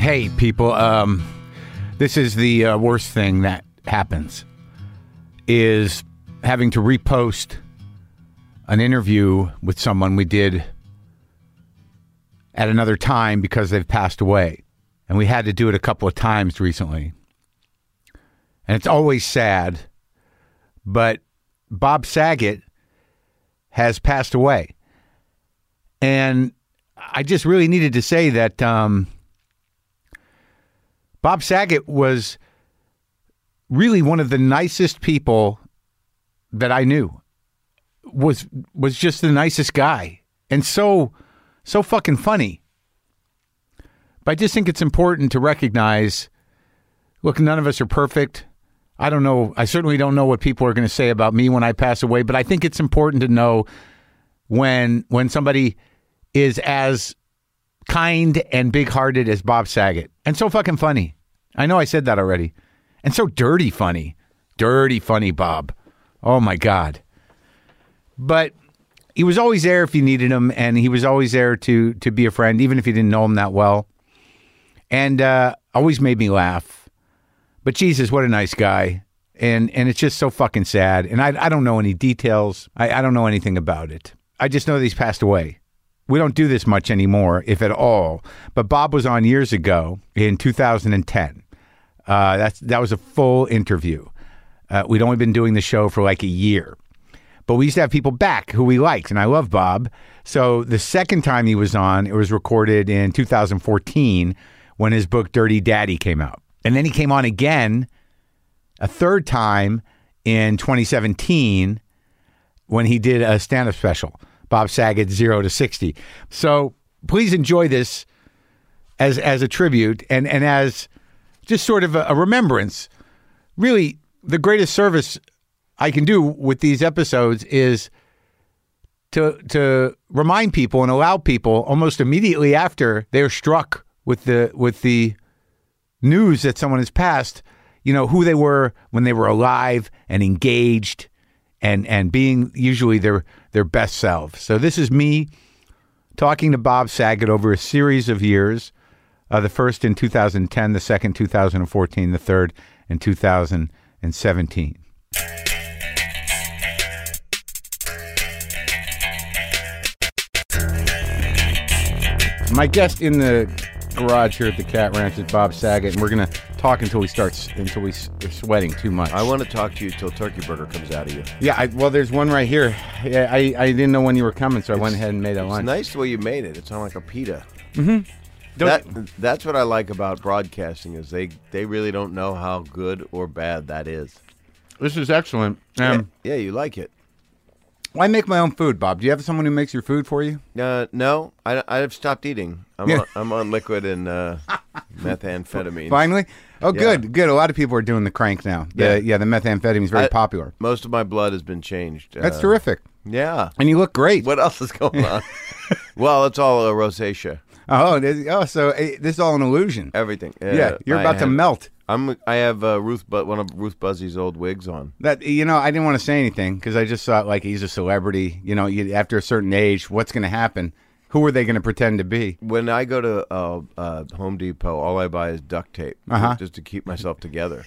hey, people, um, this is the uh, worst thing that happens is having to repost an interview with someone we did at another time because they've passed away. And we had to do it a couple of times recently. And it's always sad, but Bob Saget has passed away. And I just really needed to say that um, Bob Saget was really one of the nicest people that I knew. Was was just the nicest guy and so so fucking funny. But I just think it's important to recognize look, none of us are perfect. I don't know. I certainly don't know what people are going to say about me when I pass away, but I think it's important to know when when somebody is as kind and big-hearted as Bob Saget and so fucking funny. I know I said that already. And so dirty funny. Dirty funny Bob. Oh my god. But he was always there if you needed him and he was always there to to be a friend even if you didn't know him that well. And uh always made me laugh. But Jesus, what a nice guy. And and it's just so fucking sad. And I I don't know any details. I, I don't know anything about it. I just know that he's passed away. We don't do this much anymore, if at all. But Bob was on years ago in 2010. Uh, that's that was a full interview. Uh, we'd only been doing the show for like a year, but we used to have people back who we liked, and I love Bob. So the second time he was on, it was recorded in 2014 when his book Dirty Daddy came out, and then he came on again a third time in 2017 when he did a stand-up special, Bob Saget zero to sixty. So please enjoy this as as a tribute and and as just sort of a, a remembrance. Really, the greatest service I can do with these episodes is to to remind people and allow people almost immediately after they're struck with the with the news that someone has passed, you know, who they were when they were alive and engaged and and being usually their their best selves. So this is me talking to Bob Saget over a series of years, uh, the first in 2010, the second 2014, the third in 2017. My guest in the garage here at the Cat Ranch is Bob Saget, and we're gonna talk until we start until we s- are sweating too much. I want to talk to you till turkey burger comes out of you. Yeah, I, well, there's one right here. Yeah, I, I didn't know when you were coming, so I went ahead and made a It's lunch. nice the way you made it. It's on like a pita. Mm-hmm. Don't- That, that's what I like about broadcasting is they, they really don't know how good or bad that is. This is excellent. Um, yeah, you like it. I make my own food, Bob. Do you have someone who makes your food for you? Uh, no, I, I've stopped eating. I'm, Yeah. on, I'm on liquid and uh, methamphetamine. Finally? Oh, Yeah. good, good. A lot of people are doing the crank now. The, yeah. Yeah. the methamphetamine is very I- popular. Most of my blood has been changed. That's Uh, terrific. Yeah. And you look great. What else is going on? well, it's all uh, rosacea. Oh, this, oh, so eh, this is all an illusion. Everything. Uh, yeah, you're I about to have- melt. I'm. I have uh, Ruth, but one of Ruth Buzzy's old wigs on. That you know, I didn't want to say anything because I just thought like he's a celebrity. You know, you, after a certain age, what's going to happen? Who are they going to pretend to be? When I go to uh, uh, Home Depot, all I buy is duct tape Uh-huh. just to keep myself together.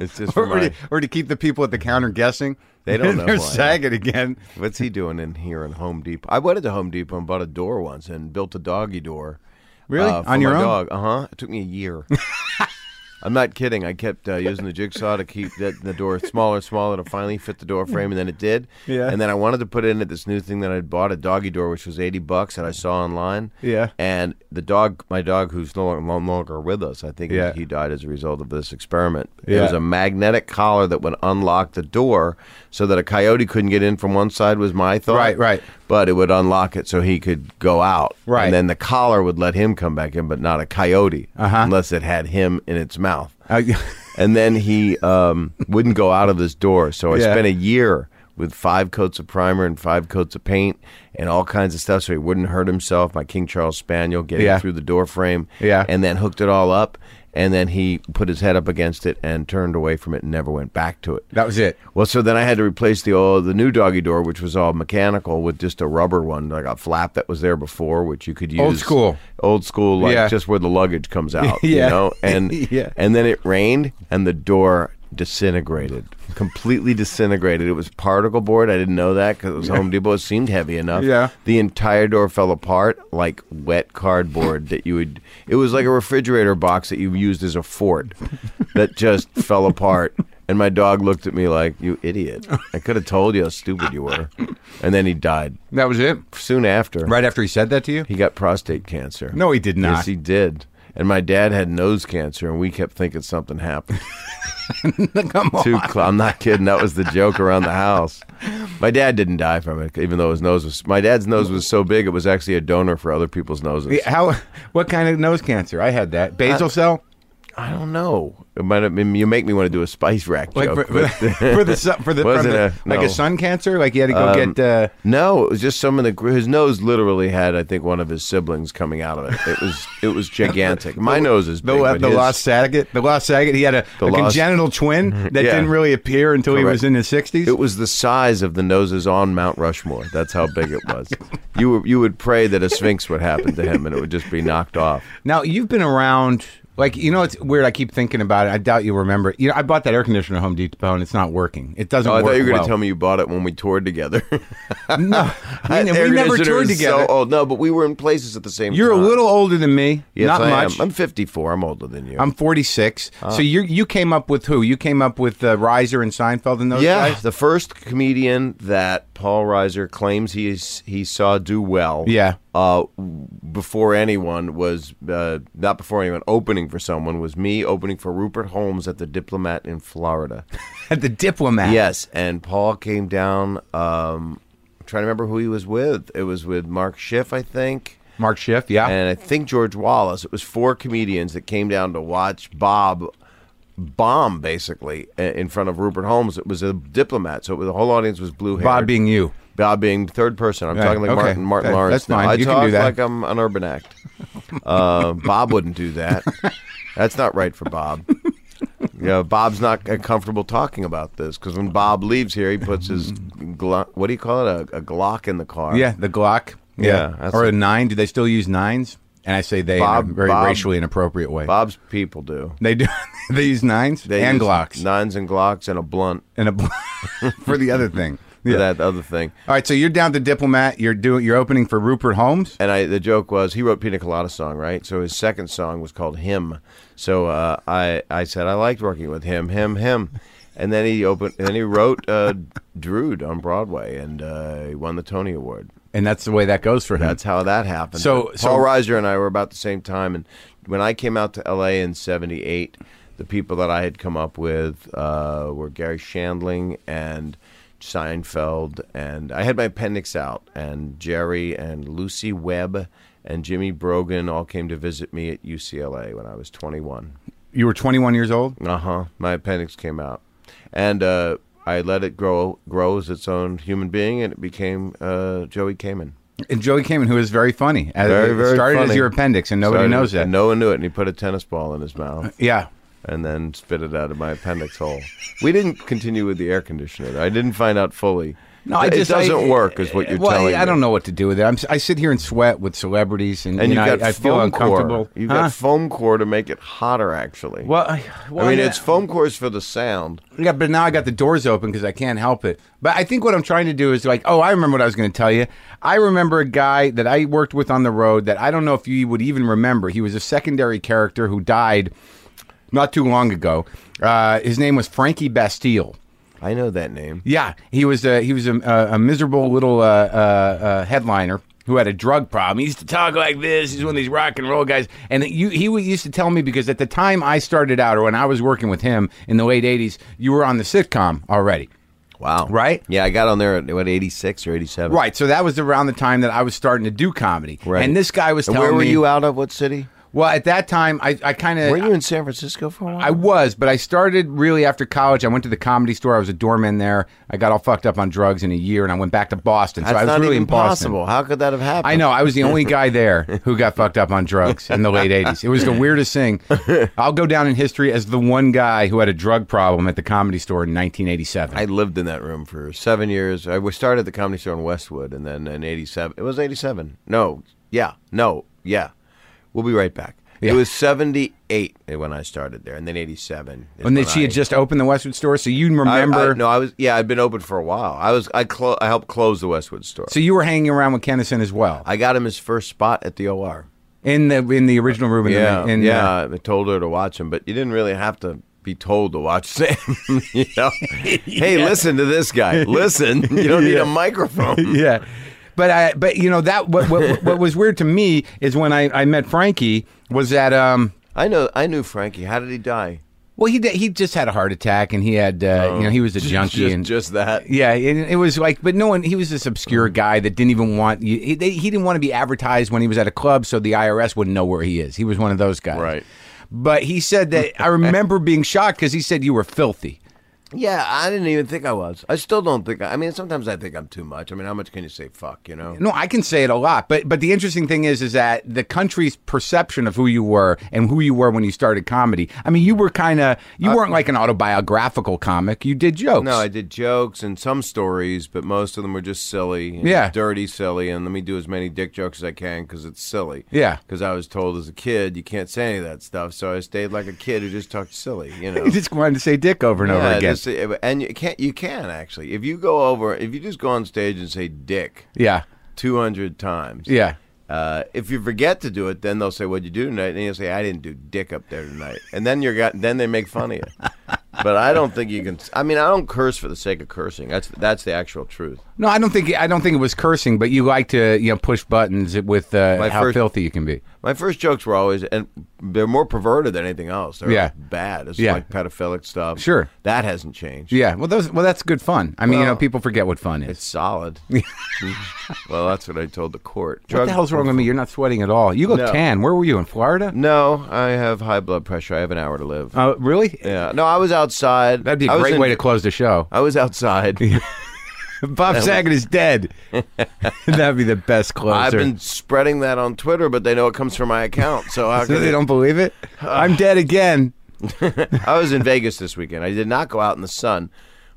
It's just Or, for Oh my, to, or to keep the people at the counter guessing. They don't know They're why. sagging again. what's he doing in here in Home Depot? I went to Home Depot and bought a door once and built a doggy door. Really? uh, for On your my own? dog? Uh huh. It took me a year. I'm not kidding. I kept uh, using the jigsaw to keep that, the door smaller and smaller to finally fit the door frame, and then it did. Yeah. And then I wanted to put in at this new thing that I'd bought a doggy door, which was 80 bucks that I saw online. Yeah. And the dog, my dog, who's no, no longer with us, I think Yeah. he died as a result of this experiment. It Yeah. was a magnetic collar that would unlock the door so that a coyote couldn't get in from one side, was my thought. Right, right. But it would unlock it so he could go out. Right. And then the collar would let him come back in, but not a coyote Uh-huh. unless it had him in its mouth. Uh, And then he um, wouldn't go out of this door. So I Yeah. spent a year with five coats of primer and five coats of paint and all kinds of stuff so he wouldn't hurt himself. My King Charles Spaniel getting Yeah. through the door frame. Yeah. And then hooked it all up. and then he put his head up against it and turned away from it and never went back to it. That was it. Well, so then I had to replace the old, the new doggy door, which was all mechanical, with just a rubber one, like a flap that was there before, which you could use Old school. old school, like Yeah. just where the luggage comes out, Yeah. you know. And Yeah. and then it rained, and the door disintegrated, completely disintegrated. It was particle board. I didn't know that because it was Home Depot. It seemed heavy enough. Yeah. The entire door fell apart like wet cardboard that you would. It was like a refrigerator box that you used as a fort that just fell apart. And my dog looked at me like, "You idiot! I could have told you how stupid you were." And then he died That was it. soon after. Right after he said that to you? He got prostate cancer. No, he did not. Yes, he did. And my dad had nose cancer, and we kept thinking something happened. Come on. Too cl- I'm not kidding. That was the joke around the house. My dad didn't die from it, even though his nose was. My dad's nose was so big, it was actually a donor for other people's noses. How? What kind of nose cancer? I had that Uh, basal cell. I don't know. It might have been, you make me want to do a spice rack Like joke. for, for, but- for the sun- for the, from Wasn't the a- like no. a sun cancer. Like you had to go Um, get. Uh, No, it was just some of the gr- his nose literally had I think one of his siblings coming out of it. It was it was gigantic. My nose is the, big, uh, but the his- lost Saget, the lost Saget, he had a, a lost- congenital twin that Yeah. didn't really appear until he Correct. was in his sixties. It was the size of the noses on Mount Rushmore. That's how big it was. You were, you would pray that a sphinx would happen to him and it would just be knocked off. Now you've been around, like you know, it's weird. I keep thinking about it. I doubt you remember. You know, I bought that air conditioner at Home Depot and it's not working. It doesn't. Oh, I work thought you were going to well. tell me you bought it when we toured together. No, we, ne- Air we never conditioner toured is together. So old. No, but we were in places at the same You're a time. little older than me. Yes, not I much. Am. I'm 54. I'm older than you. I'm 46. Oh. So you you came up with who? You came up with uh, Riser and Seinfeld and those yeah, guys. the first comedian that Paul Reiser claims he is, he saw do well. Yeah. Uh, before anyone was uh, not before anyone opening for someone was me opening for Rupert Holmes at the Diplomat in Florida. the diplomat. Yes, and Paul came down. Um, I'm trying to remember who he was with. It was with Mark Schiff, I think, Mark Schiff. Yeah. and I think George Wallace. It was four comedians that came down to watch Bob bomb, basically, i- in front of Rupert Holmes. It was a diplomat, so it was, the whole audience was blue haired. Bob being you. Bob being third person. I'm Right, talking like okay. Martin Martin That- Lawrence. that's fine. Now. I You can talk do that. like I'm an urban act. Uh, Bob wouldn't do that. That's not right for Bob. Yeah, Bob's not uh, comfortable talking about this because when Bob leaves here, he puts his glo- what do you call it a, a Glock in the car. Yeah. The Glock. Yeah, that's or a it. nine. Do they still use nines? And I say they in a Bob- very Bob- racially inappropriate way. Bang's people do. They do. they use nines They and use Glocks nines and Glocks, and a blunt and a bl- for the other thing. for Yeah. that other thing. All right. So you're down to diplomat. You're doing. You're opening for Rupert Holmes. And I, the joke was he wrote Pina Colada song, right? So his second song was called Him. So uh, I I said I liked working with him, him, him. And then he opened, and then he wrote uh, Drood on Broadway, and uh, he won the Tony Award. And that's the way that goes for him. That's how that happened. So- Paul so- Reiser and I were about the same time, and when I came out to L.A. in '78, the people that I had come up with uh, were Gary Shandling and Seinfeld, and I had my appendix out, and Jerry and Lucy Webb and Jimmy Brogan all came to visit me at UCLA when I was 21. you were 21 years old. Uh huh. My appendix came out, and uh, I let it grow grow as its own human being, and it became uh, Joey Kamen. And Joey Kamen, who is very funny. As- Very, it very started as funny. your appendix, and nobody Started- knows that. and no one knew it, and he put a tennis ball in his mouth Yeah. and then spit it out of my appendix hole. We didn't continue with the air conditioner. though. I didn't find out fully. No, I it just doesn't I- eh, work, is what you're well, telling. I, me. don't know what to do with it. I'm, si sit here and sweat with celebrities, and, And you you know, got I, I feel foam uncomfortable. core. You Huh? got foam core to make it hotter, actually. well, I, well, I mean, yeah. it's foam cores for the sound. yeah, but now I got the doors open because I can't help it. But I think what I'm trying to do is like, oh, I remember what I was going to tell you. I remember a guy that I worked with on the road that I don't know if you would even remember. He was a secondary character who died not too long ago. Uh, his name was Frankie Bastille. I know that name. Yeah, he was a he was a, a, a miserable little uh, uh, uh, headliner who had a drug problem. He used to talk like this. He's one of these rock and roll guys. And you, he would- used to tell me because at the time I started out, or when I was working with him in the late '80s, you were on the sitcom already. Wow. Right? Yeah, I got on there at what 86 or 87. Right, so that was around the time that I was starting to do comedy. Right. And this guy was And telling where were me, you out of? What city? Well, at that time, I, I kind Were of you in San Francisco for a while? I was, but I started really after college. I went to the comedy store. I was a doorman there. I got all fucked up on drugs in a year, and I went back to Boston. That's so I was not really even in Boston. possible. How could that have happened? I know. I was the only guy there who got fucked up on drugs in the late 80s. It was the weirdest thing. I'll go down in history as the one guy who had a drug problem at the comedy store in 1987. I lived in that room for seven years. I was started at the comedy store in Westwood, and then in '87, it was '87. No, yeah, no, yeah. We'll be right back. Yeah. It was '78 when I started there, and then '87. is and then she I- had just opened the Westwood store, so you I- I- remember. no, I was yeah. I'd been open for a while. I was I clo- I helped close the Westwood store. So you were hanging around with Kennison as well I got him his first spot at the OR. in the in the original room. In Yeah, the, in, yeah. uh, I told her to watch him, but you didn't really have to be told to watch Sam. you know, hey, listen to this guy. Listen, you don't need a microphone. yeah. But I, but you know that what, what what was weird to me is when I, I met Frankie was that um I know. I knew Frankie. How did he die? well he did- he just had a heart attack and he had uh, you know he was a junkie just, and just that. Yeah, and it was like, but no one. He was this obscure Mm-hmm. guy that didn't even want. He, they- he didn't want to be advertised when he was at a club, so the IRS wouldn't know where he is. He was one of those guys, Right. But he said that I remember being shocked because he said you were filthy. Yeah, I didn't even think I was. I still don't think. I, I mean, sometimes I think I'm too much. I mean, how much can you say? Fuck, you know. No, I can say it a lot, but but the interesting thing is, is that the country's perception of who you were and who you were when you started comedy. I mean, you were kind of you weren't like an autobiographical comic. You did jokes. Uh, No, I did jokes and some stories, but most of them were just silly. and Yeah. Dirty, silly, and let me do as many dick jokes as I can because it's silly. Yeah. Because I was told as a kid you can't say any of that stuff, so I stayed like a kid who just talked silly, you know. You just wanted to say dick over and over Yeah, again. just- eh, and you can't. You can actually, if you go over, if you just go on stage and say "dick" yeah, two hundred times, yeah. Uh, if you forget to do it, then they'll say, "What'd you do tonight?" And you'll say, "I didn't do dick up there tonight." And then you're got, then they make fun of you. but I don't think you can. I mean, I don't curse for the sake of cursing. That's that's the actual truth. No, I don't think I don't think it was cursing, but you like to you know push buttons with uh, My how first- filthy you can be. My first jokes were always, and they're more perverted than anything else. They're Yeah. bad. It's Yeah. like pedophilic stuff. Sure. that hasn't changed. Yeah, well, those well that's good fun. I mean, you know, Well, people forget what fun is. It's solid. Mm-hmm. well, that's what I told the court. What the hell's wrong with me? You're not sweating at all. You look No. tan. Where were you in Florida? No, I have high blood pressure. I have an hour to live. Uh, really? yeah. No, I was outside. That'd be I a was great in- way to close the show. I was outside. Bob Saget is dead. That'd be the best closer. I've been spreading that on Twitter, but they know it comes from my account. So how so could they they don't believe it. I'm dead again. I was in Vegas this weekend. I did not go out in the sun,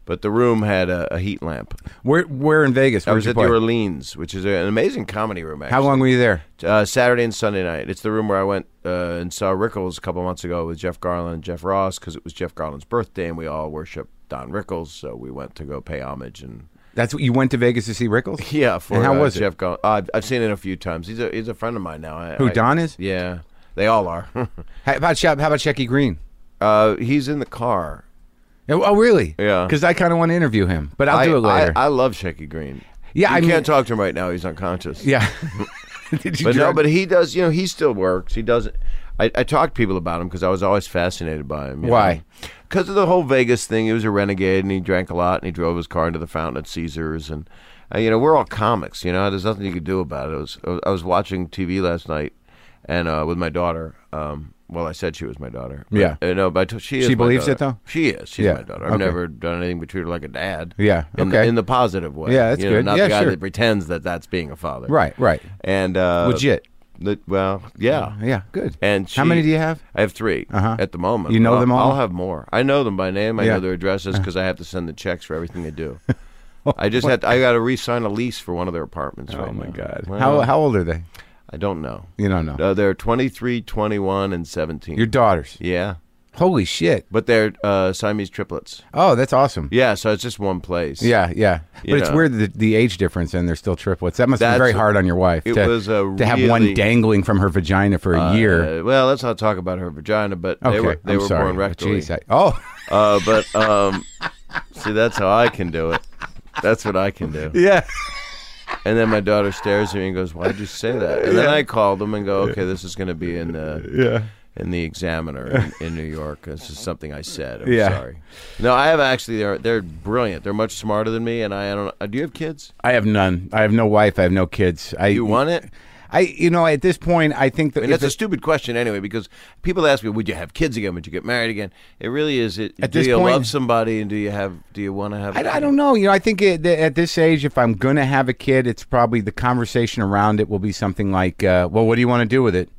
but the room had a, a heat lamp. We're we're in Vegas. I Where's was your at the party? Orleans, which is an amazing comedy room. Actually. How long were you there? Uh, Saturday and Sunday night. It's the room where I went uh, and saw Rickles a couple months ago with Jeff Garland and Jeff Ross because it was Jeff Garland's birthday and we all worship Don Rickles. So we went to go pay homage and That's what you went to Vegas to see Rickles. yeah. For And how uh, was it? Jeff Garland? Uh, I've, I've seen it a few times. He's a he's a friend of mine now. I, Who I- Don is? Yeah, they all are. How about Shep- how about Shecky Green? uh, he's in the car. Oh, oh, really? Yeah. Because I kind of want to interview him, but I'll I- do it later. I, I love Shecky Green. Yeah, you I mean- can't talk to him right now. He's unconscious. yeah. Did you but no, drug- but he does. You know, he still works. He doesn't. I, I talked to people about him because I was always fascinated by him. Why? Because of the whole Vegas thing. He was a renegade and he drank a lot and he drove his car into the fountain at Caesars and uh, you know we're all comics. You know, there's nothing you could do about it. I was I was watching TV last night and uh, with my daughter. Um, well, I said she was my daughter. But, Yeah. uh, no, but I t- she is She my believes it, daughter. though? She is. She's Yeah. my daughter. I've Okay. never done anything but treat her like a dad. Yeah. In the- Okay. in the positive way. Yeah, that's You know, good. Not Yeah, the guy sure. that pretends that that's being a father. right, right. And uh, Legit. the- well, yeah, Yeah, good. And how she- many do you have? I have 3 Uh-huh. at the moment. You know I'll- them all? I'll have more. I know them by name. I Yeah. Uh-huh. know their addresses because I have to send the checks for everything they do. I just had to, I got to re-sign a lease for one of their apartments. right now. Oh Well, Oh, How how old are they? I don't know. You don't know. Uh, they're 23, 21, and 17. Your daughters. yeah, Holy shit! but they're uh, Siamese triplets. Oh, that's awesome. Yeah, so it's just one place. Yeah, yeah. But You it's know. weird the, the age difference, and they're still triplets. That must be That's- very hard on your wife. it to, was a to have one really- dangling from her vagina for a year. Uh, well, let's not talk about her vagina, but Okay, they were they I'm were sorry. born rectally. Jeez, I- oh, Uh, but um, see, that's how I can do it. That's what I can do. yeah. And then my daughter stares at me and goes, "Why'd you say that?" And then I call them and go, "Okay, this is going to be in the Yeah. in the Examiner in, in New York. This is something I said. I'm Yeah. sorry." No, I have actually. They're they're brilliant. They're much smarter than me. And I, I don't. Do you uh, have kids? I have none. I have no wife. I have no kids. I You want it? I you know at this point I think that And if that's it- a stupid question anyway, because people ask me, "Would you have kids again? Would you get married again?" It really is. It, At do this you point- love somebody, and do you have? Do you want to have? I, I don't know. You know, I think it, that at this age, if I'm going to have a kid, it's probably the conversation around it will be something like, uh, "Well, what do you want to do with it?"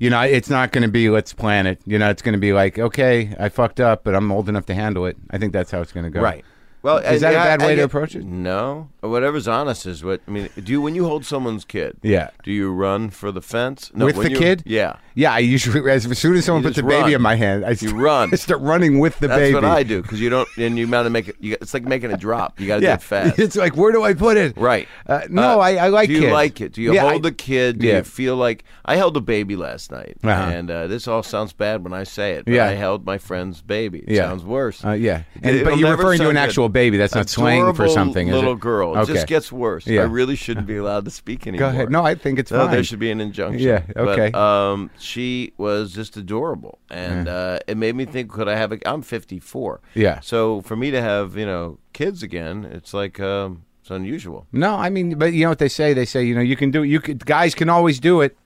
You know, it's not going to be let's plan it. You know, it's going to be like, "Okay, I fucked up, but I'm old enough to handle it." I think that's how it's going to go. Right. Well, Is that a bad way to approach it? No, whatever's honest is what I mean. Do you when you hold someone's kid? Yeah. Do you run for the fence no, with when the you- kid. Yeah. Yeah. I usually, as, as soon as someone You puts a just baby run. in my hand, I, You start- run. I start running with the That's baby. what I do because you don't, and you gotta make it. You, it's like making a drop. You gotta do Yeah. it fast. It's like, where do I put it? Right. Uh, no, Uh, I, I like. Do you kids. like it? Do you Yeah, hold I- the kid? Do yeah. you feel like I held a baby last night? Uh-huh. And uh, this all sounds bad when I say it. But Yeah. I held my friend's baby. It Yeah. sounds worse. Uh, yeah, It- and, but it'll you're never referring to an sound good. actual baby. That's not slang for Adorable something. is Little it? girl. It Okay. just gets worse. Yeah. I really shouldn't be allowed to speak anymore. Go ahead. No, I think it's No, fine. Oh, there should be an injunction. Yeah, But, okay. um, she was just adorable, and uh, it made me think: Could I have? A, I'm 54. Yeah. So for me to have, you know, kids again, it's like um, it's unusual. No, I mean, but you know what they say? They say you know you can do you could, guys can always do it.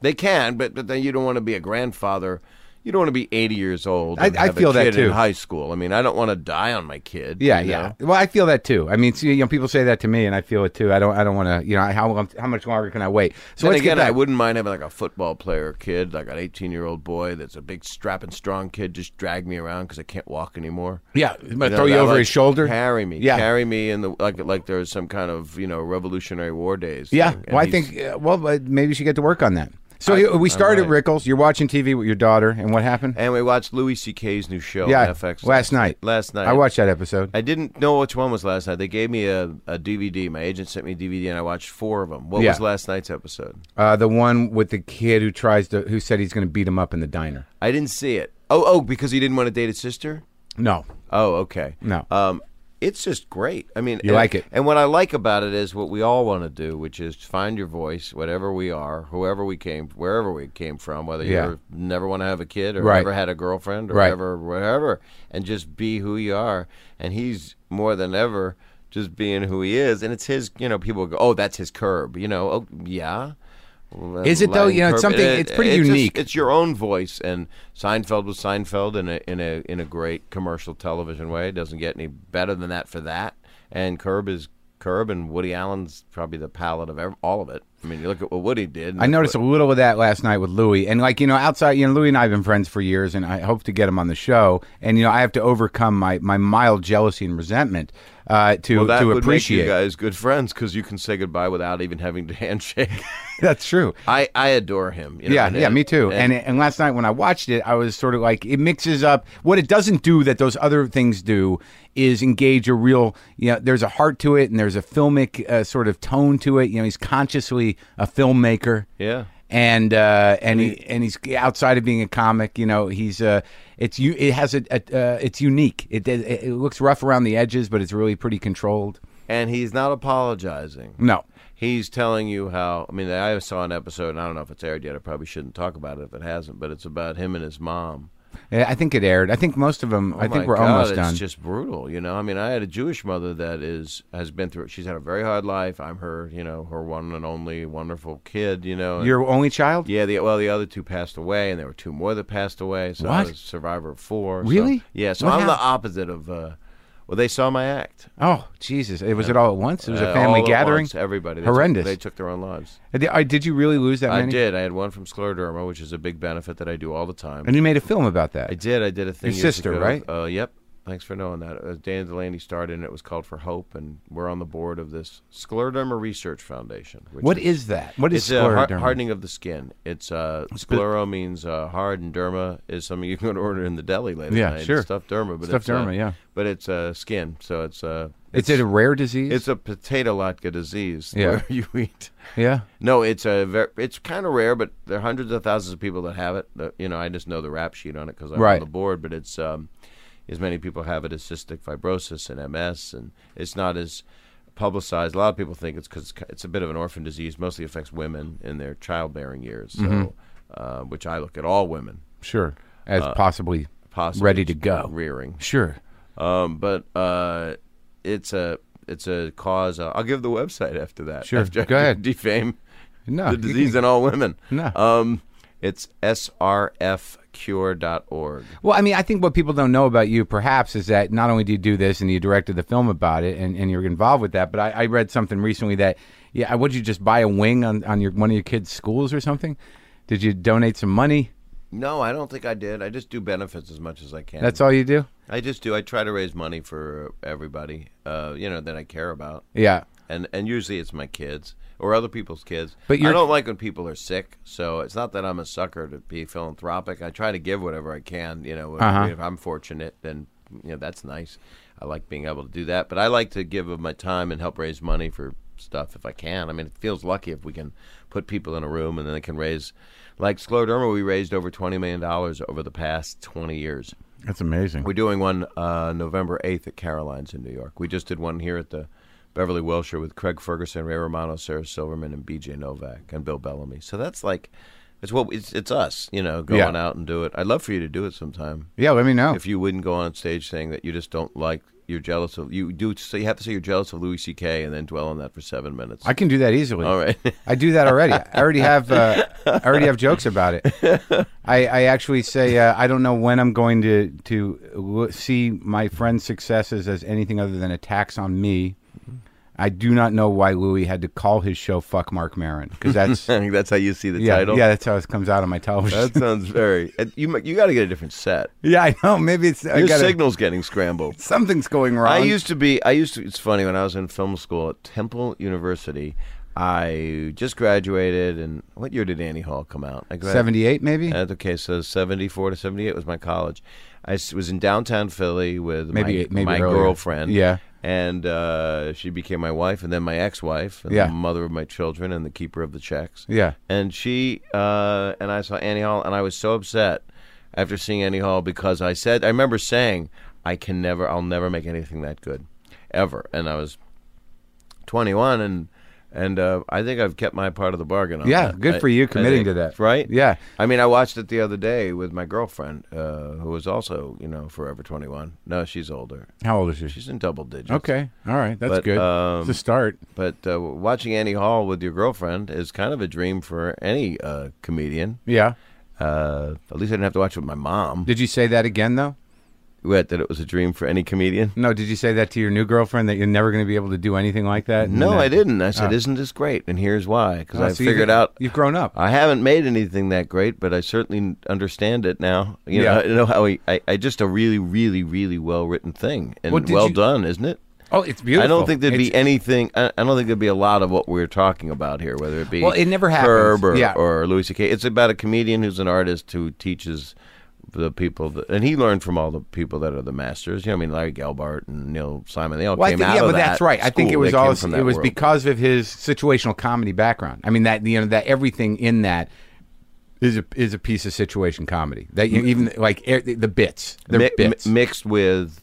They can, but but then you don't want to be a grandfather. You don't want to be 80 years old. I- and I have a feel that kid too. In high school, I mean, I don't want to die on my kid. Yeah, you yeah. know? Well, I feel that too. I mean, see, you know, people say that to me, and I feel it too. I don't, I don't want to. You know, how long- how much longer can I wait? So Then let's again, get back. I wouldn't mind having like a football player kid, like an 18 year old boy that's a big, strapping, strong kid, just drag me around because I can't walk anymore. yeah, I'm gonna You know, throw you that, over like, his shoulder. Carry me. Yeah. Carry me in the like like there's some kind of, you know, Revolutionary War days. Yeah. thing. And Well, I he's- think. uh, Well, but maybe you should get to work on that. So I- here- we I started might. Rickles. You're watching TV with your daughter, and what happened? And we watched Louis C.K.'s new show yeah, on FX last night. Last night. I watched that episode. I didn't know which one was last night. They gave me a, a DVD. My agent sent me a DVD, and I watched four of them. What Yeah. was last night's episode? Uh, the one with the kid who tries to, who said he's going to beat him up in the diner. I didn't see it. Oh, oh, because he didn't want to date his sister. No, Oh, okay. No. Um, it's just great. I mean, You and- like it. And what I like about it is what we all want to do, which is find your voice, whatever we are, whoever we came, wherever we came from, whether you Yeah. ever- never want to have a kid or Right. never had a girlfriend or Right. ever, whatever, and just be who you are. And he's more than ever just being who he is. And it's his, you know, people go, oh, that's his curb. You know, oh, yeah. Well, Is it, though? Latin You know, it's curb. something- it's pretty just- unique. it's your own voice and Seinfeld was Seinfeld in a in a in a great commercial television way. It doesn't get any better than that for that. And Curb is Curb and Woody Allen's probably the palette of ev all of it. I mean, you look at what Woody did. I noticed a little of that last night with Louis, and like you know, outside, you know, Louis and I have been friends for years, and I hope to get him on the show. And you know, I have to overcome my my mild jealousy and resentment uh, to Well, that to would appreciate. make you guys good friends because you can say goodbye without even having to handshake. That's true. I, I adore him. you know, Yeah, and- yeah, me too. And, and last night when I watched it, I was sort of like it mixes up what it doesn't do that those other things do is engage a real you know there's a heart to it and there's a filmic uh, sort of tone to it. You know, he's consciously a filmmaker. Yeah. And uh, and he, and he's outside of being a comic, you know. He's uh, it's you. It has a, a uh, it's unique. It, it it looks rough around the edges, but it's really pretty controlled. and he's not apologizing. No, he's telling you how i mean i saw an episode and i don't know if it's aired yet i probably shouldn't talk about it if it hasn't but it's about him and his mom Yeah, I think it aired. I think most of them. I Oh think my we're God, almost it's done. just brutal you know i mean i had a jewish mother that is has been through she's had a very hard life i'm her you know her one and only wonderful kid you know and- Your only child? yeah, the, well, the other two passed away, and there were two more that passed away. So I What? was a survivor of four. so- Really? yeah. So What I'm the happened? opposite of. Uh, well, they saw my act. Oh Jesus! It was it all at once. It was Uh, a family all at gathering. once, everybody. They took- Horrendous. they took their own lives. Did- uh, Did you really lose that I many? did. I had one from scleroderma, which is a big benefit that I do all the time. And you made a film about that. I did. I did a thing. Your years sister, ago. right? Uh, yep. Thanks for knowing that. Uh, Dan Delaney starred in it. It was called For Hope, and we're on the board of this scleroderma research foundation. Which What is is that? What is it's a har- scleroderma? hardening of the skin. It's uh, sclero means uh, hard, and derma is something you can order in the deli later. Yeah, night. It's sure. Stuffed derma, but Stuffed it's, uh, derma, yeah. But it's uh, skin, so it's uh, Is it a rare disease? it's a potato latke disease Yeah. where you eat yeah. no, it's a ver- it's kind of rare, but there are hundreds of thousands of people that have it. The- you know, I just know the rap sheet on it because I'm Right. on the board. But it's um, as many people have it as cystic fibrosis and MS, and it's not as publicized. A lot of people think it's because it's a bit of an orphan disease. Mostly affects women in their childbearing years. So, Mm-hmm. uh, which I look at all women Sure. As Uh, possibly. possibly Ready to go. rearing. Sure. Um, but uh, it's a it's a cause. Uh, I'll give the website after that. Sure. After I Go ahead. Defame. No, the you disease in all women. No. Um, it's srfcure.org. Well, I mean, I think what people don't know about you, perhaps, is that not only do you do this and you directed the film about it and, and you're involved with that, but I, I read something recently that, yeah, would you just buy a wing on, on your one of your kids' schools or something? Did you donate some money? No, I don't think I did. I just do benefits as much as I can. That's all you do? I just do. I try to raise money for everybody, uh, you know, that I care about, Yeah. and and usually it's my kids or other people's kids. But I you're- don't like when people are sick, so it's not that I'm a sucker to be philanthropic. I try to give whatever I can. You know, if- Uh-huh. if I'm fortunate, then you know that's nice. I like being able to do that, but I like to give of my time and help raise money for stuff if I can. I mean, it feels lucky if we can put people in a room and then they can raise. Like Scleroderma, we raised over twenty million dollars over the past twenty years. That's amazing. We're doing one uh, November 8th at Caroline's in New York. We just did one here at the Beverly Wilshire with Craig Ferguson, Ray Romano, Sarah Silverman, and BJ Novak and Bill Bellamy. So that's like, it's what it's, it's us, you know, going Yeah. out and do it. I'd love for you to do it sometime. yeah, let me know. If you wouldn't go on stage saying that you just don't like, you're jealous of, you do, so you have to say you're jealous of Louis C.K. and then dwell on that for seven minutes. I can do that easily. All right. I do that already. I already have. Uh, I already have jokes about it. I, I actually say uh, I don't know when I'm going to to w- see my friend's successes as anything other than attacks on me. I do not know why Louis had to call his show "Fuck Mark Maron" because that's I think that's how you see the yeah, title. yeah, that's how it comes out on my television. That sounds very, you, might- you got to get a different set. yeah, I know. Maybe it's I Your gotta, signal's getting scrambled. something's going wrong. I used to be. I used to. It's funny when I was in film school at Temple University. I just graduated, and what year did Annie Hall come out? I grad- seventy-eight, maybe. That's okay. So seventy-four to seventy-eight was my college. I s- was in downtown Philly with Maybe- e, my, maybe my earlier. girlfriend. Yeah. and uh, she became my wife, and then my ex-wife, and Yeah. the mother of my children, and the keeper of the checks. yeah, And she uh, and I saw Annie Hall, and I was so upset after seeing Annie Hall because I said I remember saying I can never, I'll never make anything that good, ever. And I was 21, and and uh, I think I've kept my part of the bargain. On yeah. that. Oh, I- Good for you I committing think- to that, right? Yeah, I mean, I watched it the other day with my girlfriend, uh, who was also, you know, forever 21. No, she's older. how old is she? She's in double digits. Okay, all right, that's But, good. um, it's a start. But uh, watching Annie Hall with your girlfriend is kind of a dream for any uh, comedian. Yeah. Uh, at least I didn't have to watch it with my mom. Did you say that again though? What, that it was a dream for any comedian? No, did you say that to your new girlfriend that you're never going to be able to do anything like that? And No, that- I didn't. I said, Oh. "Isn't this great?" And here's why: because Oh, I so you- figured out you've grown up. I haven't made anything that great, but I certainly understand it now. You know, Yeah. I know how he, I, I just a really, really, really well written thing and Well, did well you- done, isn't it? oh, it's beautiful. I don't think there'd be It's- anything. I, I don't think there'd be a lot of what we're talking about here, whether it be Well, it never happens. Curb or, Yeah. or Louis C.K. It's about a comedian who's an artist who teaches the people, that, and he learned from all the people that are the masters. You know, I mean, Larry Gelbart and Neil Simon. They all Well, I came think, out yeah, of but that that's right. I think it school. was They came all from it that was world. because of his situational comedy background. I mean that you know that everything in that is a is a piece of situation comedy. That you even like er, the bits, they're Mi- mi- bits. mixed with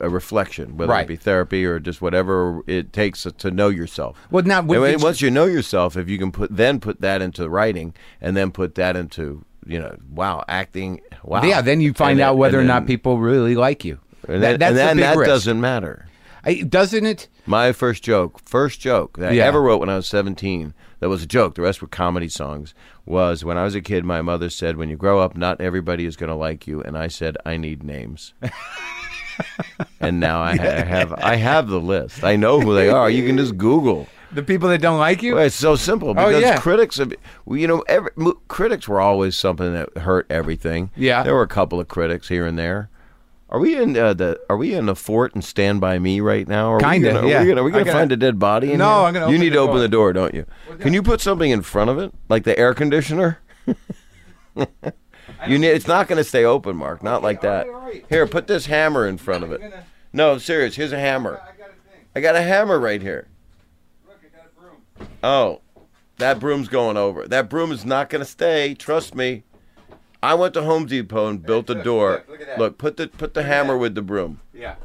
a reflection, whether Right. it be therapy or just whatever it takes to know yourself. Well, now, what And when- did you- once you know yourself, if you can put then put that into writing, and then put that into you know, wow, acting, wow, Yeah, then you find And out then- whether and or not then- people really like you. and that, then, that's and the then big that risk. doesn't matter. I- doesn't it? My first joke, first joke that Yeah. I ever wrote when I was 17, that was a joke. The rest were comedy songs. Was when I was a kid, my mother said, When you grow up, not everybody is going to like you. And I said, I need names. and now I, ha- I have I have the list. I know who they are. You can just Google. The people that don't like you. Well, it's so simple Oh, because yeah. critics, have, well, you know, every, mo- critics were always something that hurt everything. Yeah. there were a couple of critics here and there. Are we in uh, the Are we in the fort and Stand by Me right now? Are we Kinda, gonna- yeah. Are we gonna, are we I gonna gotta- find a dead body? In No, here? I'm gonna You open need the to open the door, don't you? Can you put something in front of it, like the air conditioner? you need. It's not going to stay open, Mark. Not like that. Here, put this hammer in front of it. No, I'm serious. Here's a hammer. I got a hammer right here. Oh, that broom's going over. That broom is not going to stay. Trust me. I went to Home Depot and built a look, door. look, look at that. Look, put the put the hammer with the broom. Yeah.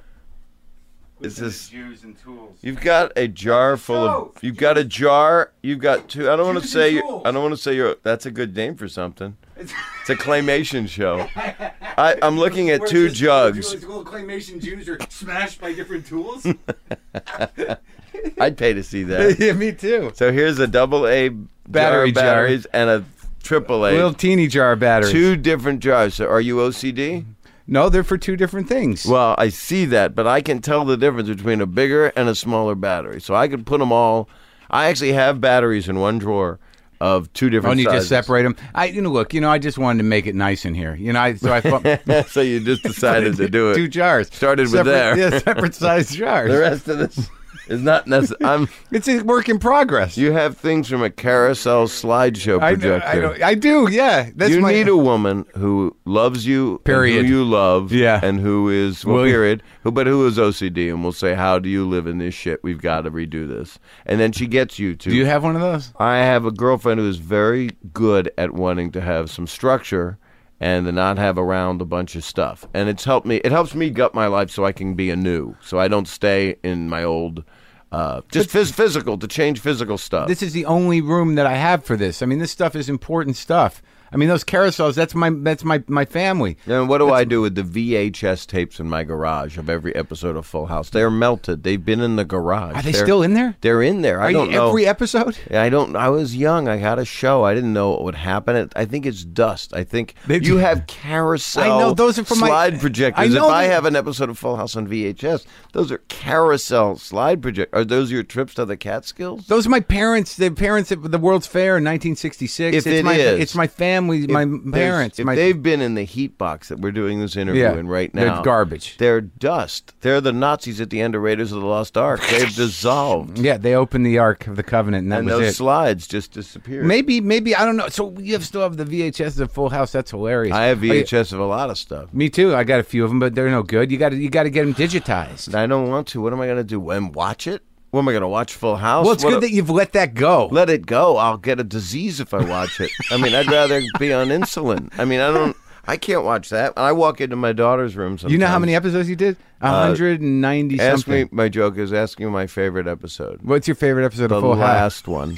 This Listen to is- Jews and tools. You've got a jar full No, of. You've got a jar. You've got two. I don't want to Jews and say. tools. I don't want to say you're. That's a good name for something. It's a claymation show. I, I'm looking at two jugs. These little claymation Jews are smashed by different tools. I'd pay to see that. yeah, me too. So here's a double A Battery jar. batteries and a triple A. Little teeny jar batteries. two different jars. So are you OCD? Mm-hmm. No, they're for two different things. Well, I see that, but I can tell the difference between a bigger and a smaller battery. So I could put them all. I actually have batteries in one drawer of two different. Oh, and you just sizes. separate them. I, you know, look, you know, I just wanted to make it nice in here. You know, I, so I thought so you just decided to do it. two jars. Started with separate, there. Yeah, separate size jars. The rest of this is not necessary. I'm. It's a work in progress. You have things from a carousel slideshow I, know- projector. I, know- I do, yeah. That's you my, need a woman who loves you, and Period. who you love, Yeah. and who is well, Will- period, who but who is OCD, and will say, "How do you live in this shit? We've got to redo this." And then she gets you to. Do you have one of those? I have a girlfriend who is very good at wanting to have some structure and to not have around a bunch of stuff. And it's helped me. It helps me gut my life so I can be anew, so I don't stay in my old. Uh, just phys- physical to change physical stuff. This is the only room that I have for this. I mean, this stuff is important stuff. I mean, those carousels. That's my that's my my family. And what do I do with the VHS tapes in my garage of every episode of Full House? They're melted. They've been in the garage. Are they They're- still in there? They're in there. I Are don't you, know. every episode? I don't. I was young. I had a show. I didn't know what would happen. It, I think it's dust. I think They- you have carousel. I know, those are from my- slide I projectors. know if I they- have an episode of Full House on VHS, those are carousel slide project. Are those your trips to the Catskills? Those are my parents. The parents at the World's Fair in 1966. If it's it my is. it's my family, my If there's- parents. If my, they've been in the heat box that we're doing this interview Yeah, in right they're now, garbage. They're dust. They're the Nazis at the end of Raiders of the Lost Ark. They've dissolved, yeah, they opened the Ark of the Covenant, and that and was those it. slides just disappeared. maybe, maybe I don't know. So you have still have the VHS of Full House. That's hilarious. I have Oh, yeah. VHS of a lot of stuff. Me too. I got a few of them, but they're no good. You got to you got to get them digitized. I don't want to. What am I going to do? When watch it? When am I going to watch Full House? Well, it's What good a- that you've let that go. let it go. I'll get a disease if I watch it. I mean, I'd rather be on insulin. I mean, I don't. I can't watch that. I walk into my daughter's room. Sometimes. You know how many episodes you did? 190 Uh, Ask something. me. My joke is ask me my favorite episode. What's your favorite episode the of Full House? last one.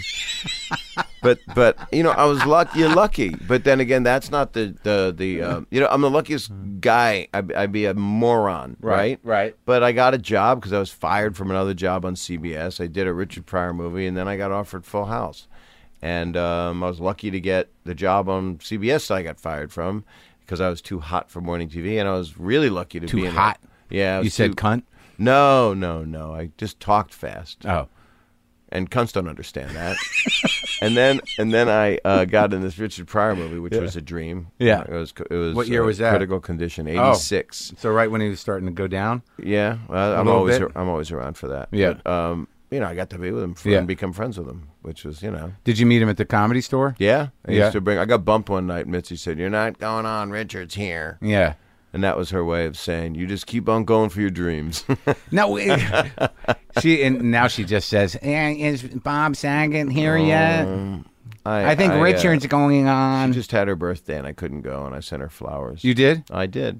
but but you know I was lucky. You're lucky. But then again, that's not the the the uh, you know I'm the luckiest guy. I, I'd be a moron, right? Right, right. But I got a job because I was fired from another job on CBS. I did a Richard Pryor movie, and then I got offered Full House, and um, I was lucky to get the job on CBS that I got fired from because I was too hot for morning TV, and I was really lucky to Too be in it. hot? Yeah, I You was said too- cunt. No, no, no. I just talked fast Oh, and cunts don't understand that. and then and then I uh, got in this Richard Pryor movie, which was a dream. Yeah. it was. co- It was. uh, What year was that? Oh. Critical Condition, eighty six. so right when he was starting to go down. Yeah, well, I'm little always bit? ar- I'm always around for that. Yeah. But, um, you know, I got to be with him for, Yeah. and become friends with him, which was you know. Did you meet him at the comedy store? Yeah, I Yeah. used to bring. I got bumped one night. Mitzi said, "You're not going on. Richard's here," Yeah. and that was her way of saying, "You just keep on going for your dreams." No, we- she and now she just says, eh, "Is Bob Saget here yet?" I think Oh, Um, uh, Richard's going on. just had her birthday, and I couldn't go, and I sent her flowers. you did I did.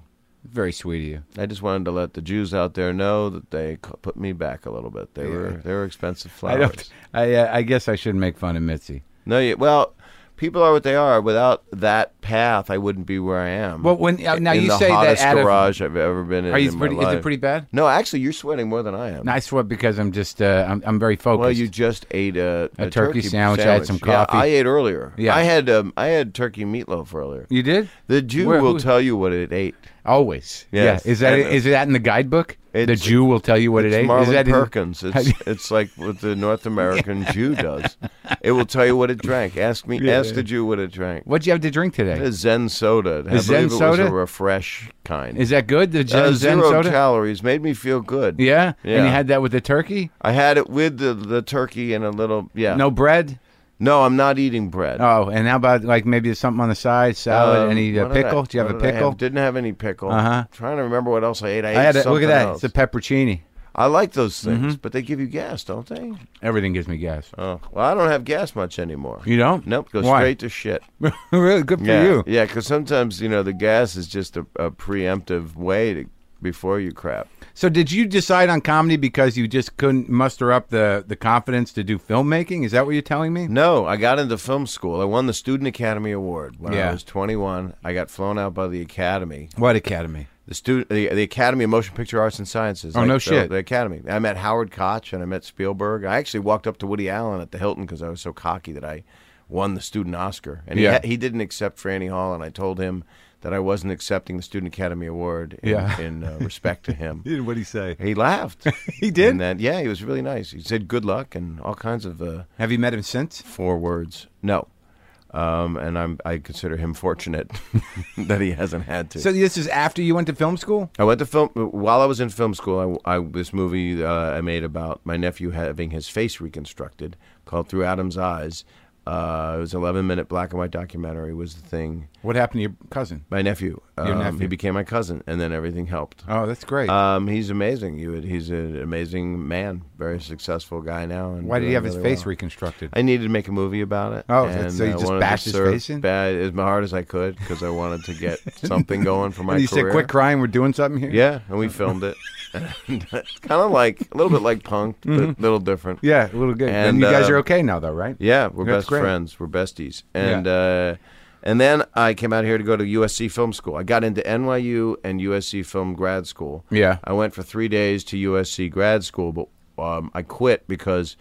very sweet of you. I just wanted to let the Jews out there know that they c- put me back a little bit. They were they were expensive flowers. I don't. I uh, I guess I shouldn't make fun of Mitzi. No, you, well, people are what they are. Without that path, I wouldn't be where I am. Well, when uh, now in you the say that hottest out of- garage I've ever been in. are you in my pretty? Is life. it pretty bad? No, actually, you're sweating more than I am. No, I sweat because I'm just uh, I'm I'm very focused. well, you just ate a, A turkey sandwich. I had some Yeah, coffee. I ate earlier. Yeah. I had um, I had turkey meatloaf earlier. You did The Jew Where- will who- tell you what it ate. always. Yes. Yeah. Is that And, uh, is that in the guidebook? The it's- Jew will tell you what it It's is. Marlon is that in- Perkins. It's it's like what the North American Jew does. It will tell you what it drank. Ask me. ask the Jew what it drank. what'd you have to drink today? A Zen soda. I A Zen believe it was soda? a refresh kind. Is that good? The Zen, Uh, Zen zero soda. calories made me feel good. yeah? And Yeah. you had that with the turkey? I had it with the, the turkey and a little yeah. No bread. no, I'm not eating bread. Oh, and how about like maybe something on the side, salad, Um, any uh, what did I- pickle? Do you have a what did I pickle? Didn't have any pickle. Uh-huh. Trying to remember what else I ate. I, I, had ate a, look at something that. It's else. a Mm-hmm. peppercini. I like those things, but they give you gas, don't they? Everything gives me gas. Oh, well, I don't have gas much anymore. You don't? Nope, goes Why? straight to shit. really good for yeah, you. Yeah, because sometimes you know the gas is just a, a preemptive way to before you crap. So did you decide on comedy because you just couldn't muster up the the confidence to do filmmaking? Is that what you're telling me? No, I got into film school. I won the Student Academy Award when Yeah. I was 21. I got flown out by the Academy, What academy? the student, the, the Academy of Motion Picture Arts and Sciences. Oh, no the- shit. The Academy. I met Howard Koch and I met Spielberg. I actually walked up to Woody Allen at the Hilton because I was so cocky that I won the student Oscar, and he Yeah. ha- he didn't accept for Annie Hall, and I told him. That I wasn't accepting the Student Academy Award in, Yeah. in uh, respect to him. What do you say? He laughed. He did? And then, yeah, he was really nice. He said good luck and all kinds of uh, Have you met him since? four words. No. Um, and I'm, I consider him fortunate that he hasn't had to. So this is after you went to film school? I went to film while I was in film school. I, I- this movie uh, I made about my nephew having his face reconstructed, called Through Adam's Eyes. Uh, it was an 11 minute black and white documentary. Was the thing. What happened to your cousin? My nephew. Your um, nephew. He became my cousin, and then everything helped. Oh, that's great. Um, he's amazing. You would, he's an amazing man, very successful guy now. And Why did he doing have his really face well. reconstructed? I needed to make a movie about it. Oh, so you just wanted to bashed his serve face in? bad- as hard as I could because I wanted to get something going for my and you career. said, "Quit crying. We're doing something here." Yeah, and we filmed it. kind of like a little bit like punk, but a Mm-hmm. little different. yeah, a little good. And, And, you guys uh, are okay now, though, right? Yeah, we're That's best great. friends. We're besties. And uh, and then I came out here to go to USC Film School. I got into NYU and USC Film Grad School. Yeah. I went for three days to USC Grad School, but um, I quit because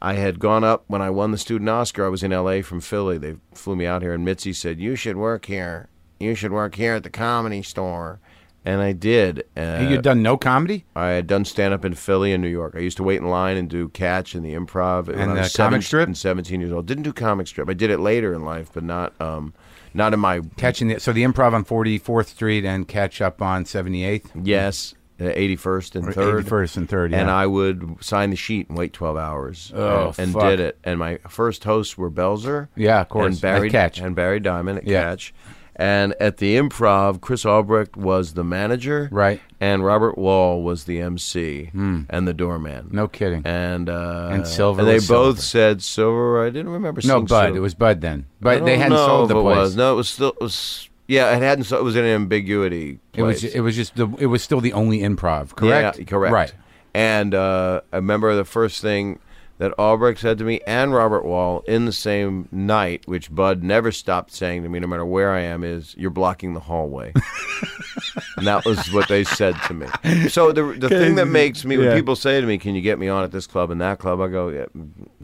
I had gone up when I won the student Oscar. I was in LA from Philly. They flew me out here, and Mitzi said, "You should work here. You should work here at the Comedy Store." And I did. Uh, You've done no comedy. I had done stand up in Philly and New York. I used to wait in line and do catch and the improv when And I the was comic seven- strip? and Seventeen years old, didn't do comic strip. I did it later in life, but not um, not in my Catching the so the improv on Forty Fourth Street and catch up on Seventy Eighth, yes eighty first and Thirty third. First, and Third. And yeah. I would sign the sheet and wait twelve hours Oh, and, and fuck. did it. And my first hosts were Belzer, Yeah, of course, and Barry at Catch. and Barry Diamond at Yeah. Catch. And at the improv, Chris Albrecht was the manager, Right. Hmm. And Robert Wall was the MC and the doorman. no kidding. and uh, And Silver they was both Silver. said Silver. I didn't remember. no, seeing Bud. Silver. It was Bud then, I but don't they hadn't know sold if the it place. Was. No, it was still. It was, yeah, it hadn't. so- It was an ambiguity. It was. place. It was just the. It was still the only improv. Correct. Yeah, correct. Right. And uh, I remember the first thing that Albrecht said to me and Robert Wall in the same night, which Bud never stopped saying to me, no matter where I am, is "You're blocking the hallway." and that was what they said to me. So the the thing that makes me Yeah. when people say to me, "Can you get me on at this club and that club?" I go, "Yeah,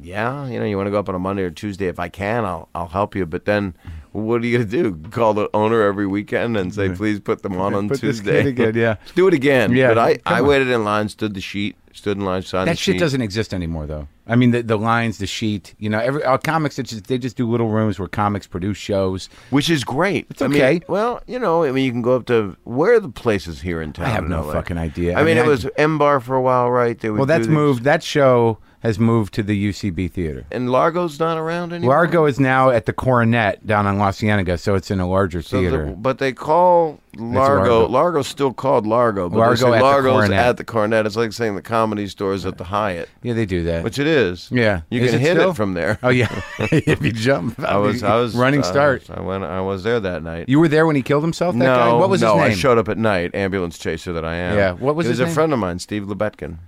"Yeah, you know, you want to go up on a Monday or Tuesday? If I can, I'll I'll help you." But then. What are you gonna do? Call the owner every weekend and say, "Please put them on on Put this Tuesday." kid again, yeah. do it again. Yeah, but I, come I on. waited in line, stood the sheet, stood in line, signed the That shit sheet. doesn't exist anymore, though. I mean, the, the lines, the sheet. You know, every uh, comics. It's just, they just do little rooms where comics produce shows. which is great. It's okay. well, you know, I mean, you can go up to where are the places here in town. have in no LA? fucking idea. I, I mean, mean, it I- was M Bar for a while, right? They would Well, do that's these- moved. That show has moved to the UCB theater. And Largo's not around anymore. Largo is now at the Coronet down on La Cienega, so it's in a larger So the- theater. but they call Largo. Largo. Largo's still called Largo. But they Largo say at the Largo's Coronet. at the Coronet. It's like saying the comedy store is at the Hyatt, yeah, they do that. which it is. Yeah. you Is can it hit still? it from there. oh yeah, if you jump, I was, I was uh, running I start. was- I went. I was there that night. you were there when he killed himself. That no, guy? What was no, his name? I showed up at night, ambulance chaser that I am. Yeah, what was he his was name? a friend of mine, Steve Lebetkin.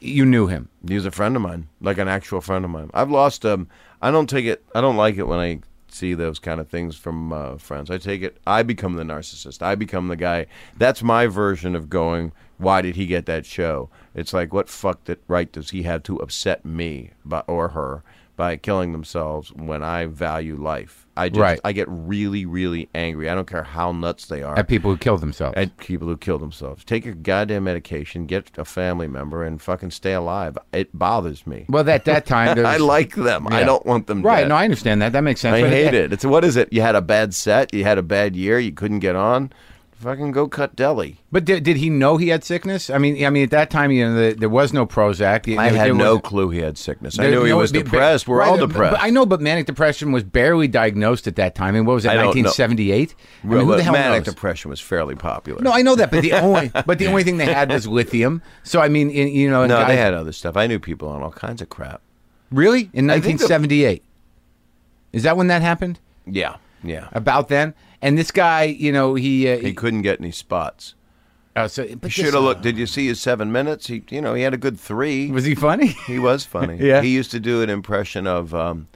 you knew him. He was a friend of mine, like an actual friend of mine. I've lost um I don't take it. I don't like it when I see those kind of things from uh, friends. I take it. I become the narcissist. I become the guy. That's my version of going. Why did he get that show? It's like what fuck that right does he have to upset me by, or her by killing themselves when I value life? I just Right. I get really really angry. I don't care how nuts they are At uh, people who killed themselves. at people who kill themselves. Take your goddamn medication, get a family member, and fucking stay alive. It bothers me. well, at that time, there I was- like them. I Yeah. don't want them Right. dead. No, I understand that. That makes sense. I But hate it. It's what is it? You had a bad set. You had a bad year. You couldn't get on. Fucking go cut deli. But did, did he know he had sickness? I mean, I mean, at that time, you know, the, there was no Prozac. I There- there had no wasn't- clue he had sickness. I there- knew he no, was but- but- depressed. We're right, all but- depressed. But I know, but manic depression was barely diagnosed at that time. And what was it, I don't know. 1978? I mean, Well, who the but hell manic knows? depression was fairly popular. No, I know that, but the only but the only thing they had was lithium. So I mean, in, you know, and no, guys- they had other stuff. I knew people on all kinds of crap. really in I think the- 1978. Is that when that happened? Yeah, yeah. About then, and this guy, you know, he, uh, He couldn't get any spots. Uh, so, but Should this- have looked. Did you see his seven minutes? He, you know, he had a good three. Was he funny? He was funny. Yeah. He used to do an impression of um,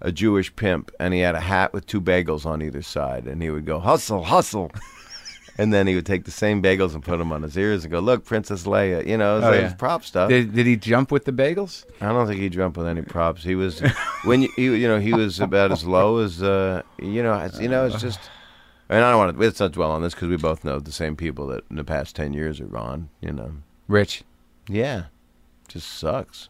a Jewish pimp, and he had a hat with two bagels on either side, and he would go hustle, hustle, and then he would take the same bagels and put them on his ears and go, "Look, Princess Leia." You know, it was, Oh, it yeah. was prop stuff. did, did he jump with the bagels? I don't think he jumped with any props. He was when you, he, you know he was about as low as uh, you know it's, you know it's just. And I don't want to. Let's not dwell on this because we both know the same people that in the past ten years are gone. You know. Rich. Yeah, just sucks.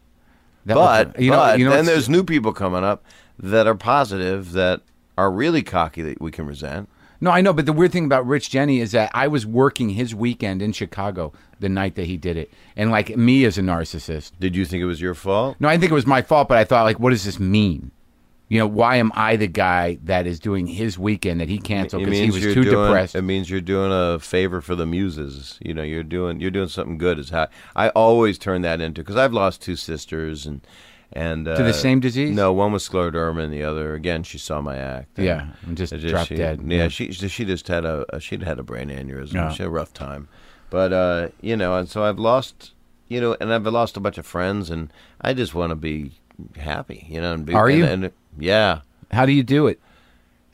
That was- but but then what's- there's new people coming up that are positive that are really cocky that we can resent. No, I know, but the weird thing about Rich Jenny is that I was working his weekend in Chicago the night that he did it. And like me as a narcissist. Did you think it was your fault? No, I didn't think it was my fault, but I thought like what does this mean? You know, why am I the guy that is doing his weekend that he canceled because he was too doing, depressed? It means you're doing a favor for the muses. You know, you're doing you're doing something good. Is how I always turn that into because I've lost two sisters and and uh, the same disease? No, one was scleroderma, and the other again. She saw my act. and Yeah, and just it dropped she, dead. Yeah, she she just had a a- she'd had a brain aneurysm. Yeah. She had a rough time, but uh, you know, and so I've lost. You know, and I've lost a bunch of friends, and I just want to be happy. You know, and be, Are and- you? and- yeah, How do you do it?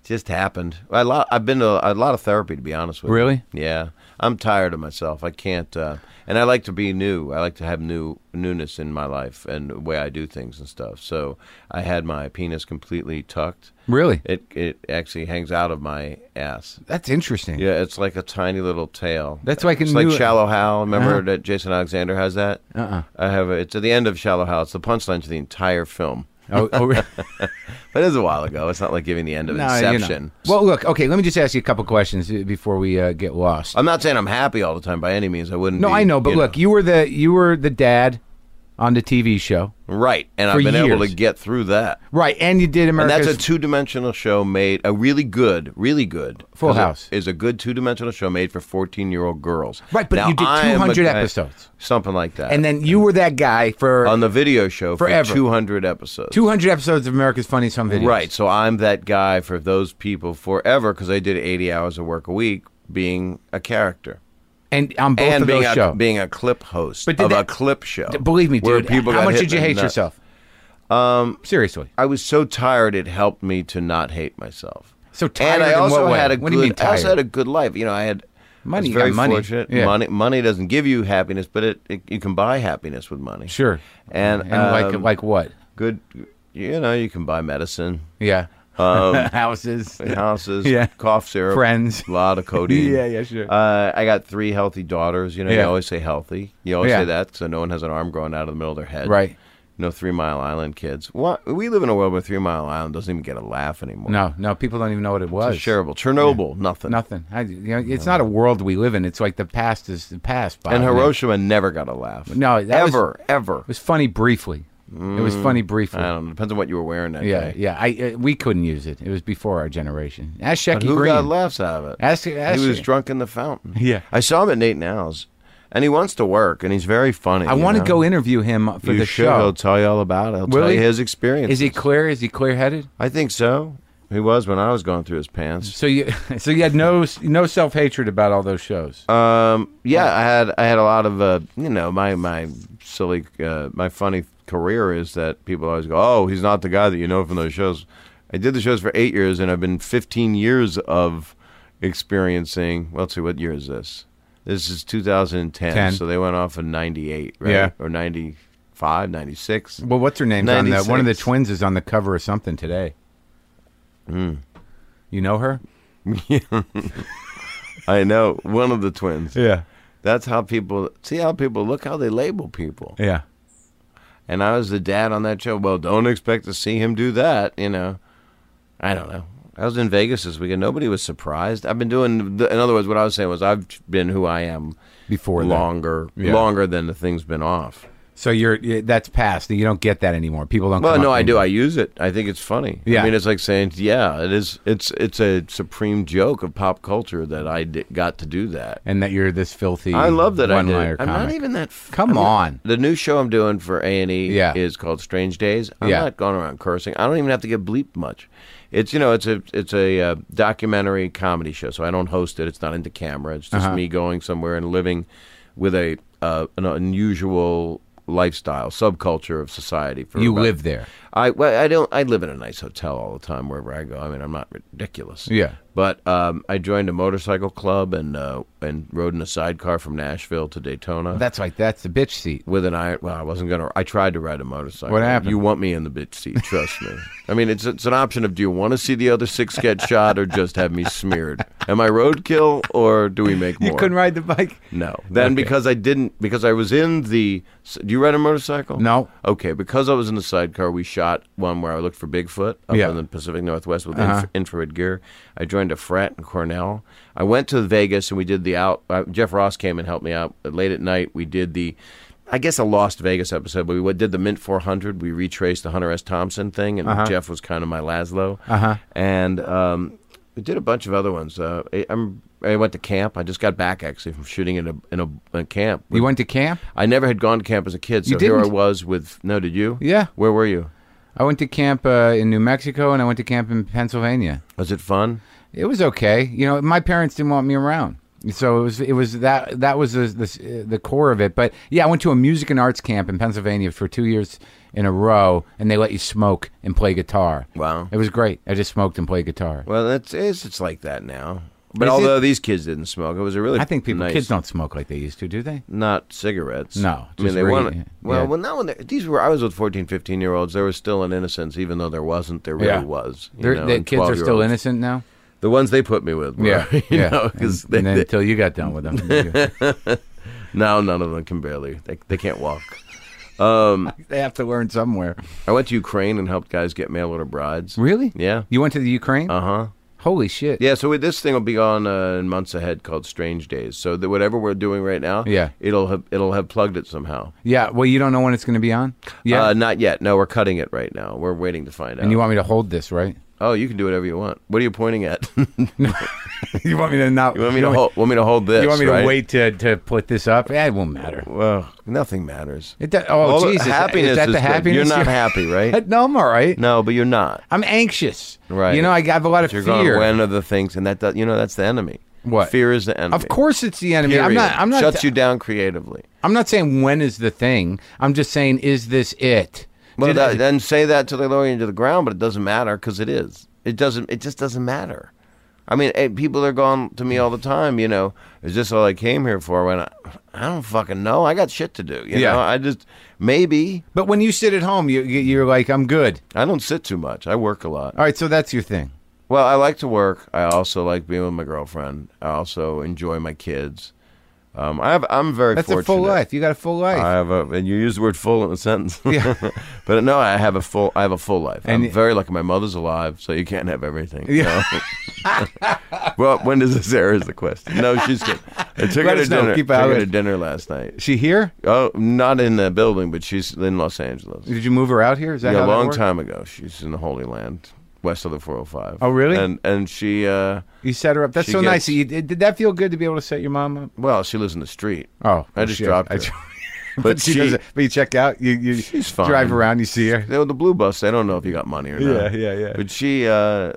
just happened. A lot. I've been to a lot of therapy, to be honest with you. Really? Yeah. I'm tired of myself. I can't. Uh, and I like to be new. I like to have new newness in my life and the way I do things and stuff. So I had my penis completely tucked. Really? It it actually hangs out of my ass. That's interesting. Yeah, it's like a tiny little tail. That's like a it's like new- uh-huh. Shallow Hal. Remember that Jason Alexander has that. Uh-uh. I have. A, it's at the end of Shallow Hal. It's the punchline to the entire film. Oh, oh, really? But it was a while ago. It's not like giving the end of No, you know. Inception. Well, look, okay, let me just ask you a couple questions uh, before we uh, get lost. I'm not saying I'm happy all the time by any means. I wouldn't. no, be, I know, but you look, you were the you were the dad on the TV show. right, and for I've been able years. to get through that. Right, and you did And America's that's a two-dimensional show made a really good, really good Full 'cause it House. is a good two-dimensional show made for 14-year-old girls. Right, but Now, you did I am a 200 guy- episodes. something like that. and then you were that guy for on the video show Forever. for 200 episodes. 200 episodes of America's Funniest Home Videos. Right. So I'm that guy for those people forever because I did 80 hours of work a week being a character. and on both and of being those a, shows. being a clip host But did of a that- clip show. Believe me, where dude. people how got much hit did you in the hate nuts. yourself? Um, seriously. I was so tired it helped me to not hate myself. So tired and I in also what way? had a What do good you mean I also tired? had a good life. You know, I had Money, I was you very got money. fortunate. Yeah. Money money doesn't give you happiness, but it, it you can buy happiness with money. Sure. And, And like um, like what? good you know, you can buy medicine, Yeah. Um, Houses. houses, Yeah. cough syrup, Friends. a lot of codeine. Yeah, yeah, sure. Uh, I got three healthy daughters. You know, Yeah. you always say healthy. You always Yeah. say that so no one has an arm growing out of the middle of their head. Right. No Three Mile Island kids. What? We live in a world where Three Mile Island doesn't even get a laugh anymore. No, no, people don't even know what it was. It's shareable. Chernobyl, nothing. Nothing. I, you know, it's not a world we live in. It's like the past is the past. Bob. And You know? Hiroshima never got a laugh. No, that was- ever, ever. It was funny briefly. It was funny briefly. Mm, I don't know. Depends on what you were wearing that Yeah, day. yeah. I uh, we couldn't use it. It was before our generation. Ask Shecky But who Green. got laughs out of it? Ask- ask- he was drunk in the fountain. Yeah. I saw him at Nate Now's, and he wants to work, and he's very funny. I want to go interview him for you the should. show. He'll tell you all about it. He'll Will tell he? you his experience. Is he clear? Is he clear-headed? I think so. He was when I was going through his pants. So you, so you had no no self hatred about all those shows. Um, yeah, I had I had a lot of uh, you know my my silly uh, my funny career is that people always go, oh, he's not the guy that you know from those shows. I did the shows for eight years, and I've been 15 years of experiencing. Well, let's see, what year is this? This is 2010, Ten. so they went off in '98, right? Yeah. or '95, '96. well, what's her name's on the one of the 96. twins is on the cover of something today. Hmm. You know her? I know one of the twins. Yeah, That's how people see how people look how they label people. yeah. and I was the dad on that show. Well, don't expect to see him do that, you know. I don't know. I was in Vegas this weekend. Nobody was surprised. I've been doing. The, in other words, what I was saying was I've been who I am Before that. longer, Yeah. longer than the thing's been off. So you're you- that's past. You don't get that anymore. People don't. Well, come no, up I and- do. I use it. I think it's funny. Yeah. I mean, it's like saying, yeah, it is. It's it's a supreme joke of pop culture that I di- got to do that. And that you're this filthy. I love that I one did. liar it. I'm comic. not even that. F- Come I'm not- on. the new show I'm doing for A and E Yeah. is called Strange Days. I'm Yeah. not going around cursing. I don't even have to get bleeped much. It's you know it's a it's a uh, documentary comedy show, so I don't host it. It's not into camera. It's Uh-huh. just me going somewhere and living with a uh, an unusual lifestyle subculture of society. For You about- live there. I well, I don't. I live in a nice hotel all the time wherever I go. I mean, I'm not ridiculous. Yeah. But um, I joined a motorcycle club and uh, and rode in a sidecar from Nashville to Daytona That's like that's the bitch seat. with an iron. Well, I wasn't gonna. I tried to ride a motorcycle. What happened? You want me in the bitch seat? Trust me. I mean, it's it's an option of do you want to see the other six get shot or just have me smeared? Am I roadkill or do we make more? You couldn't ride the bike. No. Then because I didn't, because I was in the. s- Do you ride a motorcycle? No. Okay. Because I was in the sidecar, we shot one where I looked for Bigfoot up Yeah. Uh-huh. in the Pacific Northwest with inf- infrared gear. I joined a frat in Cornell. I went to Vegas and we did the out. Uh, Jeff Ross came and helped me out But late at night. We did the. I guess a Lost Vegas episode, but we did the Mint 400. We retraced the Hunter S. Thompson thing, and Uh-huh. Jeff was kind of my Laszlo. Uh-huh. And um, we did a bunch of other ones. Uh, I, I'm, I went to camp. I just got back actually from shooting in a in a, a camp. You went to camp. I never had gone to camp as a kid, so You here I didn't? was with. No, did you? Yeah. Where were you? I went to camp uh, in New Mexico and I went to camp in Pennsylvania. Was it fun? It was okay. You know, my parents didn't want me around. So it was it was that that was the the, the core of it. But yeah, I went to a music and arts camp in Pennsylvania for 2 years in a row and they let you smoke and play guitar. Wow. It was great. I just smoked and played guitar. Well, that's it's, it's like that now. But Is it- although these kids didn't smoke, it was a really I think people nice- kids don't smoke like they used to, do they? not cigarettes. No, I mean just they re- wanted. Well, yeah. well, not when they, these were. I was with 14, 15 year olds. There was still an innocence, even though there wasn't. There really Yeah. was. you They're- know, the and kids are still 12-year-olds. innocent now. The ones they put me with. Were, Yeah, you yeah. know, 'cause and, they, and then they- until you got done with them, now none of them can barely. They, they can't walk. they have to learn somewhere. I went to Ukraine and helped guys get mail order brides. Really? Yeah. You went to the Ukraine? Uh huh. Holy shit! Yeah, so we, this thing will be on uh, in months ahead called Strange Days. So that whatever we're doing right now, Yeah. it'll have it'll have plugged it somehow. Yeah, Well, you don't know when it's going to be on. Yeah. uh, not yet. No, we're cutting it right now. We're waiting to find out. and you want me to hold this, right? oh, you can do whatever you want. What are you pointing at? you you want me to not? want me to hold? Want me to hold this? You want me right? to wait to, to put this up? Eh, it won't matter. Well, nothing matters. It do- oh, All the- Jesus! happiness is that the good. happiness? You're not happy, right? no, I'm all right. no, but you're not. I'm anxious. Right. You know, I have a lot of You're going fear. to win other things, and that does, you know that's the enemy. What? Fear is the enemy. Of course, it's the enemy. I'm Period. not. I'm not. Shuts you down creatively. I'm not saying when is the thing. I'm just saying, is this it? Well, Did- that, then say that till they lower you into the ground, but it doesn't matter because it is. It doesn't. It just doesn't matter. I mean, eh, people are going to me all the time. You know, is this all I came here for? When I, I don't fucking know. I got shit to do. You Yeah. know, I just maybe but when you sit at home, you you- you're like, I'm good. I don't sit too much. I work a lot. All right, so that's your thing. Well, I like to work. I also like being with my girlfriend. I also enjoy my kids. Um, I have. I'm very. That's fortunate. a full life. You got a full life. I have a, and you use the word full in a sentence. Yeah. but no, I have a full, I have a full life. And- I'm very lucky. My mother's alive, so you can't have everything. Yeah. so. well, when does this air is the question. No, she's good. I took Let her to us know. dinner. Keep took out her of to it. dinner last night. she here? Oh, not in the building, but she's in Los Angeles. Did you move her out here? Is that Yeah, how a that long worked? time ago. She's in the Holy Land, west of the 405. Oh, really? And and she, uh, You set her up. That's She so nice. gets- that You, did did that feel good to be able to set your mom up? well, she lives in the street. Oh, I just shit. dropped I her. dro- but, but she, doesn't. But you check out. You you She's fine. drive around. You see her. They were the blue bus. I don't know if you got money or not. Yeah, yeah, yeah. But she, uh,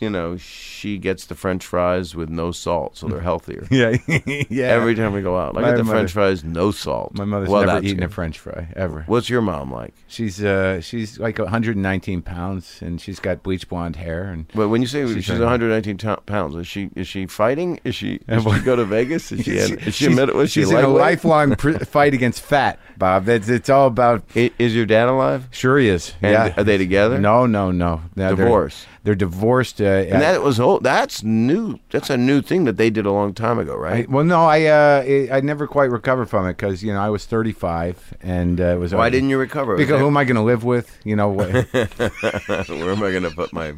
you know, she gets the French fries with no salt, so they're healthier. Yeah, yeah. Every time we go out, I My get the mother- French fries, no salt. my mother's Well, never that's eaten good. a French fry ever. What's your mom like? She's uh she's like 119 pounds and she's got bleach blonde hair and Well, when you say she's, She's very- 119 t- pounds, is she is she fighting? Is she? Did she go to Vegas? Is she? She's- is she a she's- mid- was she she's in a lightweight? lifelong pr- fight against fat, Bob. That's it's all about. I- Is your dad alive? Sure, he is. And yeah. are they together? No, no, no. No, they're- Divorce. They're, divorced. Uh, and that was old. That's new. That's a new thing that they did a long time ago, I, right? well, no, I uh, it, I never quite recovered from it because you know I was 35 and uh, it was. Why didn't you recover? Was Because that- who am I going to live with? You know what? Where am I going to put my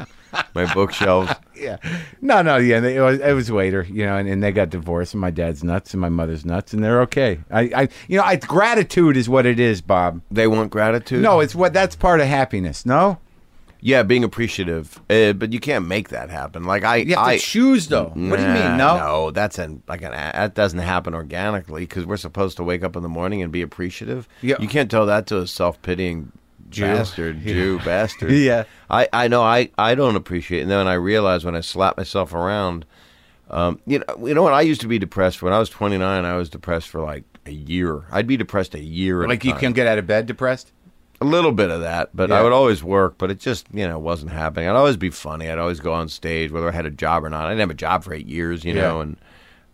my bookshelves? yeah. No, no, yeah. They, it, was, it was later, you know, and, and they got divorced, and my dad's nuts, and my mother's nuts, and they're okay. I, I you know, I, gratitude is what it is, Bob. They want gratitude. No, it's what that's part of happiness. No, yeah, being appreciative, uh, but you can't make that happen. Like I, you have I to choose though. what do you Nah, mean? No, no, that's an like an that doesn't happen organically because we're supposed to wake up in the morning and be appreciative. Yeah. you can't tell that to a self pitying Jew. bastard, Yeah. Jew bastard. Yeah. I I know I I don't appreciate, it. and then I realize when I slap myself around, um, you know, you know what? I used to be depressed when I was twenty nine. I was depressed for like a year. I'd be depressed a year. at a like you time. can't get out of bed depressed. A little bit of that, but I Yeah. would always work, but it just, you know, wasn't happening. I'd always be funny. I'd always go on stage, whether I had a job or not. I didn't have a job for eight years, you Yeah. know, and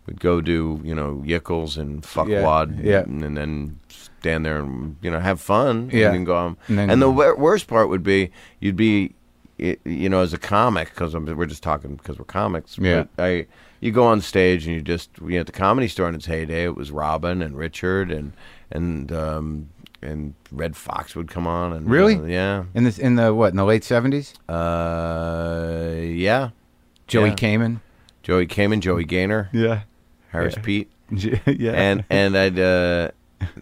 would go do, you know, yickles and fuckwad Yeah. And, and then stand there and, you know, have fun. Yeah. And then go home. And And, then- the wor- worst part would be you'd be, y- you know, as a comic, because we're just talking because we're comics. Yeah. but I you go on stage and you just you know at the comedy store in its heyday it was Robin and Richard and and um, and Red Fox would come on and uh, Really? yeah In this, in the what? In the late 70s, uh, yeah Joey Yeah. Kamen. Joey Kamen Joey Gaynor Yeah, Harris Yeah. Pete yeah, and and I'd uh,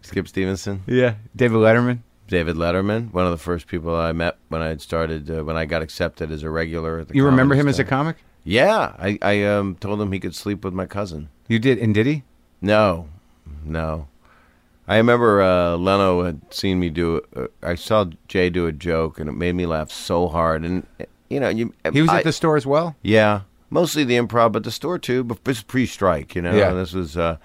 Skip Stevenson yeah, David Letterman. David Letterman one of the first people I met when I had started uh, when I got accepted as a regular at the You remember Comedy him as a Store. comic? yeah I I um, told him he could sleep with my cousin You did, and did he? No, no. I remember uh, Leno had seen me do. Uh, I saw Jay do a joke, and it made me laugh so hard. And uh, you know, you He was I- at the store as well. yeah, mostly the improv, but the store too. But it's pre-strike, you know. Yeah. This was. Uh,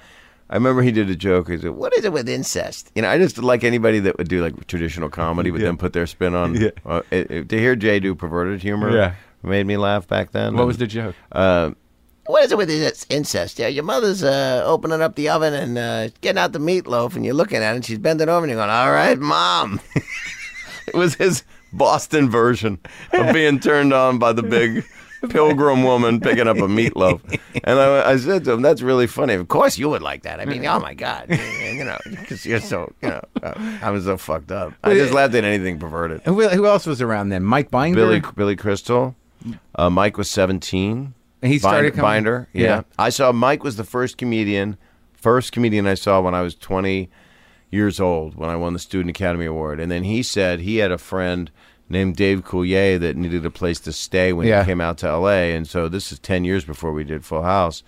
I remember he did a joke. He said, "What is it with incest?" You know, I just like anybody that would do like traditional comedy, but Yeah. then put their spin on. Yeah. Uh, it, it- to hear Jay do perverted humor, Yeah. made me laugh back then. What And- was the joke? uh, what is it with this incest? Yeah, your mother's uh, opening up the oven and uh, getting out the meatloaf, and you're looking at it, and she's bending over, and you're going, "All right, mom." it was his Boston version of being turned on by the big pilgrim woman picking up a meatloaf. And I, I said to him, "That's really funny. Of course you would like that. I mean, oh my god, you know, because you're so, you know, I was so fucked up. I just laughed at anything perverted." Who, who else was around then? Mike Binder. Billy Billy Crystal. Uh, Mike was seventeen. And he started Binder. coming- Binder, yeah. Yeah. I saw Mike was the first comedian, first comedian I saw when I was twenty years old when I won the Student Academy Award, and then he said he had a friend named Dave Coulier that needed a place to stay when Yeah. he came out to L.A. And so this is ten years before we did Full House.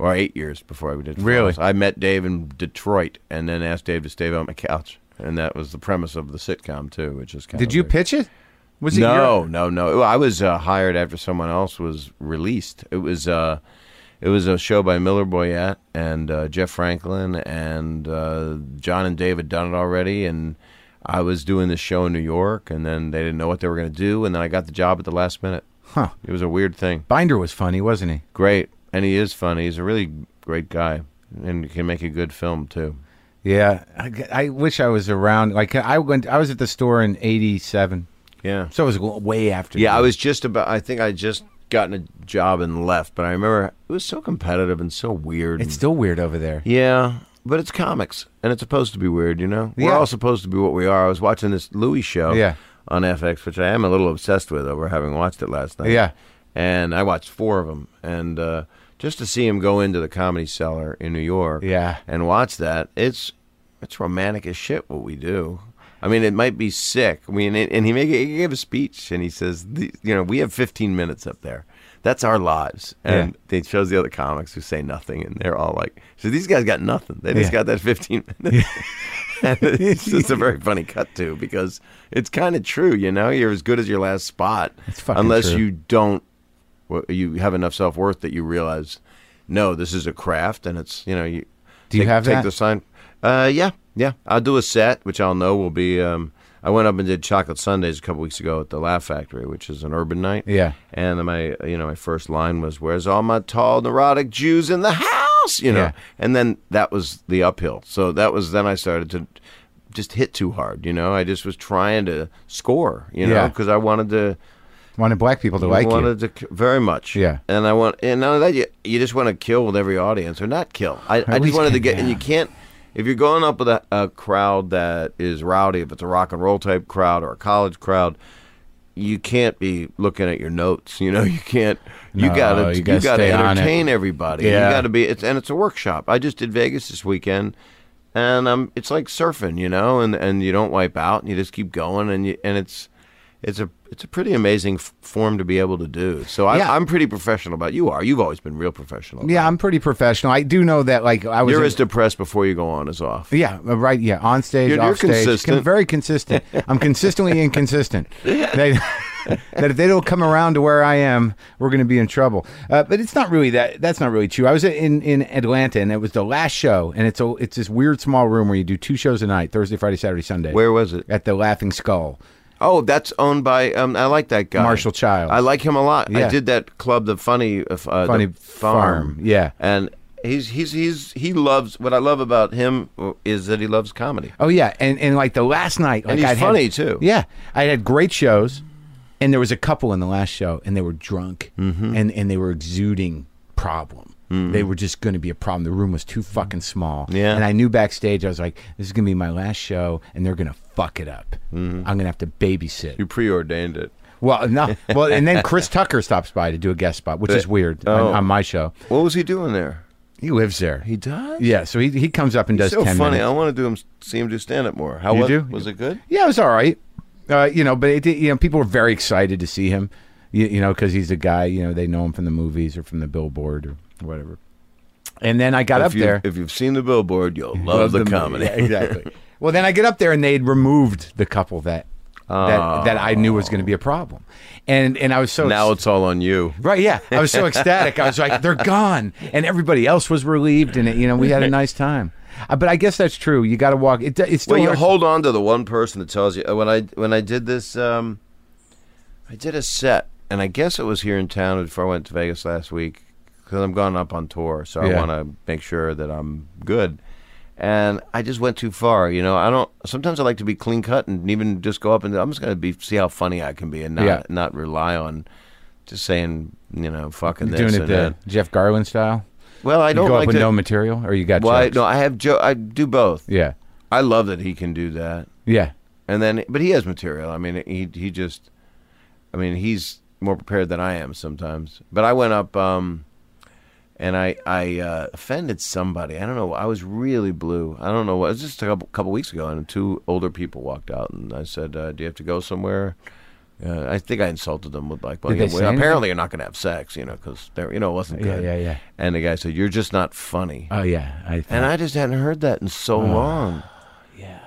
Or eight years before we did. Full Really? House. I met Dave in Detroit, and then asked Dave to stay on my couch, and that was the premise of the sitcom too, which is kind of Did you weird pitch it? Was it no, your- no, no. I was uh, hired after someone else was released. It was uh, it was a show by Miller Boyette and uh, Jeff Franklin and uh, John and Dave had done it already, and I was doing this show in New York, and then they didn't know what they were going to do, and then I got the job at the last minute. Huh. It was a weird thing. Binder was funny, wasn't he? Great, and he is funny. He's a really great guy, and can make a good film too. Yeah. I, I wish I was around. Like I went. I was at the store in '87, Yeah. so it was way after. Yeah, you. I was just about. I think I just gotten a job and left, but I remember it was so competitive and so weird. It's still weird over there. yeah, but it's comics, and it's supposed to be weird. You know, we're Yeah. all supposed to be what we are. I was watching this Louis show. Yeah. On FX, which I am a little obsessed with over having watched it last night. Yeah. And I watched four of them. And uh, just to see him go into the comedy cellar in New York Yeah. and watch that, it's it's romantic as shit what we do. I mean, it might be sick. I mean, and and he, make, he gave a speech and he says, the- you know, we have 15 minutes up there. That's our lives. And he shows the other comics who say nothing and they're all like, so these guys got nothing. They just Yeah. got that 15 minutes. and it's just a very funny cut to because it's kind of true, you know? You're as good as your last spot. It's fucking unless true. you don't well, you have enough self worth that you realize, no, this is a craft, and it's you know you. Do you take- have take that? the sign? Uh, yeah, yeah. I'll do a set, which I'll know will be. Um, I went up and did Chocolate Sundays a couple weeks ago at the Laugh Factory, which is an urban night. Yeah. And my you know my first line was, "Where's all my tall neurotic Jews in the house?" You know. Yeah. And then that was the uphill. So that was then I started to just hit too hard. You know, I just was trying to score. You know, Yeah. because I wanted to wanted black people to I like you. wanted to k- very much. Yeah. And I want and now that you you just want to kill with every audience or not kill. I, I just least wanted to get get and you down. can't if you're going up with a, a crowd that is rowdy, if it's a rock and roll type crowd or a college crowd, you can't be looking at your notes. You know, you can't. You No, gotta you you gotta gotta, stay on it. entertain everybody. Yeah. You gotta be. It's and it's a workshop. I just did Vegas this weekend. And um, it's like surfing, you know, and, and you don't wipe out, and you just keep going, and you and it's it's a it's a pretty amazing f- form to be able to do. So I, Yeah. I'm pretty professional about. You are. You've always been real professional. Yeah, I'm pretty professional. I do know that. Like I was. You're in- as depressed before you go on as off. yeah, uh, right. Yeah, on stage, You're- you're off stage, consistent. very consistent. I'm consistently inconsistent. They- that if they don't come around to where I am, we're going to be in trouble. Uh, but it's not really that. That's not really true. I was in in Atlanta, and it was the last show, and it's a it's this weird small room where you do two shows a night: Thursday, Friday, Saturday, Sunday. Where was it? at the Laughing Skull. Oh, that's owned by. Um, I like that guy, Marshall Childs. I like him a lot. Yeah. I did that club, the funny, uh, f- uh, Funny the farm. Farm, yeah. and he's he's he's he loves. What I love about him uh, is that he loves comedy. Oh yeah, and and like the last night, like And he's I'd had- funny, too. Yeah, I had great shows, and there was a couple in the last show, and they were drunk, Mm-hmm. and and they were exuding problem. They were just going to be a problem. The room was too fucking small. Yeah. and I knew backstage, I was like, this is going to be my last show, and they're going to fuck it up. I'm Mm-hmm. going to have to babysit. You preordained it. Well, no, well, and then Chris Tucker stops by to do a guest spot, which is weird on, oh. on my show. What was he doing there? He lives there. He does. yeah, so he he comes up and does so ten funny. minutes. I want to do him see him do stand up more. How You was, do? was it good? Yeah, it was all right. Uh, you know, but it, did- you know, people were very excited to see him. You, you know, because he's a guy. You know, they know him from the movies or from the billboard or whatever. And then I got up if you, there. If you've seen the billboard, you'll love, the, movie. comedy. Yeah, exactly. well, then I get up there and they'd removed the couple that that, that I knew was going to be a problem, and and I was so Oh. Now it's all on you. Right, yeah. I was so ecstatic. I was like, they're gone. And everybody else was relieved, and, you know, we had a nice time. Uh, but I guess that's true. You got to walk. It, it's still Well, you hard- hold on to the one person that tells you uh, when I when I did this, um, I did a set, and I guess it was here in town before I went to Vegas last week because I'm going up on tour, so Yeah. I want to make sure that I'm good. And I just went too far, you know. I don't. Sometimes I like to be clean cut and even just go up and I'm just going to be see how funny I can be and not Yeah. not rely on just saying you know fucking You're this doing it and the that. Jeff Garland style. Well, I You don't go like up with to. no material, or you got well, I, jokes? no, I have Joe. I do both. Yeah, I love that he can do that, yeah, and then but he has material. I mean, he he just, I mean, he's more prepared than I am sometimes. But I went up, um, and I I uh, offended somebody. I don't know. I was really blue. I don't know. what- It was just a couple, couple weeks ago, and two older people walked out, and I said, uh, "Do you have to go somewhere?" Uh, I think I insulted them with like, well, Did they yeah, well, say anything? apparently you're not going to have sex, you know, because they're, you know, it wasn't Yeah, good. yeah, yeah. And the guy said, "You're just not funny." oh yeah. I And I just hadn't heard that in so long. Oh, Yeah.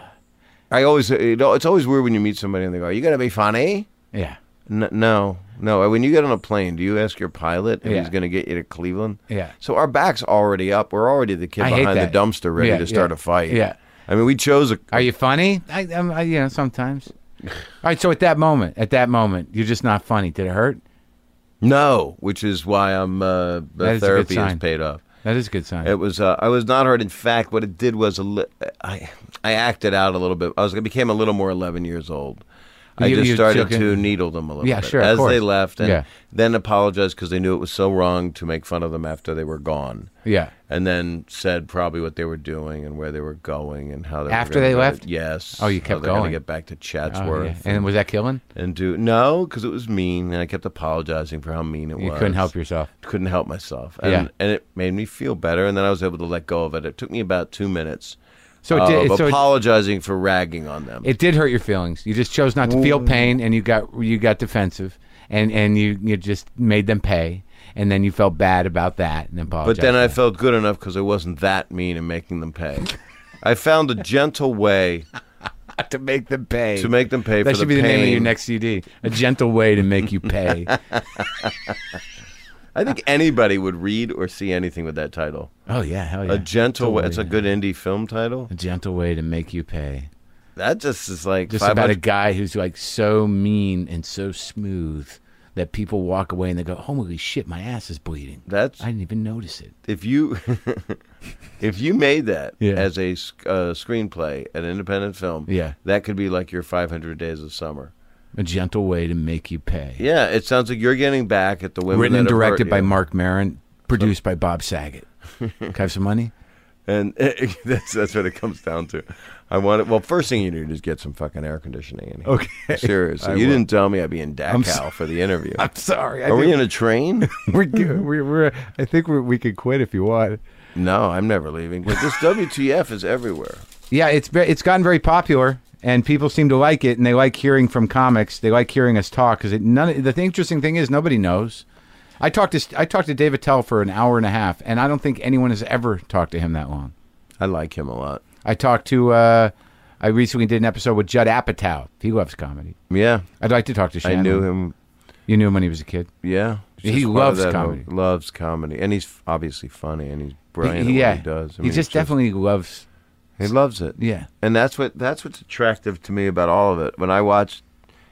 I always, uh, you know, it's always weird when you meet somebody and they go, Are you going to be funny? yeah, N- no, no. Uh, When you get on a plane, do you ask your pilot if Yeah. he's going to get you to Cleveland? Yeah. So our back's already up. We're already the kid I hate behind that. the dumpster ready Yeah, to start yeah, a fight. yeah. I mean, we chose a. Are you funny? I, I'm, I, you know, sometimes. All right. So at that moment, at that moment, you're just not funny. Did it hurt? No, which is why I'm. Uh, That is a good therapy has sign. paid off. That is a good sign. It was. Uh, I was not hurt. In fact, what it did was a li- I, I acted out a little bit. I was. I became a little more eleven years old. I You- just you started took it- to needle them a little Yeah, bit sure, of as they course. left, and Yeah. then apologized because they knew it was so wrong to make fun of them after they were gone, yeah. and then said probably what they were doing and where they were going and how they After were gonna they go. left? Yes. Oh, you how kept they're gonna going. Get back to Oh, yeah. Chatsworth And was that killing? and do no because it was mean, and I kept apologizing for how mean it You was couldn't help yourself. couldn't help myself. And, Yeah. and it made me feel better. And then I was able to let go of it. It took me about two minutes So uh, it of did- so it- apologizing for ragging on them. It did hurt your feelings. You just chose not to feel pain, and you got you got defensive, and and you you just made them pay, and then you felt bad about that, and but apologized. then I felt good enough because I wasn't that mean in making them pay. I found a gentle way I to make them pay. to make them pay that for should the be the pain. name of your next CD. A gentle way to make you pay. I think anybody would read or see anything with that title. oh yeah, hell yeah. A gentle way. Totally. It's a good indie film title. A gentle way to make you pay. That just is like Just 500 about a guy who's like so mean and so smooth that people walk away and they go, "Holy shit, my ass is bleeding." That's I didn't even notice it. if you if you made that Yeah. as a sc- uh, screenplay, an independent film, Yeah. that could be like your 500 Days of Summer. a gentle way to make you pay. Yeah, it sounds like you're getting back at the women. Written that and have hurt directed by you. Mark Maron, produced by Bob Saget. Can I have some money? and that's that's what it comes down to. I want it. Well, first thing you need is get some fucking air conditioning in here. Okay. seriously, I you will. didn't tell me I'd be in Dachau so- for the interview. I'm sorry. I Are we think- in a train? we're, good. we're, we're, I think we're, we could quit if you want. no, I'm never leaving. But this WTF is everywhere. Yeah, it's ve- it's gotten very popular, and people seem to like it, and they like hearing from comics. They like hearing us talk because none. The thing, interesting thing is nobody knows. I talked to I talked to David Tell for an hour and a half, and I don't think anyone has ever talked to him that long. I like him a lot. I talked to uh, I recently did an episode with Judd Apatow. He loves comedy. Yeah, I'd like to talk to. Shannon. I knew him. You knew him when he was a kid. Yeah, He's He just part of loves that- comedy. Loves comedy, and he's f- obviously funny, and he's brilliant. at He- what yeah, he does. I he mean, just it's definitely loves. He loves it. Yeah. And that's what that's what's attractive to me about all of it. When I watch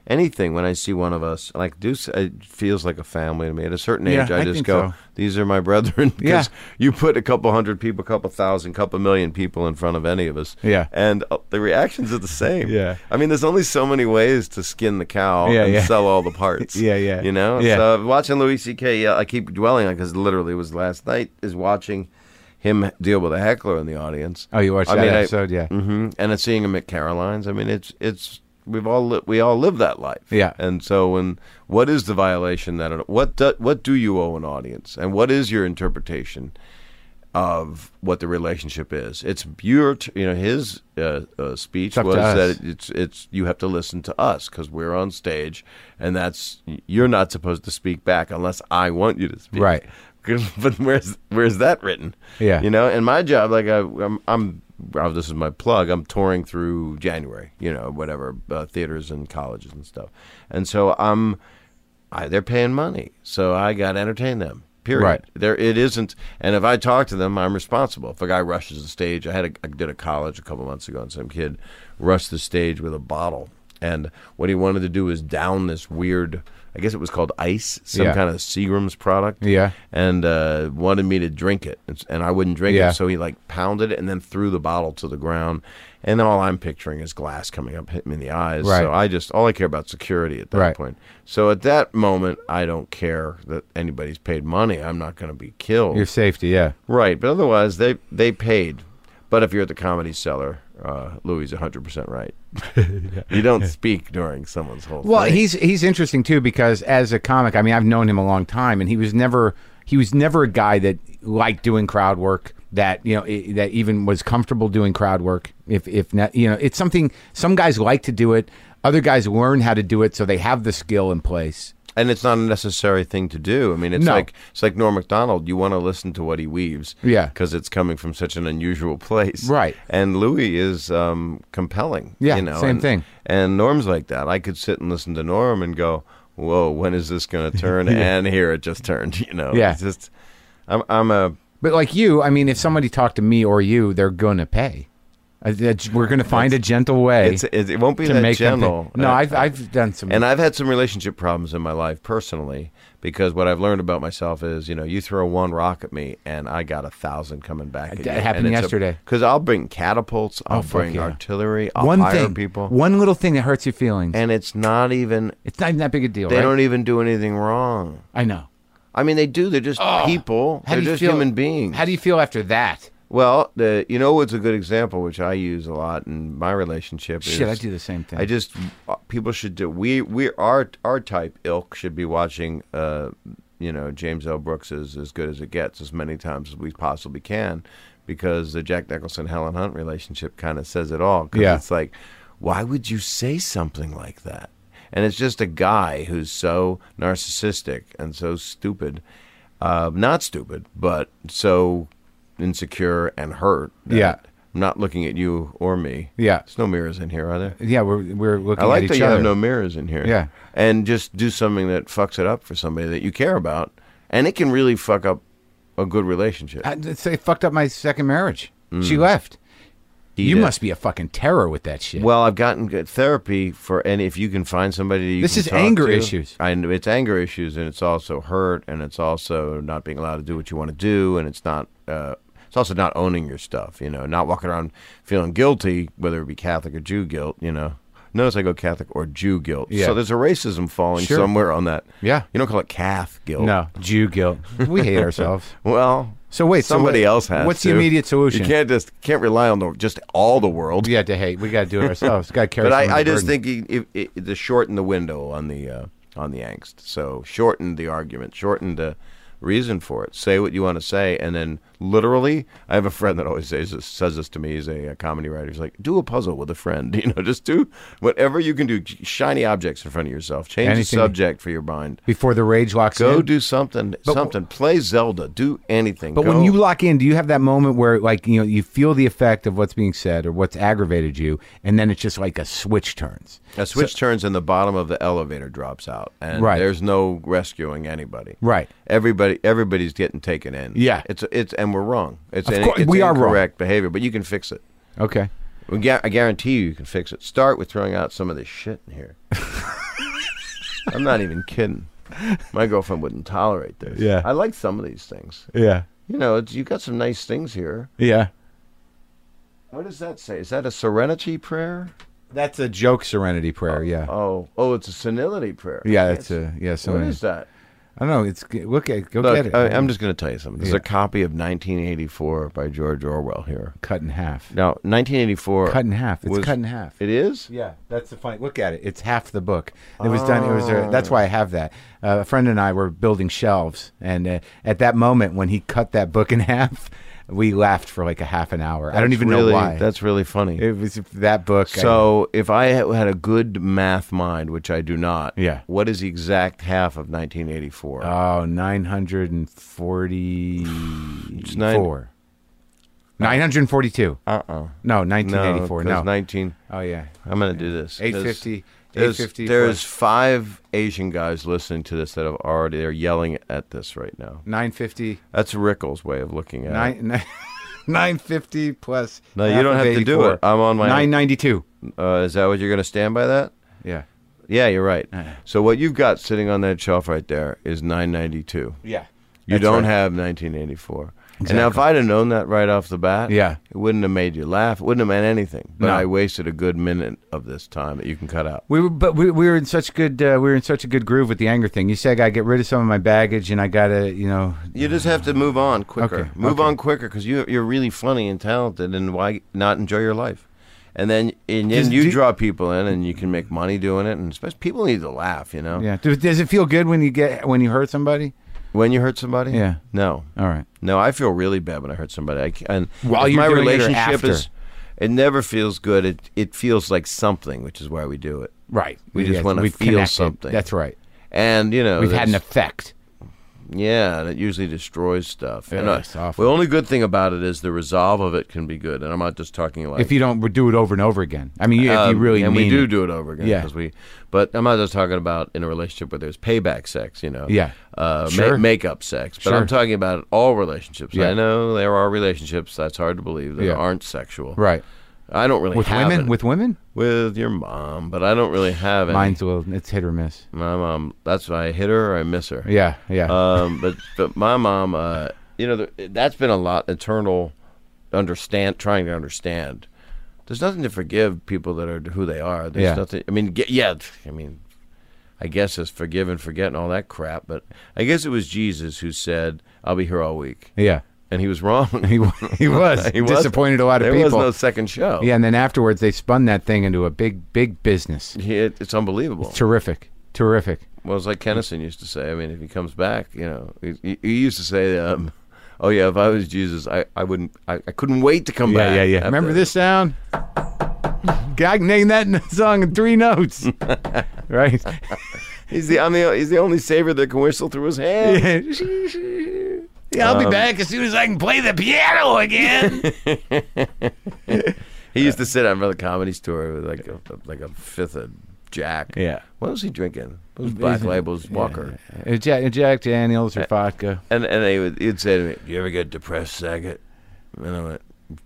anything, when I see one of us, like Deuce, it feels like a family to me. At a certain Yeah, age, I, I just think go, so. "These are my brethren." 'Cause Yeah. you put a couple hundred people, a couple thousand, couple million people in front of any of us, Yeah. and uh, the reactions are the same. Yeah. I mean, there's only so many ways to skin the cow Yeah, and yeah. sell all the parts. Yeah, yeah. you know. Yeah. So watching Louis C.K., yeah, I keep dwelling on because literally it was last night is watching. Him deal with a heckler in the audience. Oh, you watched I that mean, I- episode? yeah. hmm And it's seeing him at Caroline's. I mean, it's it's we've all li- we all live that life. Yeah. And so when what is the violation that it- what do, what do you owe an audience, and what is your interpretation of what the relationship is? It's your t- you know his uh, uh, speech It's up to was us. that it's it's you have to listen to us because we're on stage, and that's you're not supposed to speak back unless I want you to speak. Right. but where's where's that written? Yeah. You know, and my job, like I, I'm, I'm well, this is my plug. I'm touring through January. You know, whatever uh, theaters and colleges and stuff. And so I'm, I, they're paying money, so I got to entertain them. Period. Right. There, it isn't. And if I talk to them, I'm responsible. If a guy rushes the stage, I had a, I did a college a couple months ago, and some kid rushed the stage with a bottle. And what he wanted to do was down this weird, I guess it was called ice, some Yeah. kind of Seagram's product Yeah. and uh, wanted me to drink it, and, and I wouldn't drink Yeah. it. So he like pounded it and then threw the bottle to the ground. And all I'm picturing is glass coming up, hitting me in the eyes. Right. So I just all I care about is security at that Right. point. So at that moment, I don't care that anybody's paid money. I'm not going to be killed. Your safety. Yeah. Right, but otherwise they they paid. But if you're at the comedy cellar, uh, Louis is 100 percent right. You don't speak during someone's whole. Well, thing. he's he's interesting too because as a comic, I mean, I've known him a long time, and he was never he was never a guy that liked doing crowd work. That you know i- that even was comfortable doing crowd work. If if not, you know, it's something some guys like to do it. Other guys learn how to do it, so they have the skill in place. and it's not a necessary thing to do. I mean, it's No. like it's like Norm Macdonald. You want to listen to what he weaves, Yeah. because it's coming from such an unusual place, Right. And Louis is um, compelling, Yeah, You know, same and- thing. And Norm's like that. I could sit and listen to Norm and go, "Whoa, when is this going to turn?" And here it just turned. You know, Yeah. It's just, I'm, I'm a But like you, I mean, if somebody talked to me or you, they're gonna pay. I- that's- We're gonna find a gentle way it's, it, it won't be to that make them pay. gentle. No, Uh, I've I've done some. And I've had some relationship problems in my life personally because what I've learned about myself is, you know, you throw one rock at me and I got a thousand coming back. At That happened yesterday. Oh, Because I'll bring catapults, I'll fuck bring yeah. artillery, I'll one hire thing, people, one little thing that hurts your feelings. and it's not even. it's not even that big a deal. They right? don't even do anything wrong. I know. I mean, they do. They're just Oh, people. How they're do you just feel, human beings. How do you feel after that? Well, the you know what's a good example, which I use a lot in my relationship. Is Shit, I do the same thing. I just uh, people should do. We we our our type ilk should be watching. Uh, you know, James L. Brooks is as good as it gets, as many times as we possibly can, because the Jack Nicholson Helen Hunt relationship kind of says it all. 'cause Yeah. it's like, why would you say something like that? And it's just a guy who's so narcissistic and so stupid, uh, not stupid, but so insecure and hurt. that Yeah. I'm not looking at you or me. Yeah. There's no mirrors in here, are there? Yeah, we're we're looking I like at that each you other. have no mirrors in here. Yeah. And just do something that fucks it up for somebody that you care about. And it can really fuck up a good relationship. I, it's- they fucked up my second marriage. She left. you Mm. did. must be a fucking terror with that shit. well, I've gotten good therapy for any if you can find somebody that you This can is talk anger to. issues. I know it's anger issues and it's also hurt and it's also not being allowed to do what you want to do and it's not uh it's also not owning your stuff, you know, not walking around feeling guilty, whether it be Catholic or Jew guilt, you know. Notice I go Catholic or Jew guilt. Yeah. So there's a racism falling Sure. somewhere on that. Yeah. You don't call it Cath guilt. No, Jew guilt. We hate ourselves. Well, So wait, so somebody what- else has. what's the to. immediate solution? You can't just can't rely on the, just all the world. We had to hate. We got to do it ourselves. Got to carry. But some of I, the I just burden. think you- if, if, the shorten the window on the uh, on the angst. So shorten the argument, shorten the reason for it. Say what you want to say, and then literally, I have a friend that always says this, says this to me. He's a, a comedy writer. He's like, do a puzzle with a friend. You know, just do whatever you can do. Shiny objects in front of yourself. Change the Anything. subject for your mind. before the rage locks Go in. do something. something. Play Zelda. Do anything. But when you lock in, do you have that moment where, like, you know, you feel the effect of what's being said or what's aggravated you, and then it's just like a switch turns? A switch turns and the bottom of the elevator drops out, and Right. there's no rescuing anybody. Right. Everybody, everybody's getting taken in. Yeah. It's it's and we're wrong. It's, Of an- course, it's we are wrong. incorrect behavior, but you can fix it. Okay. We gu- I guarantee you, you can fix it. Start with throwing out some of this shit in here. I'm not even kidding. My girlfriend wouldn't tolerate this. Yeah. I like some of these things. Yeah. You know, it's, you got some nice things here. Yeah. What does that say? Is that a serenity prayer? That's a joke serenity prayer. Yeah. Oh, oh, it's a senility prayer. yeah. That's Yes. a yeah. So What is that? I don't know. It's g- look at go Look, get it. I, I'm just going to tell you something. There's Yeah. a copy of 1984 by George Orwell here. cut in half. Now, 1984. Cut in half. It's was- cut in half. It is? Yeah, that's the funny. Look at it. It's half the book. It was done. It was. A, Ah. that's why I have that. Uh, a friend and I were building shelves, and uh, at that moment when he cut that book in half, we laughed for like a half an hour. I don't That's even really, know why. That's really funny. it was that book. I- so, if I ha- had a good math mind, which I do not, Yeah. what is the exact half of 1984? oh, nine hundred and forty-four. nine- Nine hundred and forty-two. uh-uh. No, nineteen eighty-four. No, No. 'cause 19. oh yeah. I'm going to do this. There's- 850 There's, 850 there's five Asian guys listening to this that have already, they're yelling at this right now. Nine fifty. That's Rickles' way of looking at it. Nine. Nine fifty plus. No, you half don't of have to do 84. it. I'm on my- Nine ninety-two. Uh, is that what you're going to stand by that? Yeah. Yeah, you're right. So what you've got sitting on that shelf right there is 992. Yeah. You don't have 1984. And now if Exactly. I'd have known that right off the bat, Yeah. it wouldn't have made you laugh. It wouldn't have meant anything. But No. I wasted a good minute of this time that you can cut out. We were, but we, we were in such good uh, we were in such a good groove with the anger thing. You said I got to get rid of some of my baggage, and I got to you know. You just have to move on quicker. Okay, Move okay. on quicker because you, you're really funny and talented, and why not enjoy your life? And then and then Does- you do- draw people in, and you can make money doing it. And especially people need to laugh, you know. Yeah. Do- Does it feel good when you get when you hurt somebody? When you hurt somebody, Yeah. no, All right. No, I feel really bad when I hurt somebody. I, ca- and While if you're my doing it or relationship after? is, it never feels good. It it feels like something, which is why we do it. Right. We just wanna we've feel connected. something. That's right. And you know, We've had an that's- effect. yeah, and it usually destroys stuff. Yeah, And, uh, it's awful. the only good thing about it is the resolve of it can be good. And I'm not just talking like If you don't do it over and over again, I mean, you- if you Um, really and mean we do it. do it over again Yeah. 'cause we but i'm not just talking about in a relationship where there's payback sex you know Yeah. uh ma- Sure. makeup sex but i'm Sure. talking about all relationships Yeah. i know there are relationships that's hard to believe that Yeah. aren't sexual right i don't really with have women. it. With women, with your mom but i don't really have any. mine's will it's hit or miss. my mom that's why i hit her or i miss her Yeah. Yeah. um, but but my mom, uh, you know, th that's been a lot internal understand trying to understand. There's nothing to forgive people that are who they are. There's Yeah. nothing. I mean, ge- yeah. I mean, I guess it's forgive and forget and all that crap. But I guess it was Jesus who said, "I'll be here all week," yeah. and he was wrong. He wa- he was He was- disappointed a lot of there people. was no second show. Yeah, and then afterwards they spun that thing into a big, big business. He- it- it's unbelievable. Terrific, terrific. Well, it's like Kennison used to say. I mean, if he comes back, you know, he- he, he used to say, um, "Oh yeah, if I was Jesus, I, I wouldn't, I, I couldn't wait to come back." after- Remember this sound? I can name that song in three notes, right? He's the, I'm the, he's the only savior that can whistle through his hand. yeah, Um, I'll be back as soon as I can play the piano again. He used to sit on the comedy store with like a, like a fifth of Jack. Yeah. What was he drinking? It was Black Label's Walker. Uh, Jack, Jack Daniels Uh, or vodka? And and they would, he'd say to me, "Do you ever get depressed, Saget?" And I went,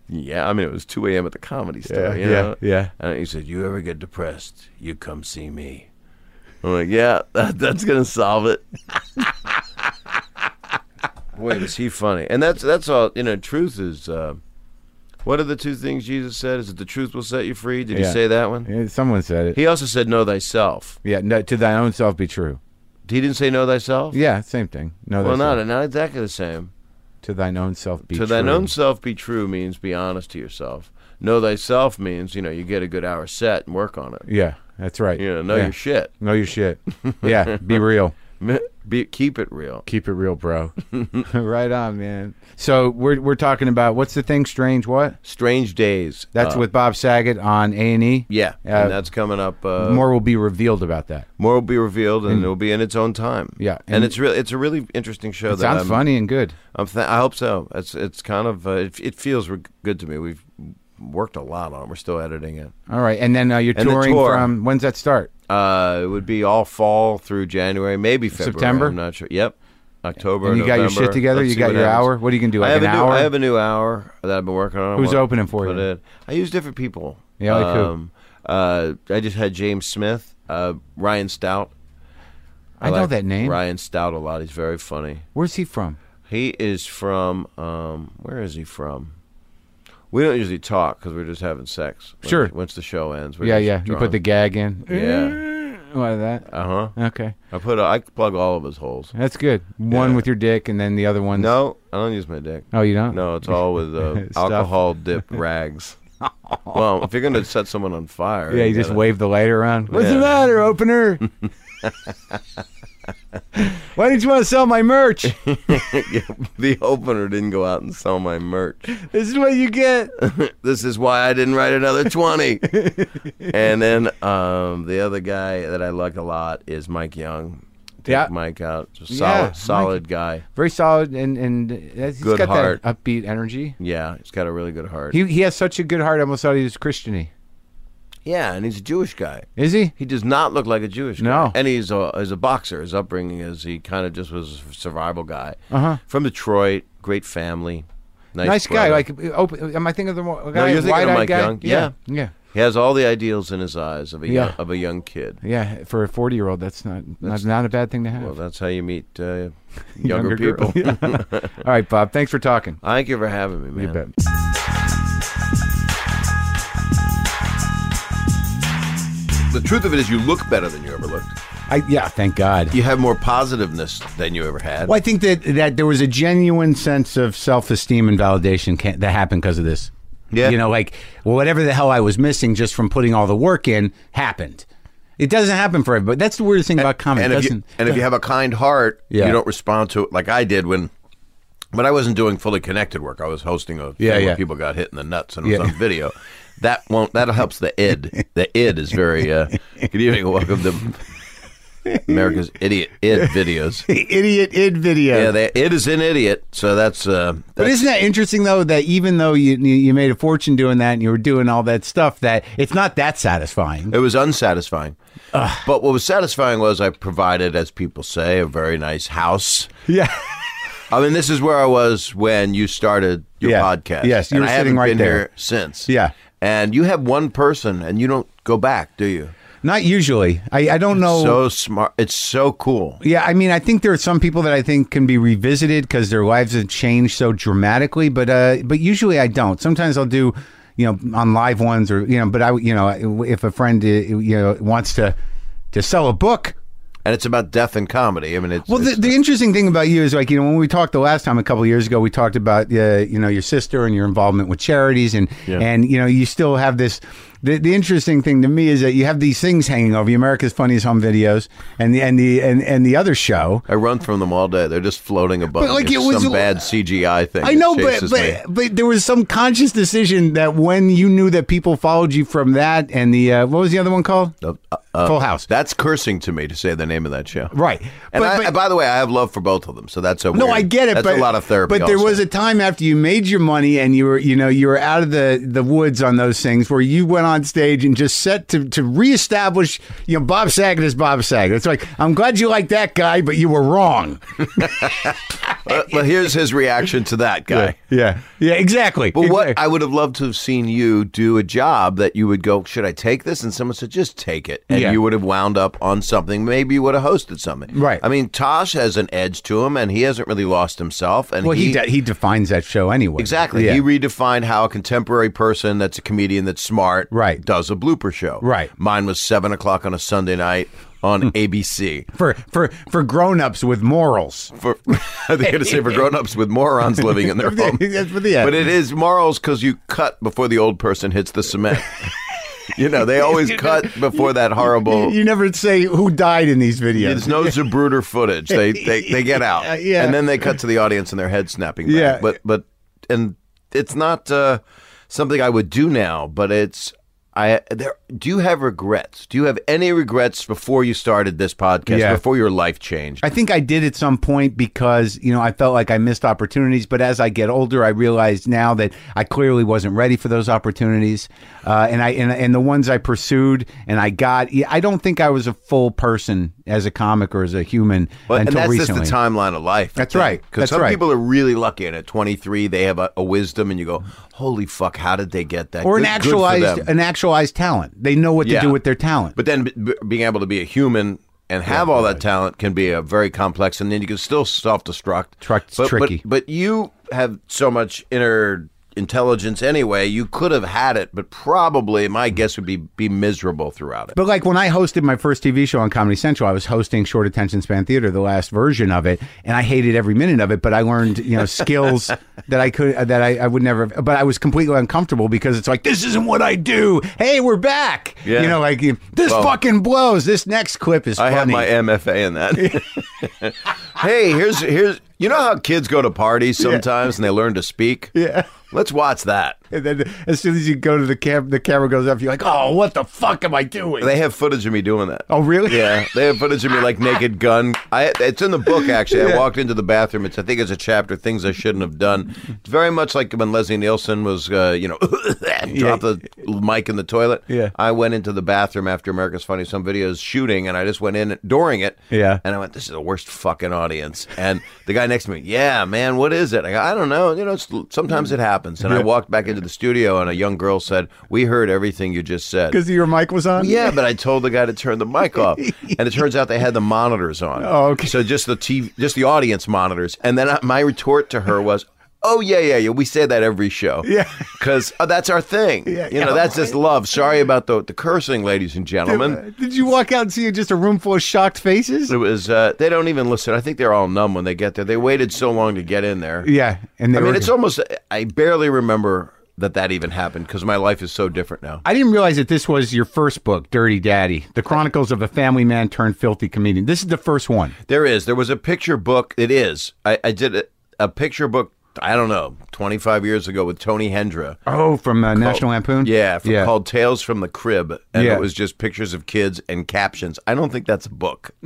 "Yeah." I mean, it was 2 a.m. at the comedy store. Yeah, you yeah, know? yeah. And he said, "You ever get depressed? You come see me." I'm like, "Yeah, that, that's gonna solve it." Boy, was he funny? And that's that's all. You know, truth is. Uh, What are the two things Jesus said? Is it the truth will set you free? Did Yeah. he say that one? Yeah, someone said it. He also said, "Know thyself." yeah, no, to thy own self be true. He didn't say, "Know thyself." Yeah, same thing. No, well, that's not not exactly the same. to thine own self be to true. thine own self be true means be honest to yourself. Know thyself means you know you get a good hour set and work on it. Yeah, that's right. You know, know yeah. your shit. know your shit. yeah, be real. Be, keep it real. Keep it real, bro. right on, man. So we're we're talking about what's the thing? Strange what? Strange days. That's Uh, with Bob Saget on A and E. Yeah, Uh, and that's coming up. Uh, more, More will be revealed about that. will be revealed, and it'll be in its own time. Yeah, and, and- it's really it's a really interesting show. It that sounds I'm, funny and good. I'm th- I hope so. It's it's kind of uh, it, it feels re- good to me. We've worked a lot on. it. We're still editing it. All right, and then uh, you're And the touring tour. from when's that start? Uh, it would be all fall through January, maybe February. September? I'm not sure. Yep, October. And you got your November. shit together. Let's you see got what your happens. hour. What are you gonna do? Like I have an a new, hour? I have a new hour that I've been working on. Who's Well, opening for put you? it- I use different people. Yeah, like who? uh, I just had James Smith, uh, Ryan Stout. I know that name. Ryan Stout a lot. He's very funny. Where's he from? He is from. Um, where is he from? We don't usually talk because we're just having sex. When- Sure. Once the show ends, we're yeah, just yeah. You drunk. put the gag in. Yeah. Like that. Uh huh. Okay, I put. A, I plug all of his holes. that's good. One Yeah. with your dick, and then the other one. No, I don't use my dick. Oh, you don't. No, it's all with uh, Stuff. alcohol dipped rags. well, if you're gonna set someone on fire, Yeah, you just gotta- wave the lighter around. What's the Yeah. matter, opener? Why didn't you want to sell my merch? Yeah, the opener didn't go out and sell my merch. This is what you get. this is why I didn't write another 20. and then um, the other guy that I like a lot is Mike Young. Take Yeah. Mike out. Just Yeah, solid, Mike- solid guy. Very solid and and he's Good got heart. that upbeat energy. Yeah, he's got a really good heart. He he has such a good heart. I almost thought he was Christiany. yeah, and he's a Jewish guy. Is he? He does not look like a Jewish guy. No. And he's a, he's a boxer. His upbringing is he kind of just was a survival guy. Uh-huh. From Detroit, great family. Nice, Nice guy. brother. Like open, am I thinking of the one- guy? you're thinking of wide-eyed Mike guy? Young. Yeah. yeah, he has all the ideals in his eyes of a, young, Yeah. of a young kid. yeah, For a forty-year-old, that's not not, not a bad thing to have. Well, that's how you meet uh, younger, girl. people. Yeah. All right, Bob. Thanks for talking. Thank you for having me, man. You bet. The truth of it is, you look better than you ever looked. I, yeah, thank God. You have more positiveness than you ever had. Well, I think that, that there was a genuine sense of self esteem and validation ca that happened because of this. Yeah. You know, like whatever the hell I was missing just from putting all the work in happened. It doesn't happen for everybody. That's the weirdest thing about comedy. And it if you, doesn't- and if you have a kind heart, Yeah. you don't respond to it like I did when. But I wasn't doing fully connected work. I was hosting a Yeah, thing yeah. where people got hit in the nuts and it Yeah. was on video. That won't. That helps the id. The id is very. Uh, good evening. and Welcome to America's idiot id videos. idiot id video. Yeah, they, it is an idiot. So that's. Uh, but that's isn't that interesting though that even though you you you made a fortune doing that and you were doing all that stuff that it's not that satisfying. It was unsatisfying. Ah. But what was satisfying was I provided, as people say, a very nice house. Yeah. I mean, this is where I was when you started your Yeah. podcast. Yes, you and were sitting I haven't right been there. here since. Yeah. and you have one person, and you don't go back, do you? Not usually. I, I don't know So smart. It's so cool. Yeah, I mean, I think there are some people that I think can be revisited because their lives have changed so dramatically. But uh, but usually I don't. Sometimes I'll do, you know, on live ones or you know. But I, you know, if a friend uh, you know wants to to sell a book. And it's about death and comedy. I mean, it's Well, the, it's- the interesting thing about you is like you know when we talked the last time a couple of years ago, we talked about uh, you know your sister and your involvement with charities and and you know you still have this. The, the interesting thing to me is that you have these things hanging over you, America's Funniest Home Videos and the and the and, and the other show. I run from them all day. They're just floating above. But, like, me. it was- some bad CGI thing. I that know, but chases me. but, but there was some conscious decision that when you knew that people followed you from that and the uh, what was the other one called Uh, uh, uh, Full House, that's cursing to me to say the name of that show. right? And but, I, but- by the way, I have love for both of them, so that's a no, weird- I get it. That's but a lot of therapy. But there also. was a time after you made your money and you were you know you were out of the the woods on those things where you went on stage and just set to to reestablish you know Bob Saget is Bob Saget. It's like I'm glad you like that guy, but you were wrong. Uh, well, here's his reaction to that guy. Yeah. Yeah, exactly. But what Exactly. I would have loved to have seen you do a job that you would go, should I take this? And someone said, just take it. And Yeah. you would have wound up on something. Maybe you would have hosted something. Right. I mean, Tosh has an edge to him, and he hasn't really lost himself. And well, he he de- he defines that show anyway. Exactly. Yeah. He redefined how a contemporary person that's a comedian that's smart Right. does a blooper show. Right. Mine was seven o'clock on a Sunday night on ABC. for for for grown-ups with morals. For I think it's say for grown-ups with morons living in their home. That's what- yeah. But it is morals because you cut before the old person hits the cement. you know, they always cut before that horrible. you never say who died in these videos. There's no Zabruder footage. They, they they get out, Yeah, yeah. and then they cut to the audience and their head snapping. Back. Yeah. but but and it's not uh, something I would do now. But it's I there. Do you have regrets? Do you have any regrets before you started this podcast? Yeah. Before your life changed? I think I did at some point because, you know, I felt like I missed opportunities. But as I get older, I realized now that I clearly wasn't ready for those opportunities. Uh, and I and, and the ones I pursued and I got, yeah, I don't think I was a full person as a comic or as a human But, and until that's recently. just the timeline of life. That's right. Because That's some right. people are really lucky, and at 23, they have a, a wisdom, and you go, "Holy fuck! How did they get that?" or an Good- good for them. actualized an actualized talent. They know what to Yeah. do with their talent. But then b- b- being able to be a human and have all that talent can be a very complex, and then you can still self destruct. Truck's but, tricky. But, but you have so much inner intelligence anyway. You could have had it, but probably my guess would be be miserable throughout it. But like when I hosted my first TV show on Comedy Central, I was hosting Short Attention Span Theater, the last version of it, and I hated every minute of it. But I learned, you know, skills that I could that I, I would never. But I was completely uncomfortable because it's like this isn't what I do. Hey, we're back. Yeah. You know, like you- this Well- fucking blows. This next clip is I funny. have my MFA in that. hey, here's here's you know how kids go to parties sometimes and they learn to speak. Yeah. let's watch that. and then as soon as you go to the cam, the camera goes up. You're like, oh, what the fuck am I doing? They have footage of me doing that. oh, really? Yeah, they have footage of me like naked gun. I, it's in the book actually. I walked into the bathroom. It's I think it's a chapter things I shouldn't have done. It's very much like when Leslie Nielsen was uh, you know drop the mic in the toilet. Yeah. I went into the bathroom after America's Funniest Home Videos shooting, and I just went in during it. Yeah. and I went, this is the worst fucking audience. And the guy next to me, yeah, man, what is it? I go, I don't know. You know, it's, sometimes it happens. And I walked back into the studio, and a young girl said, "We heard everything you just said." Because your mic was on. Yeah, but I told the guy to turn the mic off, and it turns out they had the monitors on. Oh, okay. So just the TV, just the audience monitors, and then I, my retort to her was, "Oh yeah, yeah, yeah, we say that every show. Yeah. because that's our thing. Yeah, you know, yeah. that's just love. Sorry about the the cursing, ladies and gentlemen." Did you walk out and see just a room full of shocked faces? It was. Uh, they don't even listen. I think they're all numb when they get there. They waited so long to get in there. Yeah, and they I were- mean, it's almost. I barely remember that that even happened because my life is so different now. I didn't realize that this was your first book, Dirty Daddy, The Chronicles of a Family Man Turned Filthy Comedian. This is the first one. There is. There was a picture book. It is. I, I did a, a picture book. I don't know, 25 years ago with Tony Hendra. Oh, from uh, National Lampoon? Yeah, from, yeah. called Tales from the Crib, and Yeah. it was just pictures of kids and captions. I don't think that's a book.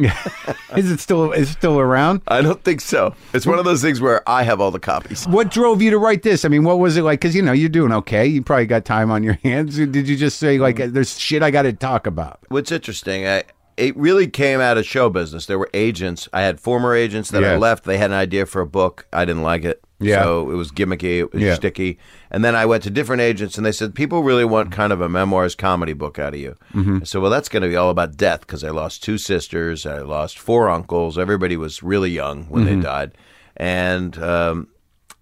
is it still is it still around? I don't think so. It's one of those things where I have all the copies. What drove you to write this? I mean, what was it like? Because, you know, you're doing okay. You probably got time on your hands. Did you just say, like, there's shit I got to talk about? What's interesting, I, it really came out of show business. There were agents. I had former agents that Yeah. I left. They had an idea for a book. I didn't like it. Yeah. So it was gimmicky, it was Yeah. sticky. And then I went to different agents and they said, people really want kind of a memoirs comedy book out of you. Mm-hmm. I said, well, that's going to be all about death because I lost two sisters, I lost four uncles. Everybody was really young when Mm-hmm. they died. And um,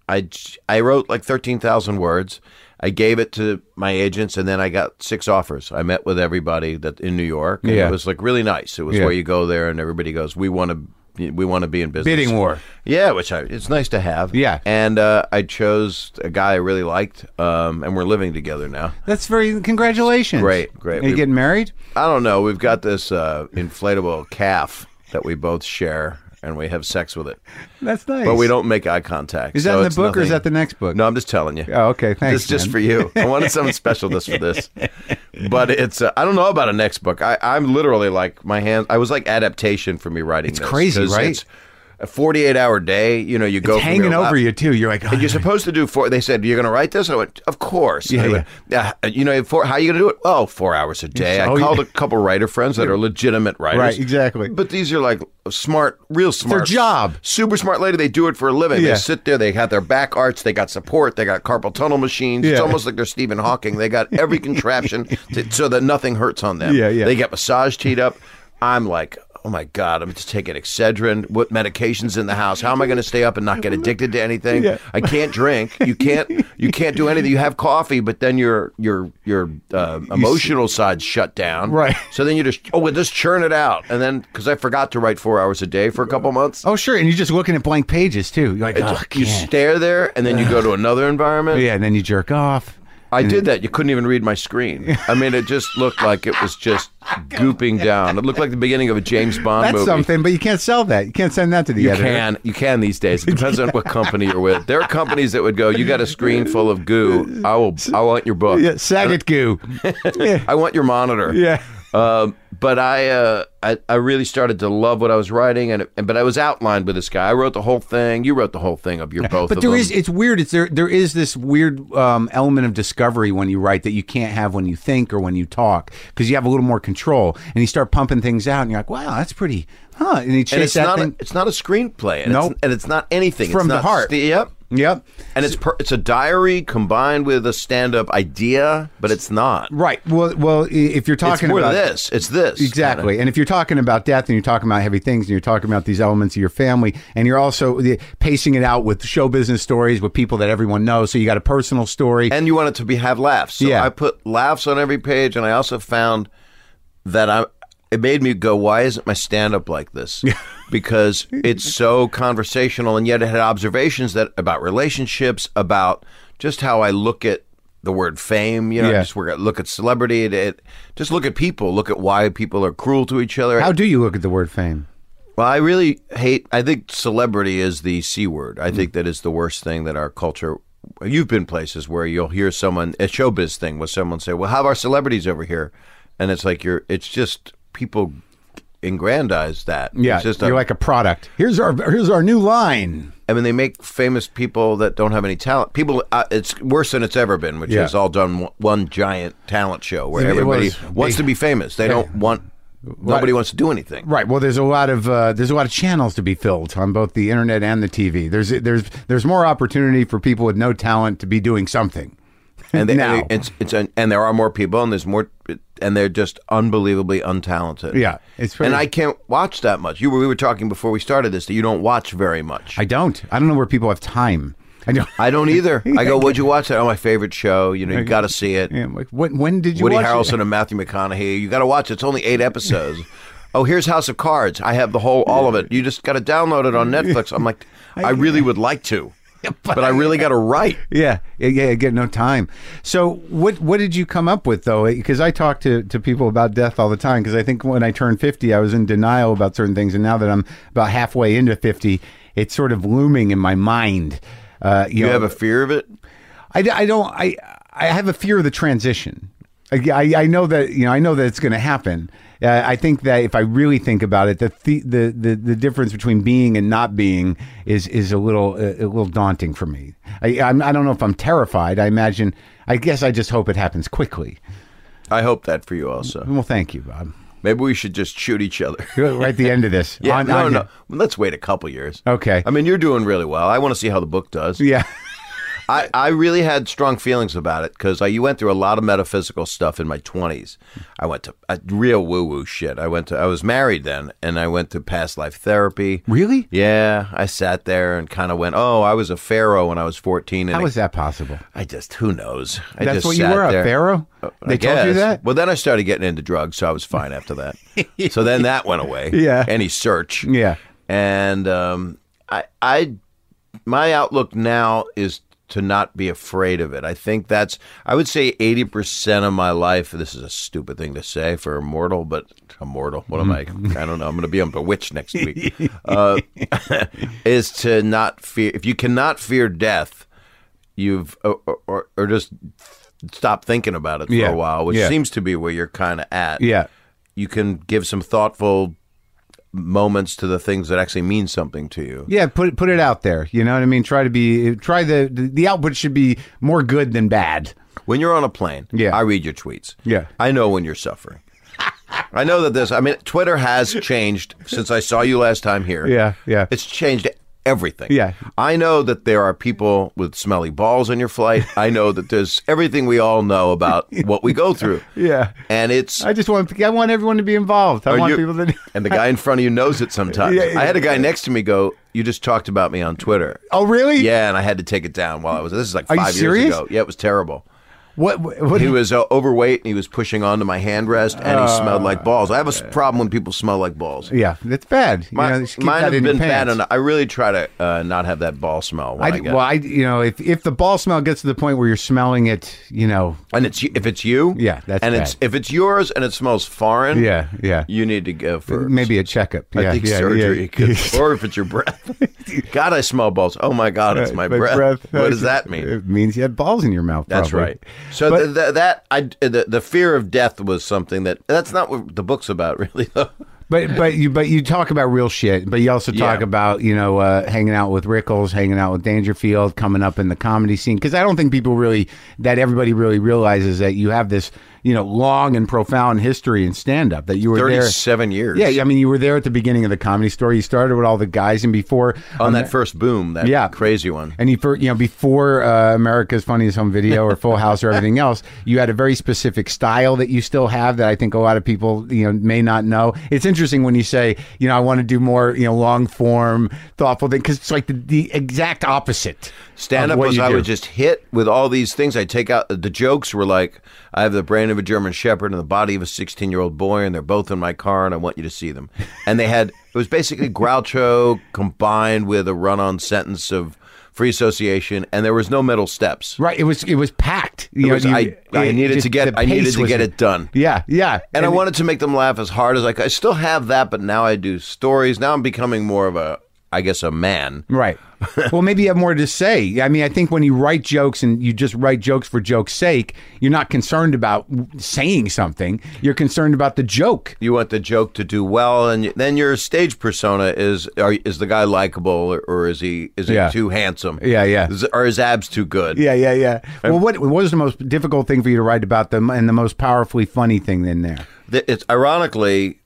I, j- I wrote like 13,000 words. I gave it to my agents and then I got six offers. I met with everybody that in New York. and Yeah. It was like really nice. It was Yeah. where you go there and everybody goes, we want to we want to be in business. Bidding war. Yeah, which I, it's nice to have. Yeah. and uh, I chose a guy I really liked, um, and we're living together now. That's very, congratulations. Great, great. Are you We- getting married? I don't know. We've got this uh, inflatable calf that we both share, and we have sex with it, That's nice. but we don't make eye contact. Is that so in the it's book or is nothing- that the next book? No, I'm just telling you. Oh, okay. Thanks. It's just man. for you. I wanted something special just for this, but it's. Uh, I don't know about a next book. I, I'm literally like my hands. I was like adaptation for me writing. It's crazy, right? It's, a 48 hour day, you know, you go It's from hanging your lap- over you too. You're like, oh, And you're supposed to do four. They said you're going to write this. I went, of course. Yeah, I went, "Yeah, You know, four, how are you going to do it? Oh, four hours a day. I Oh, called yeah. a couple writer friends that are legitimate writers. Right, exactly. But these are like smart, real smart. job. Super smart lady. They do it for a living. Yeah. They sit there. They have their back arts. They got support. They got carpal tunnel machines. It's Yeah. almost like they're Stephen Hawking. They got every contraption to, so that nothing hurts on them. Yeah, yeah. They get massage teed up. I'm like, oh my God, I'm just taking Excedrin. What medication's in the house? How am I going to stay up and not get addicted to anything? Yeah. I can't drink. You can't. You can't do anything. You have coffee, but then your your your uh, emotional side's shut down. Right. So then you just oh, well, just churn it out, and then because I forgot to write four hours a day for a couple months, oh sure, and you're just looking at blank pages too. You're like, oh, I you can't. Oh, stare there, and then you go to another environment. yeah, and then you jerk off. I did that. You couldn't even read my screen. I mean, it just looked like it was just gooping down. It looked like the beginning of a James Bond That's movie. something, but you can't sell that. You can't send that to the You editor. can, you can these days. It depends on what company you're with. There are companies that would go, "You got a screen full of goo. I will, I want your book. Yeah, Saget goo. yeah. I want your monitor." yeah. Um, but I, uh, I, I really started to love what I was writing, and, and but I was outlined with this guy. I wrote the whole thing. You wrote the whole thing of your both. But of there them. is it's weird. It's there there is this weird um, element of discovery when you write that you can't have when you think or when you talk because you have a little more control and you start pumping things out and you're like, wow, that's pretty, huh? And you chase and it's that not, a, thing. it's not a screenplay, and, Nope. it's, and it's not anything From It's the not heart. st- yep. yep. And it's per, it's a diary combined with a stand up idea, but it's not. Right. Well, well, i- if you're It's talking more about this. It's this Exactly. And if you're talking about death and you're talking about heavy things and you're talking about these elements of your family and you're also the, pacing it out with show business stories with people that everyone knows. So you got a personal story. and you want it to be have laughs. So Yeah. I put laughs on every page, and I also found that I it made me go, why isn't my stand up like this? because it's so conversational, and yet it had observations that about relationships, about just how I look at the word fame. You know, Yeah. just work- look at celebrity, it, it- just look at people, look at why people are cruel to each other. How do you look at the word fame? Well, I really hate. I think celebrity is the c word. Mm. I think that is the worst thing that our culture. You've been places where you'll hear someone a showbiz thing where someone say, "Well, have our celebrities over here," and it's like you're. It's just people aggrandize that. Yeah. It's just a- you're like a product. Here's our here's our new line. I mean, they make famous people that don't have any talent. People, uh, it's worse than it's ever been, which Yeah. is all done one, one giant talent show where It- it everybody was wants big. to be famous. They don't want. Nobody wants to do anything. Right. Well, there's a lot of uh, there's a lot of channels to be filled on both the internet and the TV. There's there's there's more opportunity for people with no talent to be doing something. and they, now. and it's it's an, and there are more people and there's more and they're just unbelievably untalented. Yeah, it's pretty- and I can't watch that much. You were we were talking before we started this that you don't watch very much. I don't. I don't know where people have time. I don't. I don't either. I go, "Would you watch that?" Oh, my favorite show. You know, you got to see it. Yeah, I'm like, when, when did you Woody watch it? Harrelson and Matthew McConaughey. You got to watch. it. It's only eight episodes. oh, here's House of Cards. I have the whole all of it. You just got to download it on Netflix. I'm like, I really would like to, but I really got to write. Yeah, yeah, yeah, I get no time. So what what did you come up with though? Because I talk to, to people about death all the time. Because I think when I turned fifty, I was in denial about certain things, and now that I'm about halfway into fifty, it's sort of looming in my mind. Uh, you, You know, have a fear of it. I, d- I don't. I I have a fear of the transition. I, I- I know that you know. I know that it's going to happen. Uh, I think that if I really think about it, the, the the the the difference between being and not being is is a little uh, a little daunting for me. I I'm, I don't know if I'm terrified. I imagine. I guess I just hope it happens quickly. I hope that for you also. Well, thank you, Bob. Maybe we should just shoot each other. Right at the end of this. Yeah, On- no, on- no. Well, Let's wait a couple years. Okay. I mean, you're doing really well. I want to see how the book does. Yeah. I, I really had strong feelings about it because you went through a lot of metaphysical stuff in my 20s. I went to uh, real woo woo shit. I went to I was married then, and I went to past life therapy. Really? Yeah, I sat there and kind of went, "Oh, I was a pharaoh when I was 14." And How I- is that possible? I just who knows? I That's just what you sat were, there. Uh, a pharaoh. They I told you guess. that. Well, then I started getting into drugs, so I was fine after that. so then that went away. Yeah. Any search. Yeah. And um, I, I, my outlook now is to not be afraid of it. I think that's. I would say eighty percent of my life. This is a stupid thing to say for a mortal, but immortal. What am I? Mm-hmm. I don't know. I'm going to be on Bewitched next week. Uh, is to not fear. If you cannot fear death, you've or or, or just stop thinking about it for Yeah. a while, which Yeah. seems to be where you're kind of at. Yeah. you can give some thoughtful moments to the things that actually mean something to you. Yeah, put it put it out there. You know what I mean? Try to be try the the, the output should be more good than bad. When you're on a plane, Yeah. I read your tweets. Yeah. I know when you're suffering. I know that this. I mean, Twitter has changed since I saw you last time here. Yeah, yeah. It's changed everything. Yeah. I know that there are people with smelly balls on your flight. I know that there's everything we all know about what we go through. Yeah. And it's I just want I want everyone to be involved. I Are want Oh, you- people to and the guy in front of you knows it sometimes. Yeah, yeah. I had a guy next to me go, "You just talked about me on Twitter." Oh, really? Yeah, and I had to take it down while I was. This is like Are you five years serious? ago. Yeah, it was terrible. What what He was uh, overweight and he was pushing onto my handrest and he smelled like balls. I have a s- problem when people smell like balls. Uh, Yeah, that's bad. You My- know, just keep mine that have in your been bad pants. enough. I really try to uh, not have that ball smell. When I, I, get- well, I you know if if the ball smell gets to the point where you're smelling it, you know, and it's if it's you, Yeah, that's and it's if it's yours and it smells foreign, yeah, yeah, you need to go for maybe a checkup. I yeah, think yeah, surgery, yeah. could- or if it's your breath. God, I smell balls. Oh my God, it's my, breath. What does that mean? It means you had balls in your mouth. That's probably. right. So But- th- th- that I the, the fear of death was something that that's not what the book's about, really. Though But but you but you talk about real shit. But you also talk Yeah. about you know uh, hanging out with Rickles, hanging out with Dangerfield, coming up in the comedy scene. Because I don't think people really that everybody really realizes that you have this you know long and profound history in stand up that you were there. thirty-seven years. Yeah, I mean, you were there at the beginning of the comedy story. You started with all the guys, and before on that first boom, that Yeah. crazy one. and he, for, you know, before uh, America's Funniest Home Video or Full House or everything else, you had a very specific style that you still have that I think a lot of people, you know, may not know. It's interesting when you say, you know, I want to do more, you know, long form, thoughtful thing because it's like the, the exact opposite. Stand of up what was you I do. would just hit with all these things. I take out the jokes were like I have the brain of a German Shepherd and the body of a sixteen year old boy, and they're both in my car, and I want you to see them. And they had it was basically Groucho combined with a run on sentence of free association, and there was no middle steps. right. It was it was packed. You It know, was- you- I- I it needed just- to get- the I needed pace to was- get it done. Yeah, yeah. And, I wanted to make them laugh as hard as I could. I still have that, but now I do stories. Now I'm becoming more of a, I guess, a man. Right. well, maybe you have more to say. I mean, I think when you write jokes and you just write jokes for joke's sake, you're not concerned about saying something. You're concerned about the joke. you want the joke to do well, and then your stage persona is are, is the guy likable, or, or is he is he Yeah. too handsome? Yeah, yeah. Is, are his abs too good? Yeah, yeah, yeah. Well, what, what was the most difficult thing for you to write about them and the most powerfully funny thing in there? The- It's ironically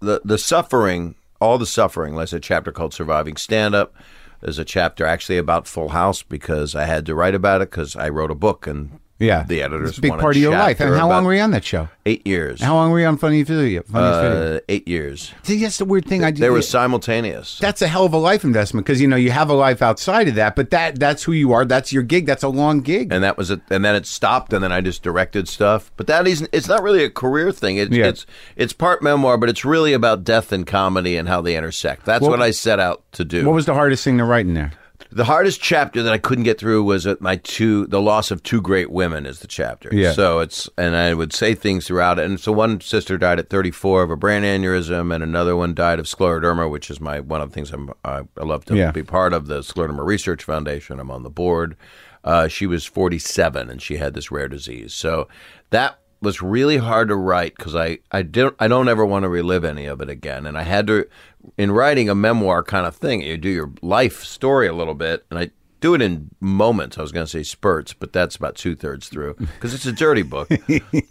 the the suffering, all the suffering. There's a chapter called "Surviving Stand Up." There's a chapter actually about Full House because I had to write about it because I wrote a book and Yeah. the editors It's a big wanted part of your life. chapter And how long about- were you on that show? eight years How long were you on Funny Video? Funny Video. uh, eight years See, that's the weird thing. I they were simultaneous. that's a hell of a life investment because you know you have a life outside of that, but that that's who you are. That's your gig. That's a long gig. and that was it. And then it stopped, and then I just directed stuff. But that isn't. It's not really a career thing. It's Yeah. it's it's part memoir, but it's really about death and comedy and how they intersect. That's what I set out to do. what was the hardest thing to write in there? the hardest chapter that I couldn't get through was at my two. The loss of two great women is the chapter. Yeah. So it's and I would say things throughout it. And so one sister died at 34 of a brain aneurysm, and another one died of scleroderma, which is my one of the things I'm, I I love to Yeah. be part of the Scleroderma Research Foundation. I'm on the board. Uh, she was 47 and she had this rare disease. So that was really hard to write because I, I don't I don't ever want to relive any of it again. And I had to, in writing a memoir kind of thing, you do your life story a little bit, and I do it in moments. I was going to say spurts, but that's about two thirds through because it's a dirty book.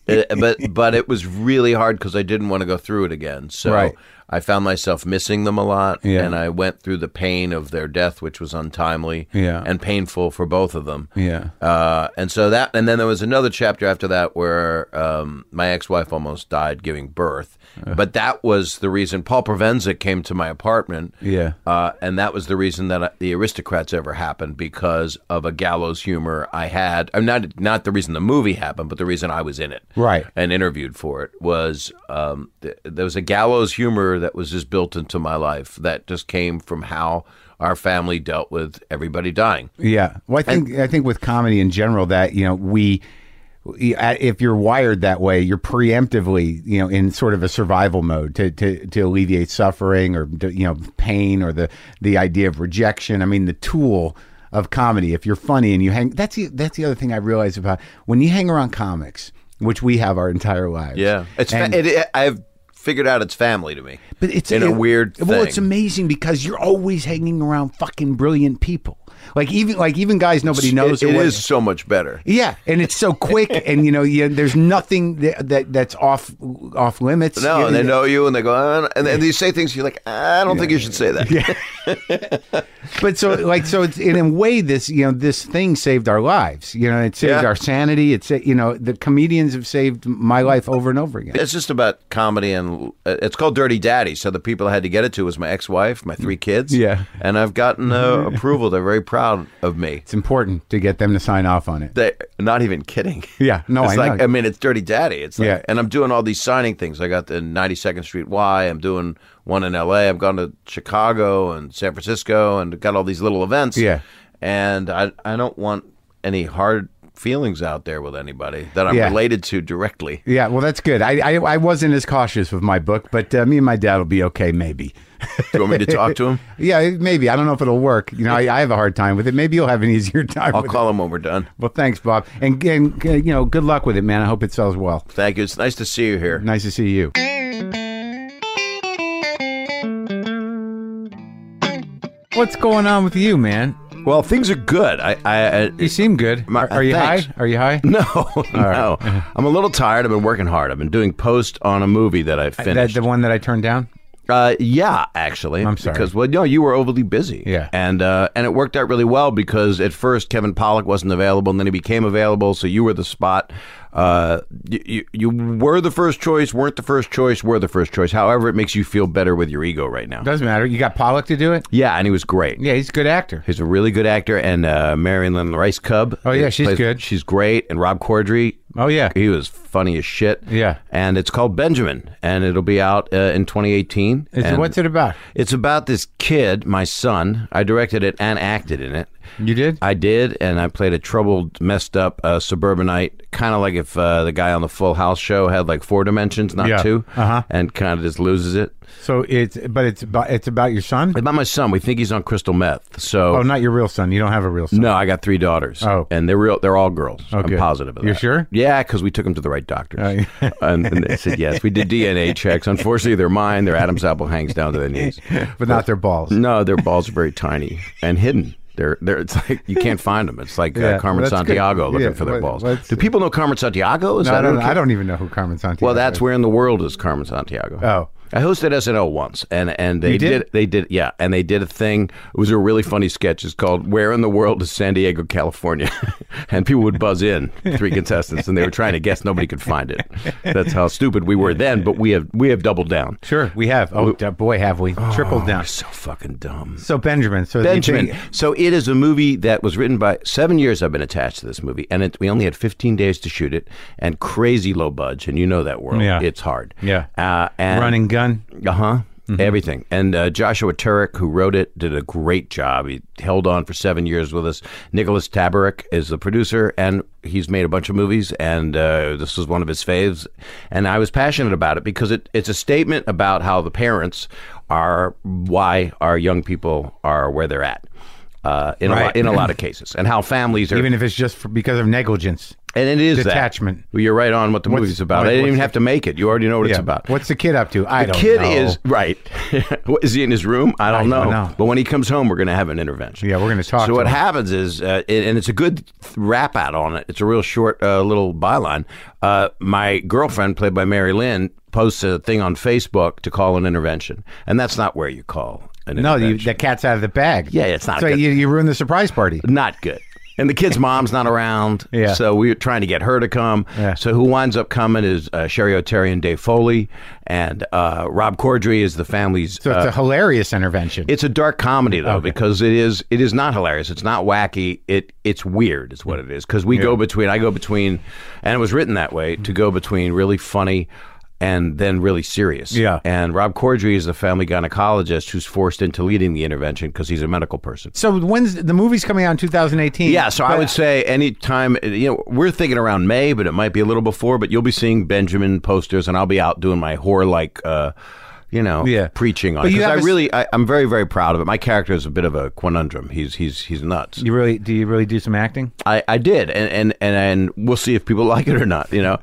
Uh, but but it was really hard because I didn't want to go through it again. So Right. I found myself missing them a lot, Yeah. and I went through the pain of their death, which was untimely Yeah. and painful for both of them. Yeah. Uh, and so that, and then there was another chapter after that where um, my ex-wife almost died giving birth, Uh. but that was the reason Paul Provenza came to my apartment. Yeah. uh, and that was the reason that I, the Aristocrats ever happened because of a gallows humor I had. I'm not not the reason the movie happened, but the reason I was in it, Right. and interviewed for it was um, th- there was a gallows humor that was just built into my life that just came from how our family dealt with everybody dying. Yeah. Well, I think I think with comedy in general that you know we, uh, if you're wired that way, you're preemptively you know in sort of a survival mode to to, to alleviate suffering or you know pain or the the idea of rejection. I mean, the tool of comedy. If you're funny and you hang, that's the, that's the other thing I realize about when you hang around comics, which we have our entire lives. Yeah, it's fa- And- it, it- I've figured out it's family to me. But it's in a weird Well, thing. it's amazing because you're always hanging around fucking brilliant people. Like even like even guys nobody knows. It- or it what- is so much better. Yeah, and it's so quick, and you know, you, there's nothing that, that that's off off limits. No, You- and they know you, and they go, "Ah," and, and you say things. You're like, I don't think you should say that. But so like so it's in a way this you know this thing saved our lives. You know, it saved Yeah. our sanity. It's you know the comedians have saved my life over and over again. It's just about comedy, and uh, it's called Dirty Daddy. So the people I had to get it to was my ex-wife, my three kids. Yeah. and I've gotten uh, approval. They're very proud of me. It's important to get them to sign off on it. They're not even kidding. Yeah, no, it's I like know. I mean, it's Dirty Daddy. It's like, Yeah. and I'm doing all these signing things. I got the 92nd Street Y. I'm doing one in L.A. I've gone to Chicago and San Francisco, and got all these little events. Yeah. and I I don't want any hard feelings out there with anybody that I'm Yeah. related to directly. Yeah, well, that's good. I, I I wasn't as cautious with my book, but uh, me and my dad will be okay, maybe. Do you want me to talk to him? yeah, maybe. I don't know if it'll work. You know, I, I have a hard time with it. Maybe you'll have an easier time. I'll with call him when we're done. it. Well, thanks, Bob, and and uh, you know, good luck with it, man. I hope it sells well. Thank you. It's nice to see you here. Nice to see you. What's going on with you, man? Well, things are good. I, I, I You seem good. My- are, are you thanks. high? Are you high? no, no. I'm a little tired. I've been working hard. I've been doing post on a movie that I That finished. the one that I turned down. uh, yeah, actually, I'm sorry. because well, no, you were overly busy. Yeah. and uh, and it worked out really well because at first Kevin Pollock wasn't available, and then he became available. So you were the spot. Uh, you, you you were the first choice, weren't the first choice, were the first choice. However, it makes you feel better with your ego right now. Doesn't matter. You got Pollock to do it. Yeah, and he was great. Yeah, he's a good actor. He's a really good actor, and uh, Marion Lynn Rice Cub. Oh, yeah, she's good. She's great, and Rob Corddry. Oh yeah. He was funny as shit. Yeah. and it's called Benjamin, and it'll be out uh, in 2018. Is- And what's it about? It's about this kid, my son. I directed it and acted in it. You did? I did, and I played a troubled, messed up uh, suburbanite, kind of like if uh, the guy on the Full House show had like four dimensions, not Yeah. 2 Uh-huh. and kind of just loses it. So it's but it's about it's about your son. About my son, we think he's on crystal meth, so Oh, not your real son. You don't have a real son. No, I got three daughters. Oh. and they're real. They're all girls. I'm good. positive. Of You're that. sure? Yeah, because we took them to the right doctors, Oh, yeah. and, and they said yes. We did DNA checks. Unfortunately, they're mine. Their Adam's apple hangs down to their knees. but not their balls. No, their balls are very tiny and hidden. They're, they're, it's like you can't find them. It's like Yeah, uh, Carmen that's good. Santiago looking Yeah, for their what- balls. what's- Do people know Carmen Santiago? Is No, that I don't. who- I don't even know who Carmen Santiago. well, that's is. where in the world is Carmen Santiago. Oh. I hosted SNL once, and and they You did? they did yeah, and they did a thing. It was a really funny sketch. It's called "Where in the World is San Diego, California?" and people would buzz in three contestants, and they were trying to guess. Nobody could find it. That's how stupid we were then. But we have we have doubled down. sure we have. Oh, d- boy, have we Oh, tripled down. We're so fucking dumb. So Benjamin. So you Benjamin. think- So it is a movie that was written by seven years I've been attached to this movie, and it, we only had 15 days to shoot it, and crazy low budge, and you know that world. Yeah. It's hard. Yeah. Uh, and running gun. Uh huh. Mm-hmm. Everything. And uh, Joshua Turek, who wrote it, did a great job. He held on for seven years with us. Nicholas Tabarek is the producer, and he's made a bunch of movies, and uh, this was one of his faves. And I was passionate about it because it, it's a statement about how the parents are why our young people are where they're at. Uh, in a Right. lot, in a lot of cases, and how families are Even if it's just for, because of negligence. and it is that. detachment. Well, You're right on what the movie's about. what- I didn't what's even the- have to make it. You already know what it's about What's the kid up to? I the don't kid know. is right. What, is he in his room? I don't, I don't know. know. But when he comes home, we're going to have an intervention. Yeah, we're gonna talk So to what him. happens is, uh, it- and it's a good th- rap out on it. It's a real short uh, little byline. Uh, my girlfriend, played by Mary Lynn, posts a thing on Facebook to call an intervention, and that's not where you call an No, you, intervention. the cat's out of the bag. Yeah, it's not So good. you, you ruined the surprise party. not good. And the kid's mom's not around, Yeah. so we were trying to get her to come. Yeah. So who winds up coming is uh, Sherry O'Terry and Dave Foley, and uh, Rob Corddry is the family's So it's a hilarious intervention. It's a dark comedy though because it is it is not hilarious. It's not wacky. It it's weird is what it is because we go between I go between, and it was written that way to go between really funny. And then really serious. Yeah. And Rob Corddry is the family gynecologist who's forced into leading the intervention because he's a medical person. so when's the movie's coming out in 2018? Yeah, so I would say anytime, you know, we're thinking around May, but it might be a little before, but you'll be seeing Benjamin posters and I'll be out doing my whore like, uh, you know, Yeah. preaching on But it. you 'Cause have I a s- really, I, I'm very, very proud of it. My character is a bit of a conundrum. He's, he's, he's nuts. You really do you really do some acting? I, I did, and, and, and, and we'll see if people like it or not, you know.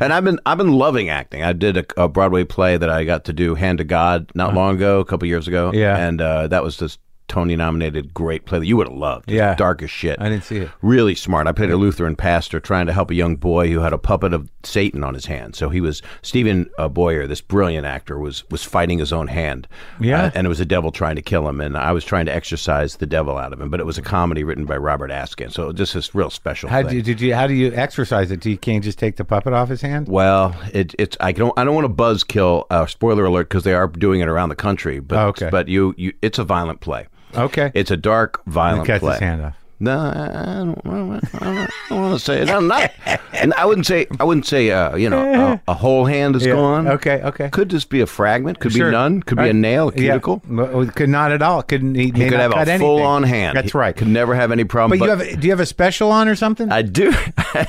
And I've been I've been loving acting. I did a, a Broadway play that I got to do Hand to God not long ago, a couple years ago. Uh-huh. Yeah. and uh, that was this Tony nominated great play that you would have loved. It's Yeah. dark as shit. I didn't see it. Really smart. I played a Lutheran pastor trying to help a young boy who had a puppet of Satan on his hand. So he was Stephen uh, Boyer, this brilliant actor, was was fighting his own hand. Yeah. Uh, and it was a devil trying to kill him, and I was trying to exorcise the devil out of him. But it was a comedy written by Robert Askin, so just this real special. How thing. do you, did you? How do you exercise it? Do you can't just take the puppet off his hand? Well, it, it's I don't I don't want to buzzkill. Uh, spoiler alert, because they are doing it around the country. But Oh, okay. but you, you it's a violent play. Okay, It's a dark, violent cut play. his hand off. No, I I don't, I don't, I don't want to say it. I'm not. And I wouldn't say I wouldn't say uh, you know a, a whole hand is Yeah. gone. Okay, okay. Could this be a fragment? Could Sure. be none. Could All be a right. nail, a Yeah. cuticle. Well, it could not at all. Couldn't he? He could have a full-on hand. That's He right. Could never have any problem. but, you have? Do you have a special on or something? I do. I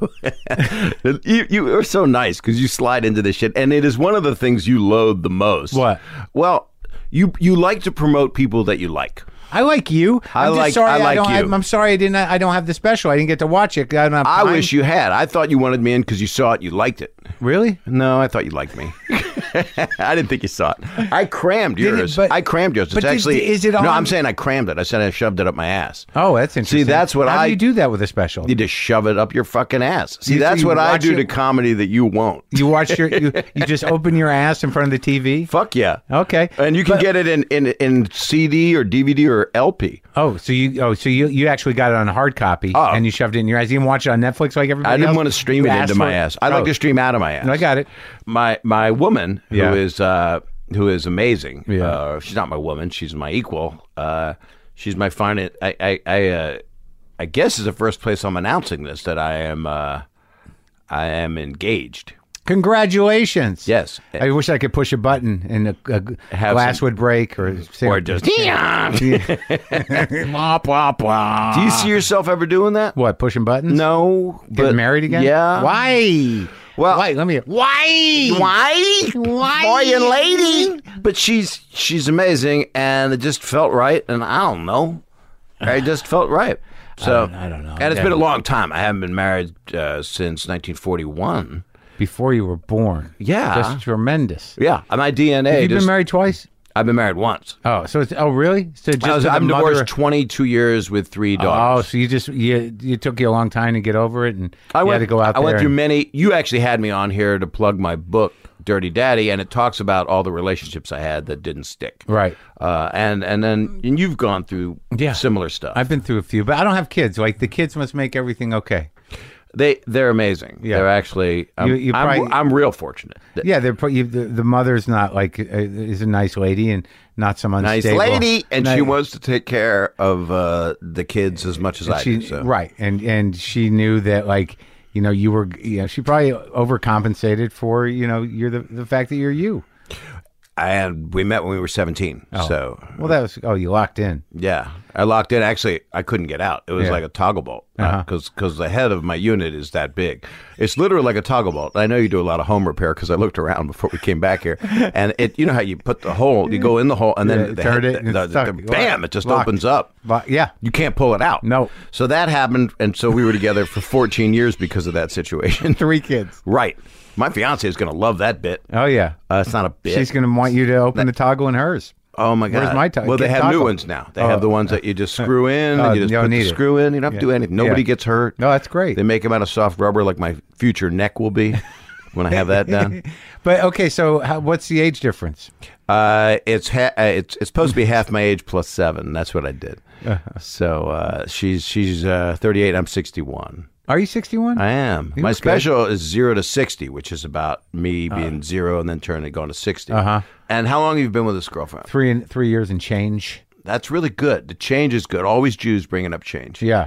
do. you, you are so nice because you slide into this shit, and it is one of the things you loathe the most. What? Well, you you like to promote people that you like. I like you. I I'm just like- Sorry I like don't, you. I'm, I'm sorry. I didn't. I don't have the special. I didn't get to watch it. I, don't have I time. wish you had. I thought you wanted me in because you saw it, you liked it. Really? No, I thought you liked me. I didn't think you saw it. I crammed it- yours. but- I crammed yours. It's but did- actually is it No, on- I'm saying I crammed it. I said I shoved it up my ass. Oh, that's interesting. that's what How I- do you do that with a special. You just shove it up your fucking ass. See, You- so that's you what I watch do it- to comedy that you won't. You watch your. You, you just open your ass in front of the TV. Fuck yeah. Okay. And you can get it in, in, in CD or DVD or LP. Oh, so you oh so you you actually got it on hard copy Oh. and you shoved it in your ass. You didn't watch it on Netflix like everybody. I didn't else? want to stream You it asked into for my it. ass. I like Oh, to stream out of my ass. I got it. My my woman Yeah. who is uh, who is amazing. Yeah. Uh, she's not my woman. She's my equal. Uh, she's my finance. I I I, uh, I guess is the first place I'm announcing this that I am uh, I am engaged. Congratulations. Yes. I wish I could push a button and a, a Have glass some- would break or say- Or just Do you see yourself ever doing that? what pushing buttons? No. Getting but- married again? Yeah. Why? Well- why? Let me. Why? Why? Why? Boy and lady. But she's she's amazing, and it just felt right. And I don't know, it just felt right. So don't- I don't know. And it's been a long time. I haven't been married uh, since 1941. Before you were born. Yeah. Just tremendous. Yeah, my DNA. You've just- been married twice. I've been married once. Oh, so it's oh really? So just I was, to the I'm mother- divorced 22 years with three daughters. Oh, so you just you you took you a long time to get over it, and I you went had to go out I there. went through and- many. You actually had me on here to plug my book, Dirty Daddy, and it talks about all the relationships I had that didn't stick. Right. Uh, and and then and you've gone through Yeah. similar stuff. I've been through a few, but I don't have kids. Like the kids must make everything okay. they they're amazing. Yeah. They're actually. I'm, You- you I'm, probably- I'm real fortunate. Th- Yeah, they're pro- you, the, the mother's not like uh, is a nice lady and not some Nice unstable lady, and Nice- she wants to take care of uh, the kids as much as I she- do. So. right, and and she knew that like you know you were you know she probably overcompensated for you know you're the the fact that you're you. And we met when we were 17. Oh. So Well, that was oh you locked in. Yeah, I locked in. Actually, I couldn't get out. It was Yeah. Uh-huh. like a toggle bolt because the head of my unit is that big. It's literally like a toggle bolt. I know you do a lot of home repair because I looked around before we came back here, and it. You know how you put the hole, you go in the hole, and then Yeah, the turn head- it and the- it's the- stuck. bam! It just Locked. opens up. But yeah, You can't pull it out. No. So that happened, and so we were together for 14 years because of that situation. three kids. right. My fiance is going to love that bit. Oh yeah, Uh, it's not a bit. she's gonna want you to open the toggle in hers. Oh my god! Where's my toggle? Well, they Get have new toggle. ones now. They Oh. have the ones that you just screw in, Oh, and you just you don't put the need it. screw in. You don't have to do Yeah. anything. Nobody Yeah. gets hurt. No, that's great. They make them out of soft rubber, like my future neck will be when I have that done. But okay, so how, what's the age difference? Uh, it's ha- uh, it's it's supposed to be half my age plus seven. That's what I did. Uh-huh. So uh, she's she's uh, thirty eight. I'm sixty one. Are you 61? I am. You my look good. special is zero to sixty, which is about me being zero and then turning going to sixty. Uh-huh. And how long have you been with this girlfriend? three and three years and change. That's really good. The change is good. Always Jews bringing up change. Yeah,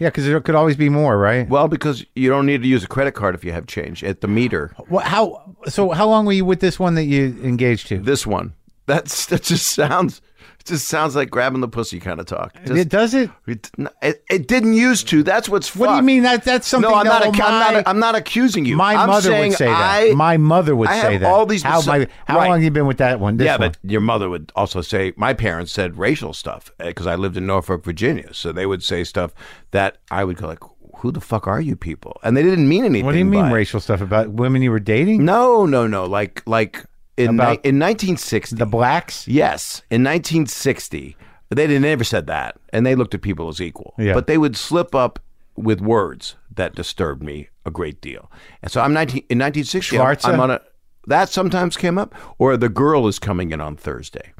yeah, because there could always be more, right? Well, because you don't need to use a credit card if you have change at the meter. What, how so? How long were you with this one that you engaged to? This one. That's that just sounds it just sounds like grabbing the pussy kind of talk. Just- it does it. it, it, it didn't used to. That's what's What do you fucked. mean that? That's something. No, I'm not, that- ac- oh, I'm, my- not I'm not accusing you. my I'm mother saying would say I, that. My mother would I say have that. all these How, mis- my, how Right. long you been with that one? This yeah, one. but your mother would also say my parents eh, said racial stuff because I lived in Norfolk, Virginia, so they would say stuff that I would go like, who the fuck are you people? And they didn't mean anything. What do you mean by it. racial stuff about women you were dating? No, no, no. Like, like in About- ni- in 1960. The blacks? Yes, in 1960, they didn't ever said that, and they looked at people as equal. Yeah. But they would slip up with words that disturbed me a great deal. And so I'm 19 in 1960. I'm- Schwarza? I'm on a that sometimes came up, or the girl is coming in on Thursday,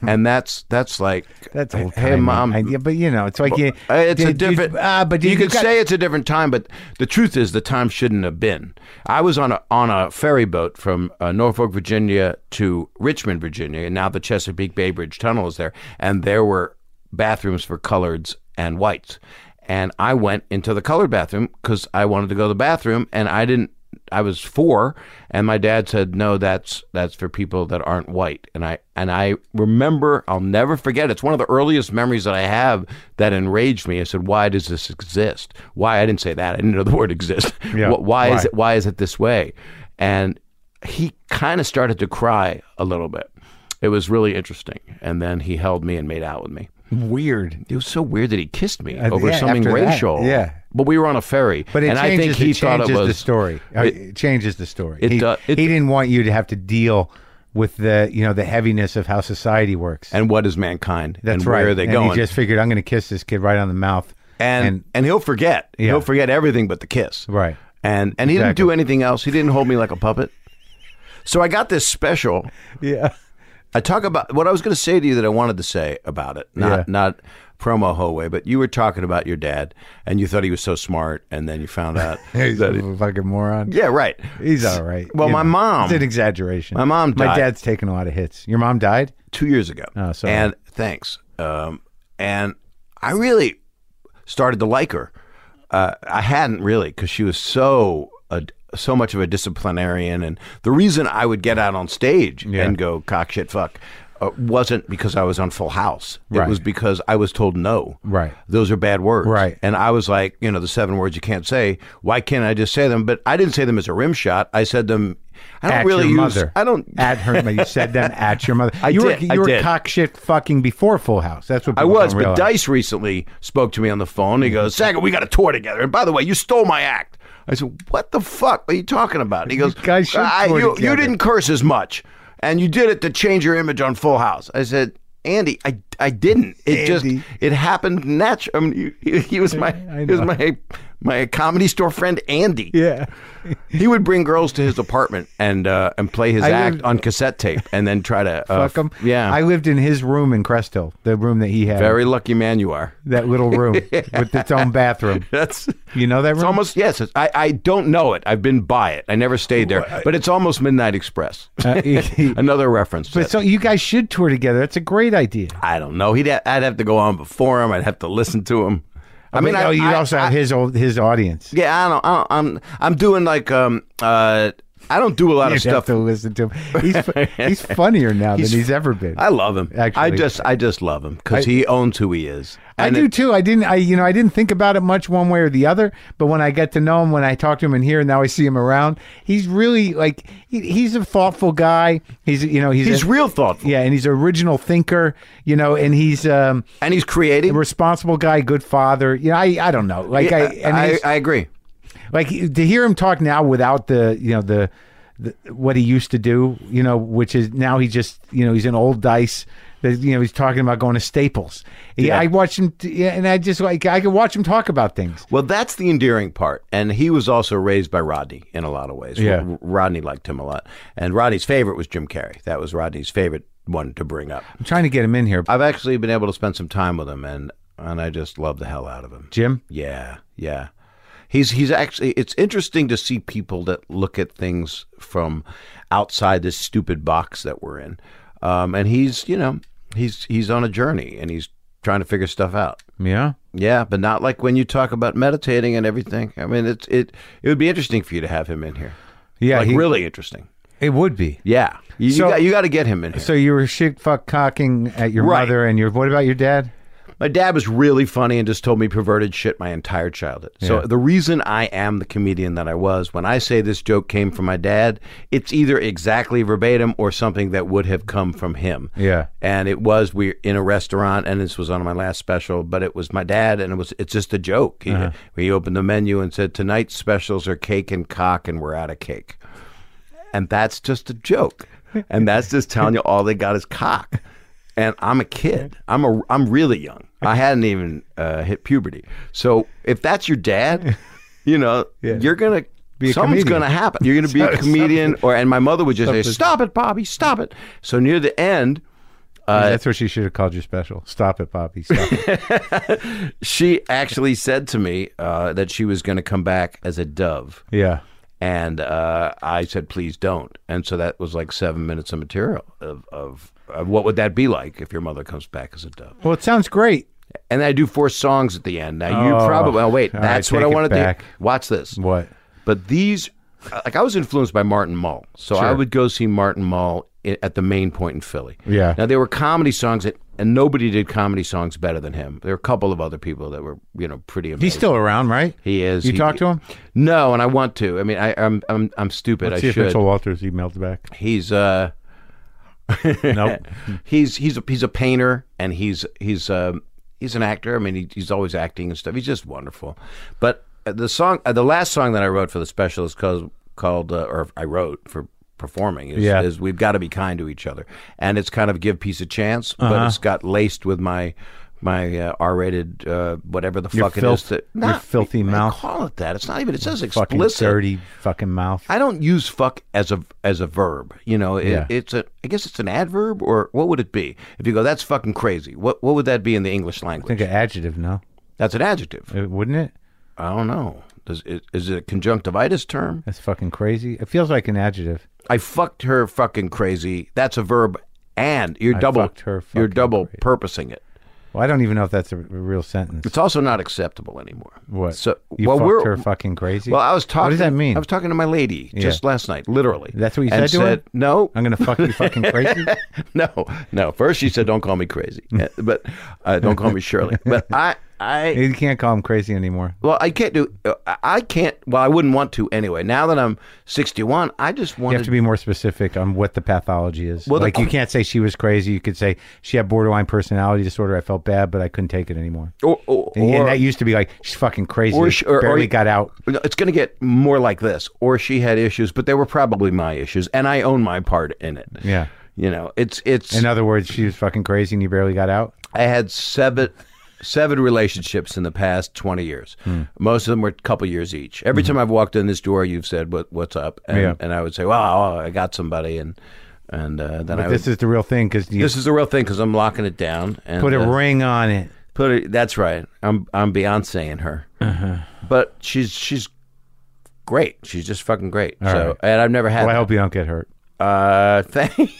and that's that's like That's old hey mom. I, yeah, but you know, it's like you, uh, it's you- a different. You, ah, but you, could got- say it's a different time, but the truth is the time shouldn't have been. I was on a on a ferry boat from uh, Norfolk, Virginia, to Richmond, Virginia, and now the Chesapeake Bay Bridge Tunnel is there, and there were bathrooms for coloreds and whites, and I went into the colored bathroom because I wanted to go to the bathroom, and I didn't. I was four, and my dad said, "No, that's that's for people that aren't white." And I and I remember, I'll never forget. It's one of the earliest memories that I have that enraged me. I said, "Why does this exist? Why?" I didn't say that. I didn't know the word exist. Yeah, Wh- why, why? is it? Why is it this way? And he kind of started to cry a little bit. It was really interesting. And then he held me and made out with me. weird. It was so weird that he kissed me Uh, over yeah, something after that, racial. yeah. but we were on a ferry, But it and I changes, think he it thought it changes was the story. Uh, It, It- changes the story. It he, do- it- he didn't want you to have to deal with the you know the heaviness of how society works. and what is mankind That's and right. where are they and going He just figured I'm going to kiss this kid right on the mouth. and, and he'll forget Yeah. he'll forget everything but the kiss Right. and and he didn't do anything else he didn't hold me like a puppet so i got this special yeah, i talk about what i was going to say to you that i wanted to say about it not Yeah. not promo hallway but you were talking about your dad and you thought he was so smart and then you found out he's that he- a fucking moron. yeah right He's all right. well you my know. mom It's an exaggeration. My mom My died. dad's taken a lot of hits. Your mom died. two years ago. Oh, sorry. And thanks. Um, and I really started to like her. Uh, I hadn't really because she was so a, so much of a disciplinarian, and the reason I would get out on stage Yeah. and go cock shit fuck. Uh, wasn't because I was on Full House. It Right. was because I was told no. Right. Those are bad words. Right. And I was like, you know, the seven words you can't say. Why can't I just say them? But I didn't say them as a rim shot. I said them. I don't at really your use. mother. I don't. at her. mother. You said them at your mother. I you did, Were, I you were did. cock shit fucking before Full House. That's what I people was, don't but realize. Dice recently spoke to me on the phone. He goes, Saga, we got a tour together. And by the way, you stole my act. I said, What the fuck are you talking about? And he goes, guys should "I- tour you, you together." didn't curse as much, and you did it to change your image on Full House. I said, Andy, I, I didn't. It just Andy. it happened naturally. I mean, he, he was my I he was know. my my comedy store friend Andy. Yeah. He would bring girls to his apartment and uh, and play his I act lived- on cassette tape, and then try to uh, Fuck him. Yeah, I lived in his room in Crest Hill, the room that he had. very lucky man you are. that little room with its own bathroom. That's You know that room? It's almost yes. It's, I I don't know it. I've been by it. I never stayed there, but it's almost Midnight Express. Uh, he- Another reference. To but it. so you guys should tour together. That's a great idea. I don't know. He'd ha- I'd have to go on before him. I'd have to listen to him. I mean, But, I, oh, you I- also have I- his old his audience. yeah, I don't. I don't I'm I'm doing like um uh I don't do a lot You of have stuff. to listen to him. He's fu- he's funnier now He's- than he's ever been. I love him. I Actually. just I just love him because he owns who he is. I And do it- too. I didn't. I you know I didn't think about it much one way or the other. But when I get to know him, when I talk to him in here, and now I see him around, he's really like he, he's a thoughtful guy. He's you know he's he's a- real thoughtful yeah, and he's an original thinker. You know, and he's um, and he's a creative. responsible guy, good father. You know, I I don't know. Like I and I, he's- I agree. like to hear him talk now without the you know the, the what he used to do you know which is now he just you know he's an old dice that you know he's talking about going to Staples. Yeah, Yeah. I watch him t- yeah, and I just like I can watch him talk about things. Well, that's the endearing part, and he was also raised by Rodney in a lot of ways. Yeah. R- Rodney liked him a lot, and Rodney's favorite was Jim Carrey. That was Rodney's favorite one to bring up. I'm trying to get him in here, I've actually been able to spend some time with him, and and I just love the hell out of him. Jim. Yeah, yeah. He's he's actually it's interesting to see people that look at things from outside this stupid box that we're in. Um, and he's, you know, he's he's on a journey and he's trying to figure stuff out. Yeah, Yeah, but not like when you talk about meditating and everything. I mean, it's it it would be interesting for you to have him in here. yeah, like he- really interesting. it would be. Yeah, you, So- you got you got to get him in here. So you were shit fuck cocking at your Right. mother and your what about your dad? My dad was really funny and just told me perverted shit my entire childhood. So the reason I am the comedian that I was, when I say this joke came from my dad, it's either exactly verbatim or something that would have come from him. Yeah. And it was we in a restaurant, and this was on my last special, but it was my dad, and it was it's just a joke. He, he opened the menu and said, "Tonight's specials are cake and cock, and we're out of cake." and that's just a joke. And that's just telling you all they got is cock. And I'm a kid. I'm a I'm really young. I hadn't even uh, hit puberty. So if that's your dad, you know you're a gonna something's comedian. gonna gonna happen. You're gonna be a comedian, or and my mother would just say, "Stop it, Bobby, stop it." So near the end, Uh, That's what she should have called you special. Stop it, Bobby. Stop it. she actually said to me uh, that she was gonna come back as a dove. Yeah. and uh, I said, "Please don't." And so that was like seven minutes of material of, of of what would that be like if your mother comes back as a dove? Well, it sounds great. And I do four songs at the end. Now you Oh. probably oh wait, All that's right, what I take it want to back. do. Watch this. What? But these, uh, like I was influenced by Martin Mull, so I would go see Martin Mull i- at the Main Point in Philly. Yeah. Now there were comedy songs that. And nobody did comedy songs better than him. There were a couple of other people that were, you know, pretty amazing. He's still around, right? He is. You He- talk to him? No, and I want to. I mean, I, I'm, I'm, I'm stupid. Let's I see if should. Mitchell Walters emailed back. He's uh Nope. he's he's a, he's a painter and he's he's um he's an actor. I mean he, he's always acting and stuff. He's just wonderful. But uh, the song uh, the last song that I wrote for the special is called called uh, or I wrote for performing is, Yeah. is we've got to be kind to each other and it's kind of give peace a chance but Uh-huh. it's got laced with my my uh, r-rated uh, whatever the fuck it filth- is that your filthy I mouth. call it that it's not even it says fucking explicit dirty fucking mouth. I don't use fuck as a as a verb. You know, it, Yeah. it's a I guess it's an adverb or what would it be? If you go, that's fucking crazy. What what would that be in the English I think language? an adjective, no? that's an adjective. Uh, Wouldn't it? I don't know. Does it, is it a conjunctivitis term? That's fucking crazy. It feels like an adjective. I fucked her fucking crazy. That's a verb, and you're double fucked her you're fucking double purposing it. Well, I don't even know if that's a, a real sentence. It's also not acceptable anymore. What? So you well, fucked we're her fucking crazy. well. I was talking. What does that mean? I was talking to my lady just last night, literally. That's what you and said to her? said no. I'm gonna fuck you fucking crazy. no, no. First, she said, "Don't call me crazy," but uh, don't call me Shirley. But I, I, You can't call him crazy anymore. well, I can't do. uh, I can't. Well, I wouldn't want to anyway. Now that I'm 61, I just You want have to be more specific on what the pathology is. Well, the like you qu- can't say she was crazy. You could say she had borderline personality disorder. I felt bad, but I couldn't take it anymore. or, or, And, and or- that used to be like she's fucking crazy. or Or, she- or- barely or- got out. No, it's going to get more like this. Or she had issues, but they were probably my issues, and I own my part in it. Yeah. You know, it's it's. In other words, she was fucking crazy and you barely got out. I had seven seven relationships in the past 20 years. Hmm. Most of them were a couple years each. Every time I've walked in this door, you've said what what's up and, Yeah. and I would say, "Wow, oh, I got somebody." And and uh, then I would, This is the real thing because you this is the real thing cuz I'm locking it down and put a uh, ring on it. put it that's right. I'm I'm Beyonceing her. Uh-huh. But she's she's great. She's just fucking great. so, right. and I've never had Well, Oh, I hope you don't get hurt. uh, thank.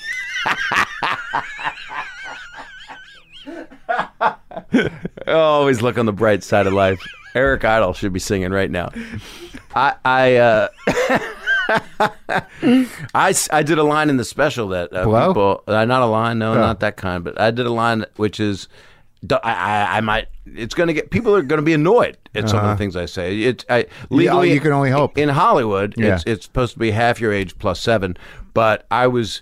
Always look on the bright side of life. Eric Idle should be singing right now. I I uh, I, s- I did a line in the special that uh, Blow? people uh, not a line no not that kind but I did a line which is d- I, I- I might it's gonna get people are gonna be annoyed at some of the things I say it's I legally Uh-huh. you oh, can only hope. in Hollywood, Yeah. it's it's supposed to be half your age plus seven. But I was,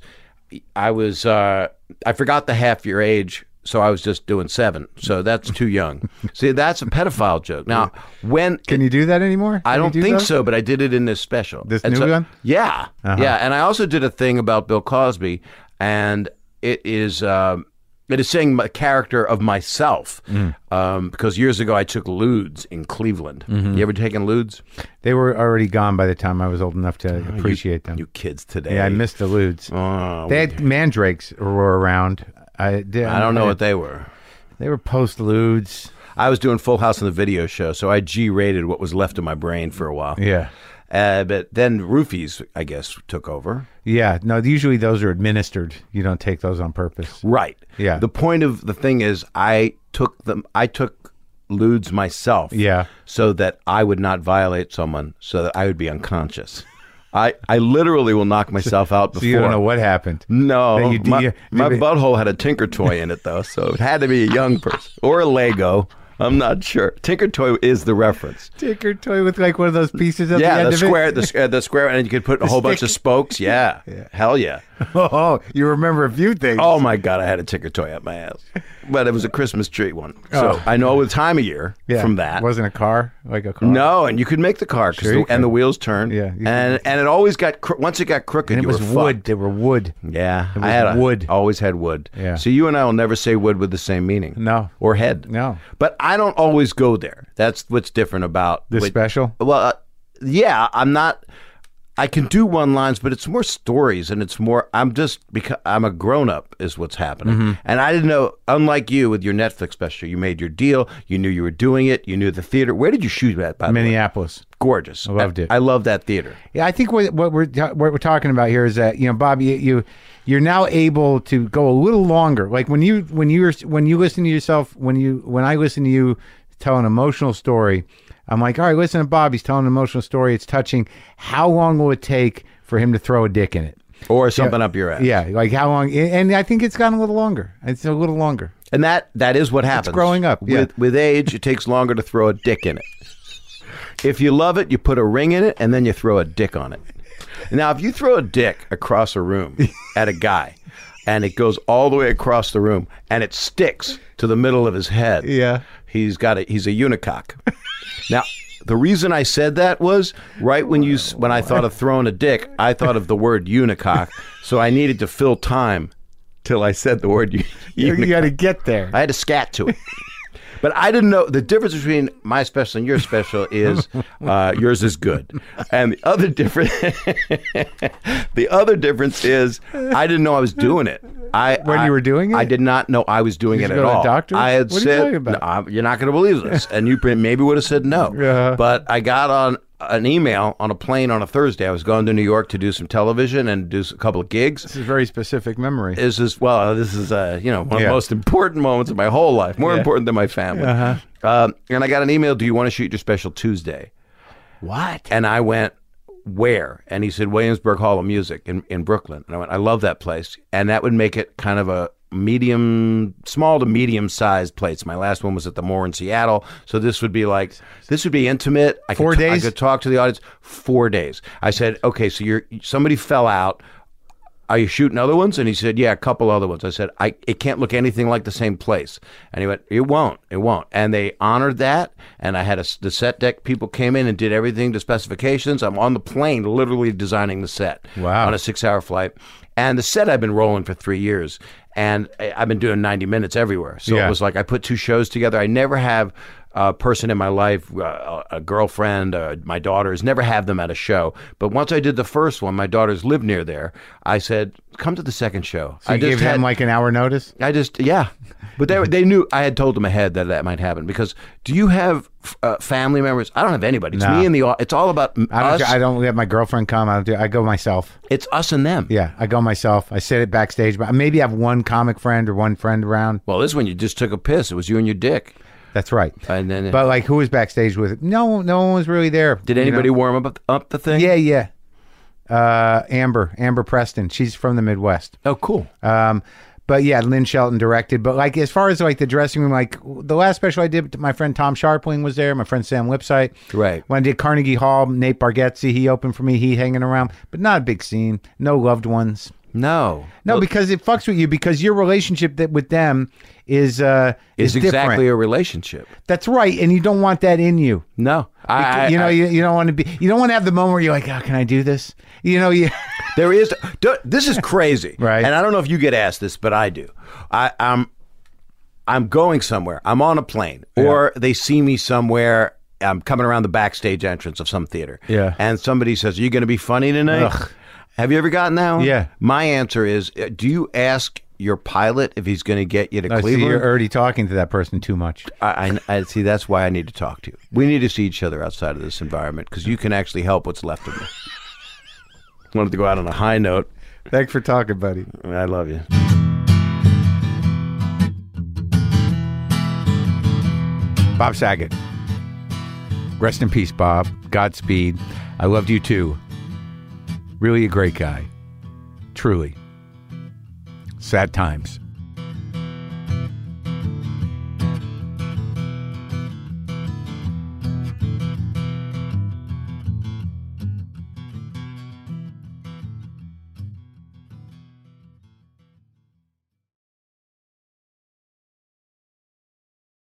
I was, uh, I forgot the half your age, so I was just doing seven. So that's too young. See, that's a pedophile joke. Now, when Can you do that anymore? I Can you don't do think those? so, but I did it in this special. This And new so- one? Uh-huh. Yeah, yeah. And I also did a thing about Bill Cosby, and it is um, it is saying the character of myself Mm. um, because years ago I took lewds in Cleveland. Mm-hmm. You ever taken lewds? They were already gone by the time I was old enough to appreciate them. Oh, You kids today. yeah, I missed the lewds. Oh, They had mandrakes were around. I, did, I don't know what they were. They were post ludes. I was doing Full House on the video show, so I G-rated what was left of my brain for a while. Yeah. Uh, but then roofies, I guess, took over. Yeah. No, usually those are administered. You don't take those on purpose. Right. Yeah. The point of the thing is, I took them. I took lewds myself. Yeah. So that I would not violate someone, so that I would be unconscious. I, I literally will knock myself out before. So you don't know what happened. No, Then you- my, you- my butthole had a Tinker Toy in it though, so it had to be a young person or a Lego. I'm not sure. Tinker Toy is the reference. Take your toy with like one of those pieces at the yeah, end the, of square, it. the square, the square, and you could put a whole bunch of spokes. Yeah. hell yeah. Oh, you remember a few things. Oh my god, I had a Tinker Toy up my ass, but it was a Christmas tree one, so Oh. I know the time of year from that. Wasn't a car like a car. no, and you could make the car 'cause Sure the- you and the wheels turned. Yeah, you and and it always got cro- once it got crooked, and it you was were wood. fucked. They were wood. Yeah, It I was had a- wood. Always had wood. Yeah. So you and I will never say wood with the same meaning. No. Or head. No. But I don't always go there. That's what's different about This what- special? Well, uh, yeah, I'm not. I can do one lines, but it's more stories, and it's more. I'm just because I'm a grown up is what's happening, Mm-hmm. and I didn't know. Unlike you with your Netflix special, you made your deal. You knew you were doing it. You knew the theater. Where did you shoot at? By the way, Minneapolis. gorgeous. I loved it. I love that theater. Yeah, I think what, what we're what we're talking about here is that you know, Bob, you, you you're now able to go a little longer. Like when you when you were when you listen to yourself when you when I listen to you tell an emotional story, I'm like, all right, listen to Bob. He's telling an emotional story. It's touching. How long will it take for him to throw a dick in it? Or something up your ass. Yeah, like how long? And I think it's gotten a little longer. It's a little longer. And that that is what happens. growing up, yeah. With with age, it takes longer to throw a dick in it. If you love it, you put a ring in it and then you throw a dick on it. Now, if you throw a dick across a room at a guy and it goes all the way across the room and it sticks to the middle of his head. Yeah. He's got a he's a unicock. now, the reason I said that was right when you s- when I thought of throwing a dick, I thought of the word unicock, so I needed to fill time till I said the word u- You, unicock. got to get there. I had to scat to it. But I didn't know the difference between my special and your special is uh, yours is good, and the other difference, the other difference is I didn't know I was doing it. I When I- you were doing it? I did not know I was doing Did it you go at to the all. doctor? I had What are you said, talking about? "No, I'm- "You're not going to believe this," and you maybe would have said no. Yeah. But I got on an email on a plane on a Thursday. I was going to New York to do some television and do s- a couple of gigs, This is a very specific memory. is this well this is uh you know one of Yeah. the most important moments of my whole life more important than my family Uh-huh. um, and i got an email do you want to shoot your special tuesday What? and i went where and he said williamsburg hall of music in, in brooklyn and i went i love that place and that would make it kind of a medium small to medium sized place my last one was at the moore in seattle so this would be like this would be intimate I Four could t- days? i could talk to the audience four days i said okay so you're somebody fell out are you shooting other ones? And he said, yeah, a couple other ones. I said, I it can't look anything like the same place. And he went, it won't, it won't. And they honored that. And I had a s the set deck people came in and did everything to specifications. I'm on the plane, literally designing the set. Wow. On a six hour flight. And the set I've been rolling for three years. And I- I've been doing 90 minutes everywhere. So Yeah. it was like I put two shows together. I never have a person in my life, uh, a a girlfriend, uh, my daughters, never have them at a show. But once I did the first one, my daughters live near there. I said, "Come to the second show." So I you gave him like an hour notice. I just yeah, but they they knew I had told them ahead that that might happen because do you have f- uh, family members? I don't have anybody. It's No. me and the au- it's all about m- I don't, us. I don't let my girlfriend come. I, don't do, I go myself. it's us and them. Yeah, I go myself. I sit it backstage, but maybe I have one comic friend or one friend around. Well, this one you just took a piss. It was you and your dick, That's right. and then But like, who was backstage with? No, no one was really there. did you anybody know? warm up up the thing? Yeah, yeah. Uh, Amber, Amber Preston. She's from the Midwest. Oh, cool. Um, but yeah, Lynn Shelton directed. But like, as far as like the dressing room, like the last special I did, my friend Tom Sharpling was there. My friend Sam Lipsight. Right. When I did Carnegie Hall, Nate Bargatze, he opened for me. He hanging around, but not a big scene. No loved ones. No, No, because it fucks with you because your relationship that with them is uh, it's is different. exactly a relationship. That's right, and you don't want that in you. No, I, I- you know, I- you, you don't want to be. You don't want to have the moment where you're like, "Oh, can I do this?" You know, you. There is. don't- This is crazy, Right. And I don't know if you get asked this, but I do. I, I'm, I'm going somewhere. I'm on a plane, or they see me somewhere. I'm coming around the backstage entrance of some theater. Yeah. And somebody says, "Are you going to be funny tonight?" Ugh. Have you ever gotten that one? Yeah. My answer is, uh, do you ask your pilot if he's going to get you to I see er, Cleveland? you're already talking to that person too much. I, I, I see. That's why I need to talk to you. We need to see each other outside of this environment because you can actually help what's left of me. Wanted to go out on a high note. Thanks for talking, buddy. I love you. Bob Saget. Rest in peace, Bob. Godspeed. I loved you too. Really a great guy. Truly. Sad times.